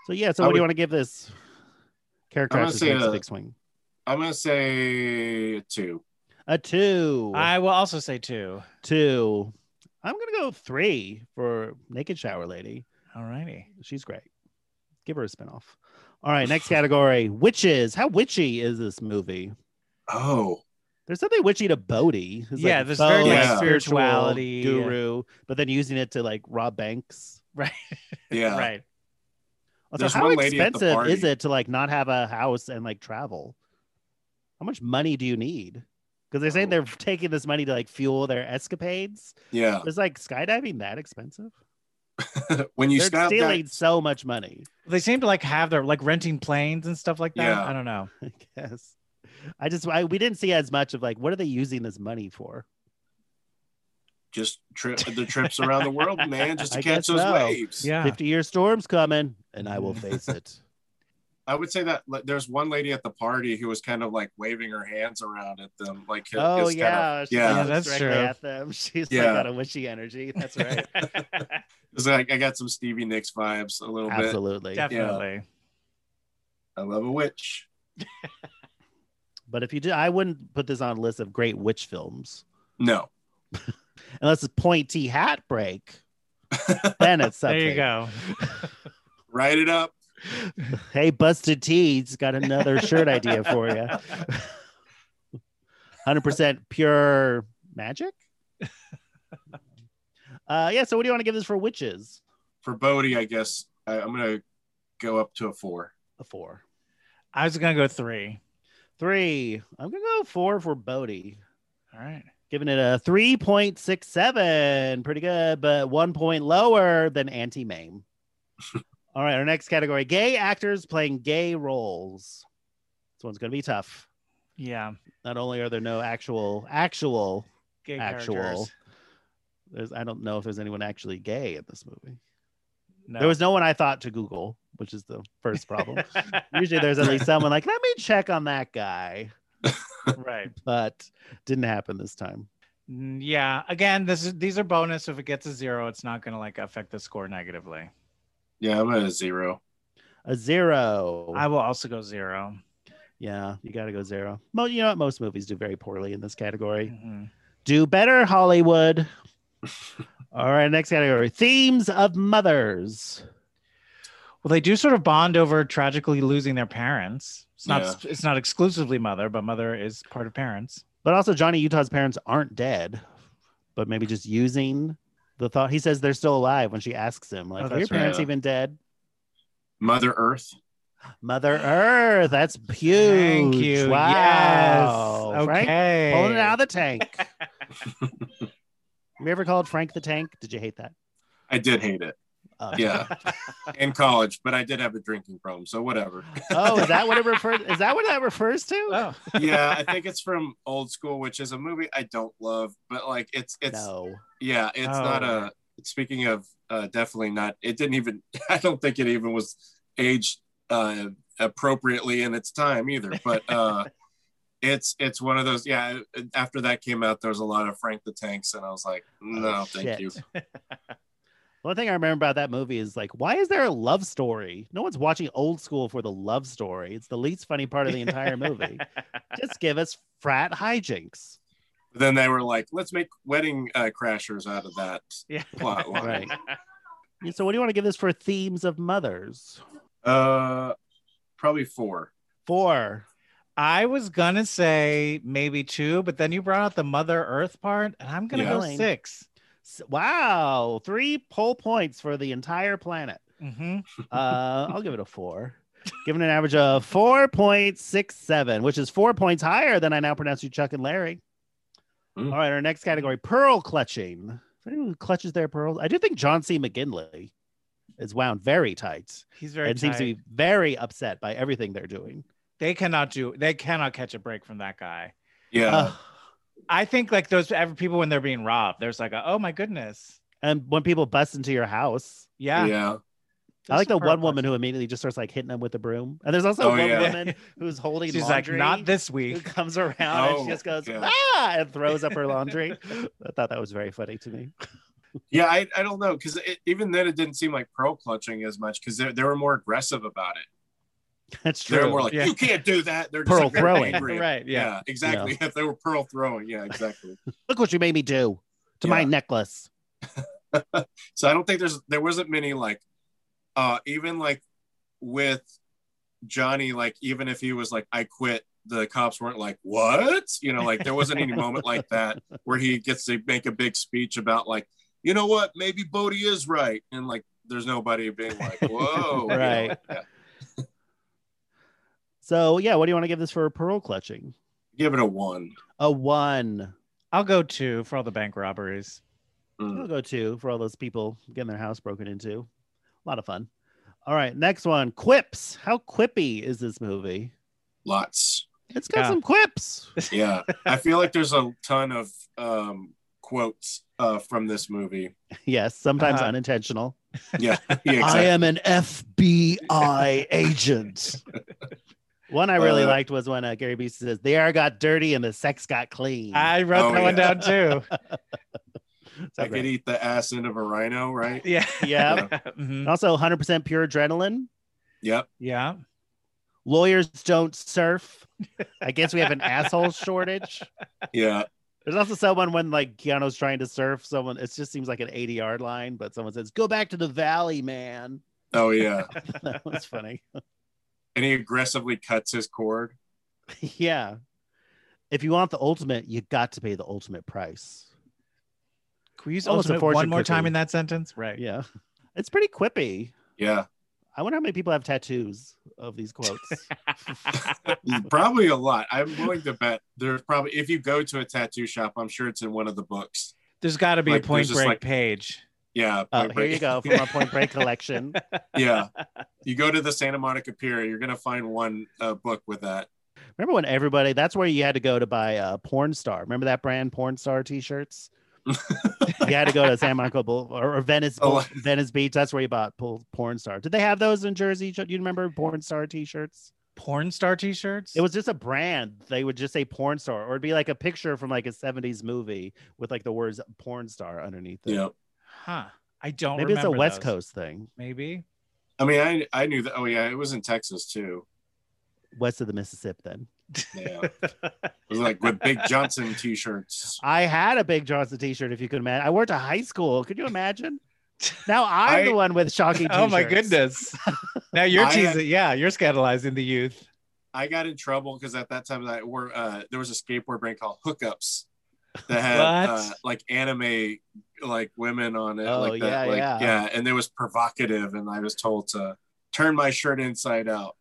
Speaker 2: So yeah, so
Speaker 4: I
Speaker 2: what do
Speaker 4: would-
Speaker 2: you want to give this character
Speaker 4: I'm gonna
Speaker 2: actress
Speaker 4: say
Speaker 2: makes a
Speaker 4: a-
Speaker 2: big swing?
Speaker 4: I'm gonna say a two.
Speaker 2: A two.
Speaker 3: I will also say two.
Speaker 2: two. I'm gonna go three for Naked Shower Lady.
Speaker 3: All righty.
Speaker 2: She's great. Give her a spinoff. All right, next category: witches. How witchy is this movie?
Speaker 4: Oh.
Speaker 2: There's something witchy to Bodhi. who's
Speaker 3: Yeah,
Speaker 2: a
Speaker 3: there's
Speaker 2: faux,
Speaker 3: very,
Speaker 4: like,
Speaker 2: spiritual
Speaker 3: spirituality.
Speaker 2: guru, but then using it to like rob banks.
Speaker 3: Right.
Speaker 4: Yeah.
Speaker 3: Right.
Speaker 2: Also,
Speaker 4: There's
Speaker 2: how
Speaker 4: one lady at the
Speaker 2: expensive is
Speaker 4: party.
Speaker 2: it to like not have a house and like travel? How much money do you need? Because
Speaker 4: Oh.
Speaker 2: they're saying they're taking this money to like fuel their escapades.
Speaker 4: Yeah.
Speaker 2: Is like skydiving that expensive?
Speaker 4: when you
Speaker 2: they're
Speaker 4: stop
Speaker 2: stealing
Speaker 4: that,
Speaker 2: so much money.
Speaker 3: They seem to like have their like renting planes and stuff like that.
Speaker 4: Yeah.
Speaker 3: I don't know.
Speaker 2: I guess. I just I, we didn't see as much of like what are they using this money for?
Speaker 4: just trip the trips around the world, man, just to
Speaker 2: I guess
Speaker 4: catch those
Speaker 2: so.
Speaker 4: waves.
Speaker 3: Yeah.
Speaker 2: Fifty year storms coming, and I will face it.
Speaker 4: I would say that like, there's one lady at the party who was kind of like waving her hands around at them, like it
Speaker 2: oh
Speaker 4: was kind
Speaker 2: yeah,
Speaker 4: of,
Speaker 2: she
Speaker 4: yeah.
Speaker 2: looks
Speaker 3: Yeah, that's
Speaker 2: directly
Speaker 3: true.
Speaker 2: At them, she's like
Speaker 4: Yeah.
Speaker 2: got a wishy energy. That's right,
Speaker 4: it's like I got some Stevie Nicks vibes a little bit.
Speaker 2: absolutely.
Speaker 3: Definitely.
Speaker 4: I love a witch.
Speaker 2: But if you do, I wouldn't put this on a list of great witch films
Speaker 4: No.
Speaker 2: unless it's Pointy Hat Break. then it's
Speaker 3: There
Speaker 2: something.
Speaker 3: you go.
Speaker 4: Write it up.
Speaker 2: Hey, Busted Tees got another shirt idea for you. 100% pure magic. Uh, yeah. So, what do you want to give this for witches?
Speaker 4: For Bodie, I guess I, I'm gonna go up to a four.
Speaker 2: A four,
Speaker 3: I was gonna go three.
Speaker 2: three. I'm gonna go four for Bodie,
Speaker 3: All right.
Speaker 2: giving it a three point six seven. Pretty good, but one point lower than Anti Mame. All right. Our next category: gay actors playing gay roles. This one's gonna be tough.
Speaker 3: Yeah.
Speaker 2: Not only are there no actual actual
Speaker 3: Gay
Speaker 2: Actual.
Speaker 3: characters.
Speaker 2: There's, I don't know if there's anyone actually gay in this movie.
Speaker 3: No.
Speaker 2: There was no one I thought to Google, which is the first problem. Usually there's at least someone like, let me check on that guy,
Speaker 3: right.
Speaker 2: but didn't happen this time.
Speaker 3: Mm, Yeah. Again, this is these are bonus. If it gets a zero, it's not gonna like affect the score negatively.
Speaker 4: Yeah, I'm at a zero.
Speaker 2: A zero.
Speaker 3: I will also go zero.
Speaker 2: yeah, you got to go zero. Mo- you know what? Most movies do very poorly in this category.
Speaker 3: Mhm.
Speaker 2: Do better, Hollywood. All right, next category themes of mothers.
Speaker 3: Well, they do sort of bond over tragically losing their parents. It's not.
Speaker 4: Yeah.
Speaker 3: It's not exclusively mother, but mother is part of parents.
Speaker 2: But also, Johnny Utah's parents aren't dead, but maybe just using the thought. He says they're still alive when she asks him, like,
Speaker 3: Oh,
Speaker 2: are your
Speaker 3: that's right.
Speaker 2: parents
Speaker 4: Yeah.
Speaker 2: even dead?
Speaker 4: Mother Earth.
Speaker 2: Mother Earth. That's huge.
Speaker 3: Thank you.
Speaker 2: Wow.
Speaker 3: Yes.
Speaker 2: Frank
Speaker 3: Okay.
Speaker 2: pulling it out of the tank. you ever called Frank the Tank? Did you hate that?
Speaker 4: I did hate it.
Speaker 2: Uh,
Speaker 4: Yeah. In college, but I did have a drinking problem, so whatever.
Speaker 2: oh, is that what it refers? Is that what that refers to?
Speaker 3: Oh.
Speaker 4: yeah, I think it's from Old School, which is a movie I don't love, but like it's it's
Speaker 2: no.
Speaker 4: yeah, it's
Speaker 3: Oh.
Speaker 4: not a. Speaking of, uh, definitely not. It didn't even. I don't think it even was aged uh, appropriately in its time either. But uh, it's it's one of those. Yeah, after that came out, there was a lot of Frank the Tanks, and I was like, no,
Speaker 2: Oh,
Speaker 4: thank
Speaker 2: shit.
Speaker 4: you.
Speaker 2: One thing I remember about that movie is like, why is there a love story? No one's watching old school for the love story. It's the least funny part of the entire movie. Just give us frat hijinks.
Speaker 4: But then they were like, let's make Wedding uh, Crashers out of that
Speaker 3: Yeah.
Speaker 4: plot line.
Speaker 2: Right. Yeah, So, what do you want to give this for themes of mothers?
Speaker 4: Uh, probably four.
Speaker 2: Four.
Speaker 3: I was gonna say maybe two, but then you brought out the Mother Earth part, and I'm gonna
Speaker 4: Yeah.
Speaker 3: go
Speaker 2: Really?
Speaker 3: six.
Speaker 2: S- Wow, three poll points for the entire planet.
Speaker 3: Mm-hmm.
Speaker 2: Uh, I'll give it a four, giving an average of 4.67, which is four points higher than I now pronounce you, Chuck and Larry.
Speaker 4: Mm.
Speaker 3: Hmm.
Speaker 2: All right, our next category pearl clutching. Is there anyone who clutches their pearls? I do think John C. McGinley is wound very tight
Speaker 3: He's very.
Speaker 2: and seems to
Speaker 3: tight.
Speaker 2: be very upset by everything they're doing.
Speaker 3: They cannot do. They cannot catch a break from that guy.
Speaker 4: Yeah.
Speaker 3: Oh,
Speaker 2: Ugh.
Speaker 3: I think like those ever people when they're being robbed, there's like, a, oh my goodness,
Speaker 2: and when people bust into your house,
Speaker 3: yeah.
Speaker 4: yeah.
Speaker 2: I like the one woman who immediately just starts like hitting them with the broom. And there's also
Speaker 4: Oh,
Speaker 2: one
Speaker 4: yeah.
Speaker 2: woman who's holding
Speaker 3: She's
Speaker 2: laundry.
Speaker 3: like, not this
Speaker 2: who
Speaker 3: week.
Speaker 2: comes around and
Speaker 4: Oh,
Speaker 2: she just goes
Speaker 4: yeah.
Speaker 2: ah and throws up her laundry. I thought that was very funny to me.
Speaker 4: Yeah, I, I don't know because even then it didn't seem like pearl clutching as much because they were more aggressive about it.
Speaker 2: That's
Speaker 4: They
Speaker 2: true.
Speaker 4: were more like,
Speaker 3: yeah.
Speaker 4: "You can't do that." They're
Speaker 2: Pearl
Speaker 4: just like,
Speaker 2: throwing.
Speaker 4: angry.
Speaker 3: right?
Speaker 4: Yeah,
Speaker 3: Yeah.
Speaker 4: exactly. If they were pearl throwing, yeah, exactly.
Speaker 2: Look what you made me do to my
Speaker 4: Yeah.
Speaker 2: necklace.
Speaker 4: so I don't think there's there wasn't many like, uh, even like with Johnny, like even if he was like, "I quit," the cops weren't like, "What?" You know, like there wasn't any moment like that where he gets to make a big speech about like, you know what, maybe Bodie is right, and like there's nobody being like, "Whoa," you know,
Speaker 2: Right.
Speaker 4: like that.
Speaker 2: So yeah, what do you want to give this for pearl clutching?
Speaker 4: Give it a one.
Speaker 2: A one.
Speaker 3: I'll go two for all the bank robberies.
Speaker 4: Mm.
Speaker 2: I'll go two for all those people getting their house broken into. A lot of fun. All right, next one. Quips. How quippy is this movie?
Speaker 4: Lots.
Speaker 2: It's got
Speaker 3: Yeah.
Speaker 2: some quips.
Speaker 4: Yeah. I feel like there's a ton of um, quotes uh, from this movie.
Speaker 2: yes, sometimes
Speaker 3: Uh-huh.
Speaker 2: unintentional.
Speaker 4: Yeah. yeah
Speaker 2: I
Speaker 4: exactly.
Speaker 2: am an FBI agent. One I really
Speaker 4: Uh,
Speaker 2: liked was when uh, Gary Busey says, "The air got dirty and the sex got clean."
Speaker 3: I wrote
Speaker 4: Oh,
Speaker 3: that one
Speaker 4: yeah.
Speaker 3: down too.
Speaker 4: I could
Speaker 2: yeah.
Speaker 4: eat the ass end of a rhino, right?
Speaker 3: Yeah.
Speaker 2: yeah. Oh.
Speaker 3: Mhm.
Speaker 2: And also, 100% pure adrenaline.
Speaker 4: Yep.
Speaker 3: Yeah.
Speaker 2: Lawyers don't surf. I guess we have an asshole shortage.
Speaker 4: Yeah.
Speaker 2: There's also someone when like Keanu's trying to surf, someone it just seems like an 80 yard line, but someone says, "Go back to the valley, man."
Speaker 4: Oh yeah.
Speaker 2: that was funny.
Speaker 4: And he aggressively cuts his cord.
Speaker 2: yeah. If you want the ultimate, you got to pay the ultimate price.
Speaker 3: Can we use
Speaker 2: Almost a
Speaker 3: ultimate
Speaker 2: fortune
Speaker 3: one more time
Speaker 2: cookie.
Speaker 3: in that sentence? Right.
Speaker 2: Yeah. It's pretty quippy.
Speaker 4: Yeah.
Speaker 2: I wonder how many people have tattoos of these quotes.
Speaker 4: probably a lot. I'm willing to bet there's probably if you go to a tattoo shop, I'm sure it's in one of the books.
Speaker 3: There's got to be
Speaker 4: Like,
Speaker 3: a
Speaker 4: there's
Speaker 3: point
Speaker 4: just,
Speaker 3: break
Speaker 4: like-
Speaker 3: page.
Speaker 4: Yeah.
Speaker 2: Oh,
Speaker 4: Point
Speaker 2: here
Speaker 4: Break.
Speaker 2: you go from our Point Break collection.
Speaker 4: yeah. You go to the Santa Monica Pier, you're gonna find one uh, book with that.
Speaker 2: Remember when everybody? That's where you had to go to buy a porn star. Remember that brand, porn star T-shirts. you had to go to San Monica Boul- or, or Venice
Speaker 4: Oh.
Speaker 2: Boul- Venice Beach. That's where you bought pull, porn star. Did they have those in Jersey? Do you remember porn star T-shirts?
Speaker 3: Porn star T-shirts.
Speaker 2: It was just a brand. They would just say porn star, or it'd be like a picture from like a '70s movie with like the words porn star underneath. It.
Speaker 4: Yeah.
Speaker 3: huh. I don't.
Speaker 2: Maybe it's a
Speaker 3: remember
Speaker 2: West
Speaker 3: those.
Speaker 2: Coast thing,
Speaker 3: Maybe.
Speaker 4: I mean, I I knew that. Oh yeah, it was in Texas too.
Speaker 2: west of the Mississippi. Then
Speaker 4: Yeah. It was like with Big Johnson T-shirts.
Speaker 2: I had a Big Johnson T-shirt. If you could imagine, I wore it to high school. Could you imagine? Now I'm
Speaker 4: I-
Speaker 2: the one with shocking. T-shirts.
Speaker 3: Oh my goodness. now you're
Speaker 4: I had-
Speaker 3: teasing. Yeah, you're scandalizing the youth.
Speaker 4: I got in trouble because at that time I were uh, there was a skateboard brand called Hookups that had
Speaker 3: What?
Speaker 4: uh, like anime like women on it,
Speaker 2: Oh,
Speaker 4: like that,
Speaker 2: yeah,
Speaker 4: like
Speaker 2: yeah.
Speaker 4: and it was provocative, and I was told to turn my shirt inside out.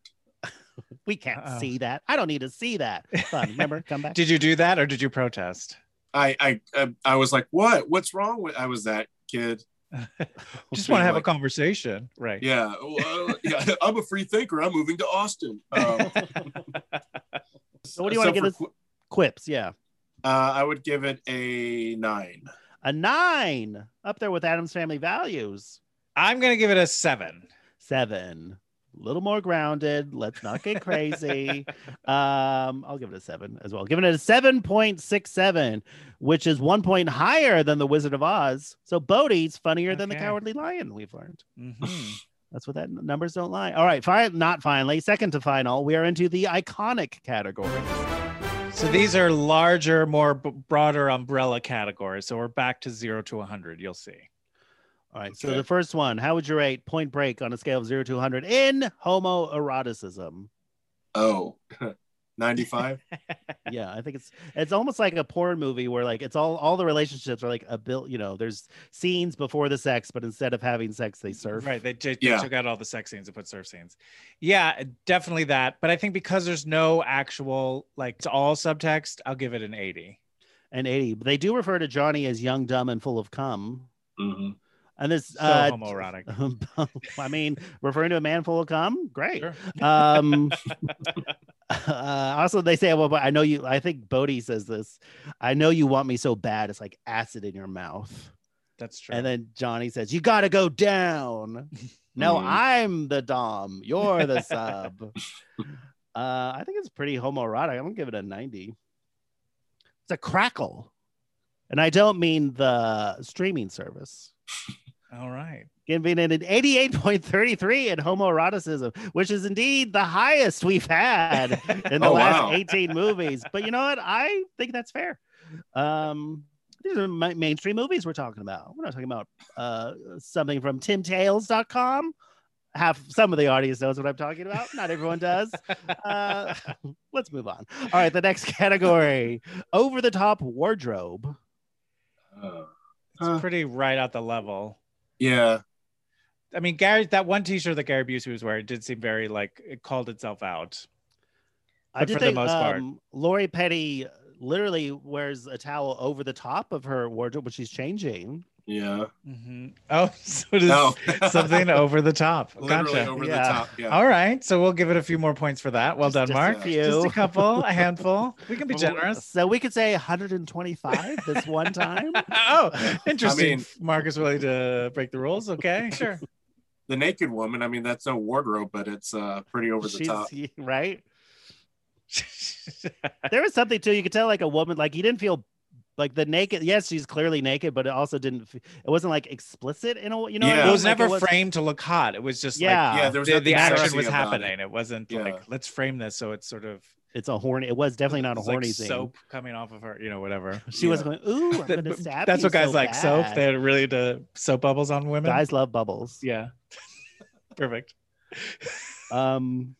Speaker 2: We can't
Speaker 3: Uh-oh.
Speaker 2: see that. I don't need to see that. Fun. Remember, come back.
Speaker 3: Did you do that or did you protest?
Speaker 4: I I I, I was like, what? What's wrong with? I was that kid.
Speaker 3: Just want to have a
Speaker 4: Like,
Speaker 3: conversation. Right.
Speaker 4: Yeah, well, uh, yeah, I'm a free thinker. I'm moving to Austin. Um,
Speaker 2: So what do you want to
Speaker 4: so
Speaker 2: give us?
Speaker 4: for qu-
Speaker 2: Quips, yeah.
Speaker 4: Uh, I would give it a nine.
Speaker 2: A nine up there with Adam's family values.
Speaker 3: I'm gonna give it a seven.
Speaker 2: Seven. A little more grounded. Let's not get crazy. um, I'll give it a seven as well. Giving it a 7.67, which is one point higher than the Wizard of Oz. So Bodhi's funnier than the
Speaker 3: Okay.
Speaker 2: Cowardly Lion, we've learned.
Speaker 3: Mhm.
Speaker 2: That's what that numbers don't lie. All right, fine, not finally. Second to final, we are into the iconic category.
Speaker 3: so these are larger, more b- broader umbrella categories. So we're back to zero to 100. You'll see.
Speaker 2: All right, so
Speaker 4: Okay.
Speaker 2: the first one, how would you rate Point Break on a scale of zero to 100 in homoeroticism?
Speaker 4: Oh, 95.
Speaker 2: yeah, I think it's it's almost like a porn movie where like it's all all the relationships are like a bill. You know, there's scenes before the sex, but instead of having sex, they surf.
Speaker 3: Right. They, ju-
Speaker 4: Yeah.
Speaker 3: they took out all the sex scenes and put surf scenes. Yeah, definitely that. But I think because there's no actual, like, it's all subtext, I'll give it an 80.
Speaker 2: And 80, but they do refer to Johnny as young, dumb, and full of cum.
Speaker 4: Mhm.
Speaker 2: And this,
Speaker 3: So
Speaker 2: uh,
Speaker 3: homoerotic.
Speaker 2: I mean, referring to a man full of cum, great.
Speaker 3: Sure.
Speaker 2: um uh, also they say at one point i know you i think bodhi says this i know you want me so bad it's like acid in your mouth
Speaker 3: That's true.
Speaker 2: and then johnny says you gotta go down no
Speaker 4: Mhm.
Speaker 2: i'm the dom you're the sub uh i think it's pretty homoerotic i'm gonna give it a 90 it's a crackle and i don't mean the streaming service
Speaker 3: all right.
Speaker 2: giving it an 88.33 in homoeroticism, which is indeed the highest we've had in the
Speaker 4: Oh,
Speaker 2: last
Speaker 4: wow.
Speaker 2: 18 movies. But you know what? I think that's fair. Um, these are my mainstream movies we're talking about. We're not talking about uh, something from timtales.com. Half some of the audience knows what I'm talking about. Not everyone does. Uh, let's move on. All right, the next category: over the top wardrobe.
Speaker 3: Oh.
Speaker 4: Uh,
Speaker 3: It's
Speaker 4: Huh.
Speaker 3: pretty right at the level.
Speaker 4: yeah.
Speaker 3: I mean, Gary, that one T-shirt that Gary Busey was wearing did seem very like it called itself out.
Speaker 2: I
Speaker 3: But
Speaker 2: did
Speaker 3: for the
Speaker 2: think
Speaker 3: most part.
Speaker 2: um, Lori Petty literally wears a towel over the top of her wardrobe when she's changing.
Speaker 4: Yeah.
Speaker 3: Oh, so it is
Speaker 4: No.
Speaker 3: something over the top.
Speaker 4: Literally
Speaker 3: Gotcha.
Speaker 4: over
Speaker 2: Yeah.
Speaker 4: the top. Yeah. uh,
Speaker 3: All right, so we'll give it a few more points for that. Well
Speaker 2: Just-
Speaker 3: done,
Speaker 2: just
Speaker 3: Mark.
Speaker 2: a few.
Speaker 3: Just a couple, a handful. We can be generous.
Speaker 2: So we could say 125 this one time.
Speaker 3: oh, interesting.
Speaker 4: I mean-
Speaker 3: Mark is willing to break the rules. Okay, sure.
Speaker 4: The naked woman. I mean, that's no wardrobe, but it's uh, pretty over the
Speaker 2: She's-
Speaker 4: top.
Speaker 2: right. There was something too. You could tell like a woman like you didn't feel Like the naked, yes, she's clearly naked, but it also didn't. f- It wasn't like explicit in a, you know. what I
Speaker 4: Yeah.
Speaker 3: it
Speaker 2: mean?
Speaker 3: was
Speaker 2: Like,
Speaker 3: never
Speaker 2: was-
Speaker 3: framed to look hot. It was just
Speaker 2: Yeah.
Speaker 3: like
Speaker 2: Yeah,
Speaker 4: there was
Speaker 3: the,
Speaker 4: nothing
Speaker 3: the action
Speaker 4: sexy
Speaker 3: was
Speaker 4: about it.
Speaker 3: happening. It, wasn't
Speaker 4: Yeah.
Speaker 3: like let's frame this so it's sort of
Speaker 2: It's a horny. It was definitely not a
Speaker 3: it's like
Speaker 2: horny thing.
Speaker 3: soap coming off of her, you know, whatever.
Speaker 2: She was going, ooh, I'm
Speaker 3: That-
Speaker 2: gonna
Speaker 3: but
Speaker 2: stab
Speaker 3: That's
Speaker 2: you
Speaker 3: what guys
Speaker 2: so
Speaker 3: like soap.
Speaker 2: bad."
Speaker 3: They're really into soap bubbles on women.
Speaker 2: guys love bubbles.
Speaker 3: yeah, perfect.
Speaker 2: Um,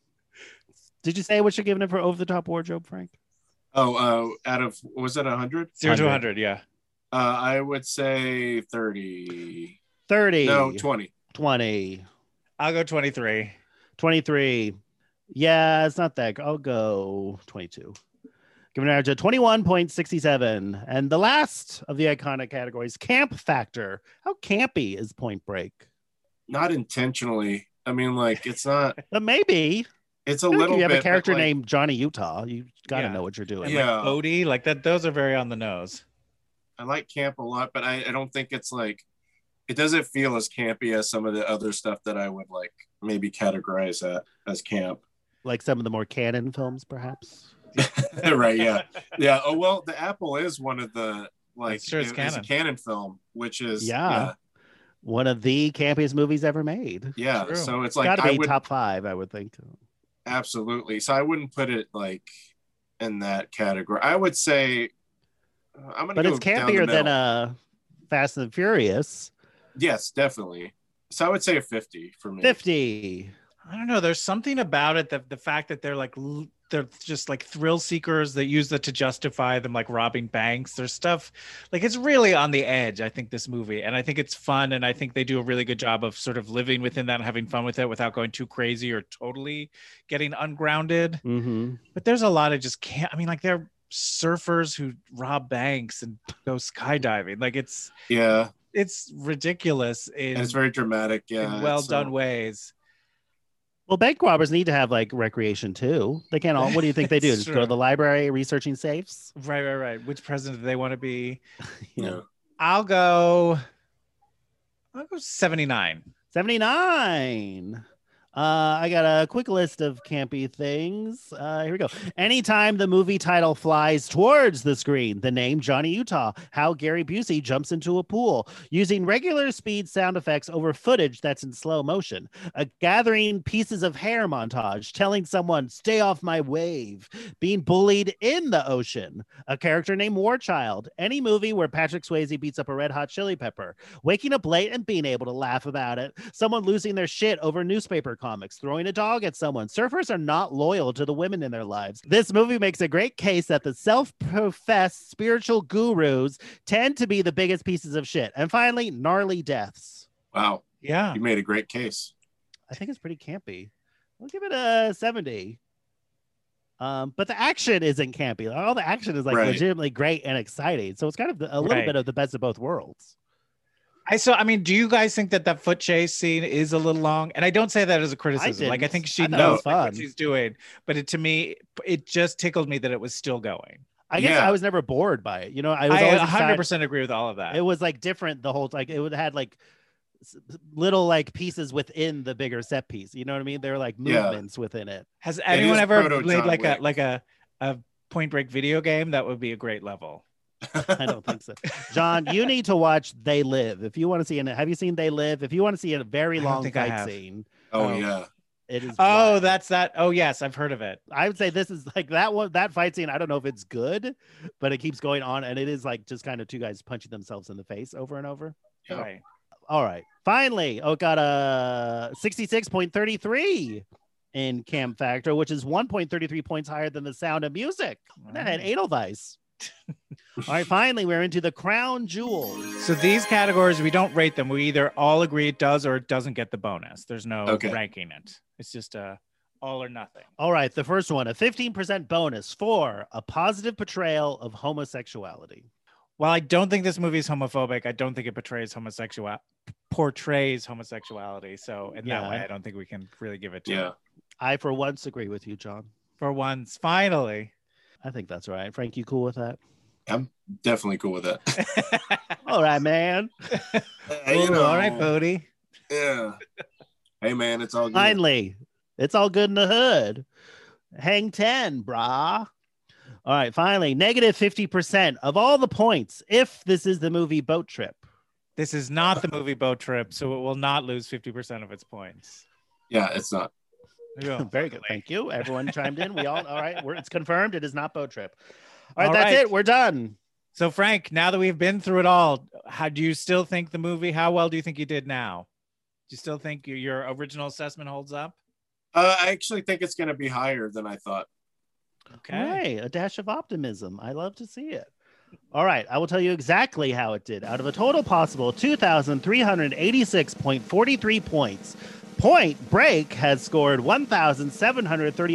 Speaker 2: did you say what you're giving it for over the top wardrobe, Frank?
Speaker 4: Oh, uh, out of was it hundred?
Speaker 3: Zero to hundred. Yeah,
Speaker 4: Uh, I would say thirty.
Speaker 2: 30,
Speaker 4: No, twenty.
Speaker 2: 20,
Speaker 3: I'll go twenty three.
Speaker 2: 23. Yeah, it's not that. I'll go 22. Giving an average of 21.67. And the last of the iconic categories, camp factor. How campy is Point Break?
Speaker 4: Not intentionally. I mean, like it's not.
Speaker 2: But maybe
Speaker 4: It's a
Speaker 2: I feel like
Speaker 4: little.
Speaker 2: if you have
Speaker 4: bit,
Speaker 2: a
Speaker 4: but,
Speaker 2: character
Speaker 4: like,
Speaker 2: named Johnny Utah. You got to
Speaker 3: Yeah.
Speaker 2: know what you're doing.
Speaker 4: Yeah.
Speaker 3: Odie, like oh. that. Those are very on the nose.
Speaker 4: I like camp a lot, but I, I don't think it's like. It doesn't feel as campy as some of the other stuff that I would like maybe categorize that as camp.
Speaker 2: Like some of the more canon films, perhaps.
Speaker 4: right? Yeah. Yeah. Oh well, the Apple is one of the like
Speaker 3: It's true, it's
Speaker 4: it- it's
Speaker 3: canon.
Speaker 4: a canon film, which is
Speaker 2: Yeah. One of the campiest movies ever made.
Speaker 4: yeah.
Speaker 3: True.
Speaker 4: yeah. So it's like
Speaker 2: Got to
Speaker 4: I
Speaker 2: be
Speaker 4: would
Speaker 2: top five, I would think.
Speaker 4: absolutely so i wouldn't put it like in that category i would say i'm gonna
Speaker 2: But
Speaker 4: go
Speaker 2: it's
Speaker 4: down the
Speaker 2: campier than
Speaker 4: middle.
Speaker 2: uh, Fast and the Furious.
Speaker 4: yes definitely so i would say a 50 for me
Speaker 2: 50.
Speaker 3: I don't know. There's something about it that the fact that they're like l- they're just like thrill seekers that use that to justify them like robbing banks. There's stuff like it's really on the edge. I think this movie, and I think it's fun, and I think they do a really good job of sort of living within that and having fun with it without going too crazy or totally getting ungrounded.
Speaker 2: Mm-hmm.
Speaker 3: But there's a lot of just can't. I mean, like they're surfers who rob banks and go skydiving. Like it's
Speaker 4: yeah
Speaker 3: it's ridiculous in,
Speaker 4: and it's very dramatic yeah uh,
Speaker 3: in well
Speaker 4: so-
Speaker 3: done ways.
Speaker 2: Well, bank robbers need to have like recreation too. They can't all, what do you think they do?
Speaker 3: It's
Speaker 2: Just go to
Speaker 3: true.
Speaker 2: the library researching safes?
Speaker 3: Right, right, right. Which president do they want to be?
Speaker 4: yeah.
Speaker 3: I'll go. I'll go seventy nine.
Speaker 2: 79. Uh, I got a quick list of campy things. Uh, here we go. Anytime the movie title flies towards the screen, the name Johnny Utah, how Gary Busey jumps into a pool, using regular speed sound effects over footage that's in slow motion, a gathering pieces of hair montage, telling someone, stay off my wave, being bullied in the ocean, a character named Warchild, any movie where Patrick Swayze beats up a red hot chili pepper, waking up late and being able to laugh about it, someone losing their shit over newspaper comics, throwing a dog at someone. Surfers are not loyal to the women in their lives. This movie makes a great case that the self professed spiritual gurus tend to be the biggest pieces of shit. And finally, gnarly deaths.
Speaker 4: wow
Speaker 3: Yeah,
Speaker 4: you made a great case
Speaker 2: I think it's pretty campy. We'll give it a 70. Um, but the action isn't campy. All the action is like
Speaker 4: Right.
Speaker 2: legitimately great and exciting. So it's kind of the- a little
Speaker 3: Right.
Speaker 2: bit of the best of both worlds.
Speaker 3: I so I mean, do you guys think that that foot chase scene is a little long? And I don't say that as a criticism. like I
Speaker 2: didn't.
Speaker 3: think she
Speaker 2: I thought it
Speaker 3: knows
Speaker 2: was
Speaker 3: like, what
Speaker 2: fun.
Speaker 3: she's doing, but it to me, it just tickled me that it was still going.
Speaker 2: I guess
Speaker 4: Yeah.
Speaker 2: I was never bored by it. You know, I was
Speaker 3: I
Speaker 2: always
Speaker 3: 100
Speaker 2: excited.
Speaker 3: percent agree with all of that.
Speaker 2: it was like different the whole like it would had like s- little like pieces within the bigger set piece you know what i mean there were like
Speaker 4: Yeah.
Speaker 2: movements within it
Speaker 3: Has anyone
Speaker 4: is
Speaker 3: ever
Speaker 4: proto
Speaker 3: played
Speaker 4: John
Speaker 3: like
Speaker 4: Wick.
Speaker 3: a like a a Point Break video game? That would be a great level.
Speaker 2: i don't think so john you need to watch they live if you want to see an have you seen they live if you want to see a very
Speaker 3: I don't
Speaker 2: long
Speaker 3: think I
Speaker 2: fight
Speaker 3: have.
Speaker 2: scene
Speaker 4: oh
Speaker 3: Oh.
Speaker 4: yeah
Speaker 2: it is
Speaker 3: Oh,
Speaker 2: wild.
Speaker 3: that's that. Oh yes, I've heard of it.
Speaker 2: i would say this is like that one that fight scene i don't know if it's good but it keeps going on and it is like just kind of two guys punching themselves in the face over and over
Speaker 4: Yeah.
Speaker 3: Right.
Speaker 2: all right finally oh it got a 66.33 in cam factor which is 1.33 points higher than the sound of music that had
Speaker 3: Mm.
Speaker 2: edelweiss all right finally we're into the crown jewels
Speaker 3: So these categories, we don't rate them. We either all agree it does or it doesn't get the bonus. There's no
Speaker 4: Okay.
Speaker 3: ranking it. It's just a all or nothing.
Speaker 2: all right the first one a 15% bonus for a positive portrayal of homosexuality
Speaker 3: While I don't think this movie is homophobic, I don't think it portrays homosexual portrays homosexuality. So in
Speaker 2: Yeah.
Speaker 3: that way, I don't think we can really give it to
Speaker 4: yeah
Speaker 3: it.
Speaker 2: i for once agree with you john
Speaker 3: for once. Finally,
Speaker 2: i think that's right frank you cool with that
Speaker 4: definitely cool with that
Speaker 2: all right man
Speaker 4: you
Speaker 3: Ooh,
Speaker 4: know,
Speaker 3: all right, Bodie.
Speaker 4: yeah hey man it's all good
Speaker 2: Finally, it's all good in the hood. Hang 10, brah. All right, finally, negative 50% of all the points if this is the movie Boat Trip.
Speaker 3: This is not the movie Boat Trip, so it will not lose 50% of its points.
Speaker 4: Yeah, it's not.
Speaker 3: Yeah.
Speaker 2: Oh, Very good. Thank you. Everyone chimed in. We all, all right, we're, it's confirmed. It is not Boat Trip. All right,
Speaker 3: All
Speaker 2: that's
Speaker 3: right.
Speaker 2: it. We're done.
Speaker 3: So, Frank, now that we've been through it all, how do you still think the movie, how well do you think you did now? Do you still think your, your original assessment holds up?
Speaker 4: Uh, I actually think it's going to be higher than I thought.
Speaker 3: Okay.
Speaker 2: Hey, a dash of optimism. I love to see it. All right, I will tell you exactly how it did. Out of a total possible 2,386.43 points, Point Break has scored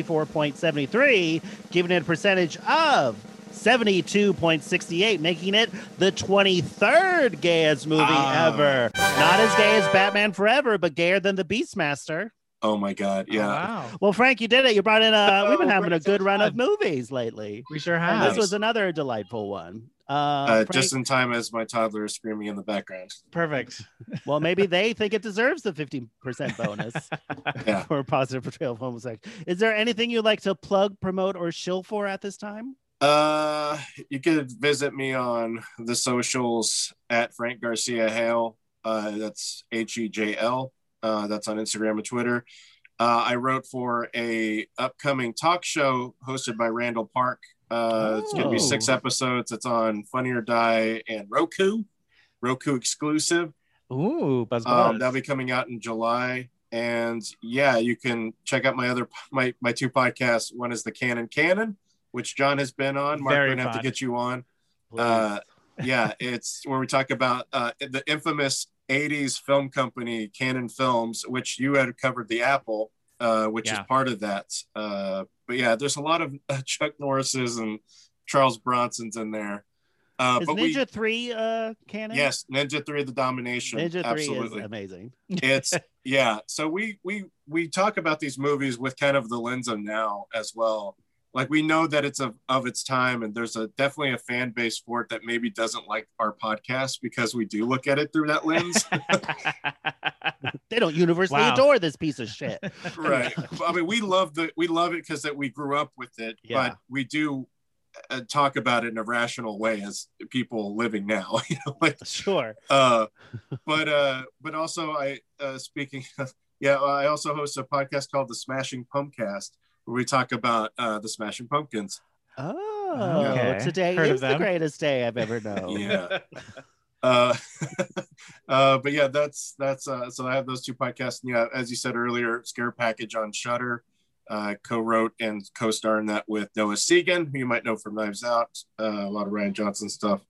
Speaker 2: 1,734.73, giving it a percentage of 72.68, making it the 23rd gayest movie
Speaker 4: Ah.
Speaker 2: ever. Not as gay as Batman Forever, but gayer than The Beastmaster.
Speaker 4: Oh my god,
Speaker 3: Oh,
Speaker 4: yeah.
Speaker 3: wow.
Speaker 2: Well, Frank, you did it. You brought in a. we've been
Speaker 3: Oh,
Speaker 2: having a
Speaker 3: great,
Speaker 2: good
Speaker 3: so
Speaker 2: run of
Speaker 3: fun.
Speaker 2: movies lately.
Speaker 3: We sure
Speaker 2: And
Speaker 3: have.
Speaker 2: this was another delightful one. Uh,
Speaker 4: Uh,
Speaker 2: Frank-
Speaker 4: just in time as my toddler is screaming in the background.
Speaker 3: Perfect.
Speaker 2: well, maybe they think it deserves the 15% bonus
Speaker 4: Yeah.
Speaker 2: for a positive portrayal of homosexuality. Is there anything you'd like to plug, promote, or shill for at this time?
Speaker 4: Uh, you could visit me on the socials at Frank Garcia Hale. Uh, that's H E J L. Uh, that's on Instagram and Twitter. Uh, I wrote for a upcoming talk show hosted by Randall Park. Uh, It's going to be
Speaker 2: Oh.
Speaker 4: six episodes. It's on Funny or Die and Roku, Roku exclusive.
Speaker 3: Ooh, Buzz
Speaker 4: Um,
Speaker 3: Buzz.
Speaker 4: that'll be coming out in July. And yeah, you can check out my other my my two podcasts. One is the Canon Canon, which John has been on. Mark,
Speaker 3: Very
Speaker 4: we're gonna have to
Speaker 3: fun.
Speaker 4: get you on.
Speaker 2: Please.
Speaker 4: Uh, yeah, it's where we talk about uh, the infamous '80s film company Canon Films, which you had covered the Apple, uh, which
Speaker 3: Yeah.
Speaker 4: is part of that. Uh, but yeah, there's a lot of uh, Chuck Norris's and Charles Bronson's in there. Uh,
Speaker 2: is
Speaker 4: but
Speaker 2: Ninja
Speaker 4: we
Speaker 2: 3 uh, canon?
Speaker 4: yes, Ninja Three: The Domination.
Speaker 2: Ninja 3
Speaker 4: absolutely
Speaker 2: is amazing.
Speaker 4: it's yeah so we we we talk about these movies with kind of the lens of now as well like we know that it's of, of its time and there's a definitely a fan base for it that maybe doesn't like our podcast because we do look at it through that lens
Speaker 2: They don't universally
Speaker 3: Wow.
Speaker 2: adore this piece of shit.
Speaker 4: right i mean we love the we love it because that we grew up with it
Speaker 2: Yeah.
Speaker 4: but we do uh, talk about it in a rational way as people living now you know like
Speaker 2: sure.
Speaker 4: uh but uh but also i uh speaking of yeah i also host a podcast called the smashing pumpcast where we talk about uh the smashing pumpkins
Speaker 2: Oh,
Speaker 3: Okay.
Speaker 2: today
Speaker 3: Heard of
Speaker 2: is the
Speaker 3: them.
Speaker 2: greatest day I've ever
Speaker 3: Oh.
Speaker 2: known.
Speaker 4: yeah uh uh but yeah that's that's uh so i have those two podcasts and yeah as you said earlier scare package on shutter uh co-wrote and co-star in that with noah segan who you might know from knives out uh, a lot of ryan johnson stuff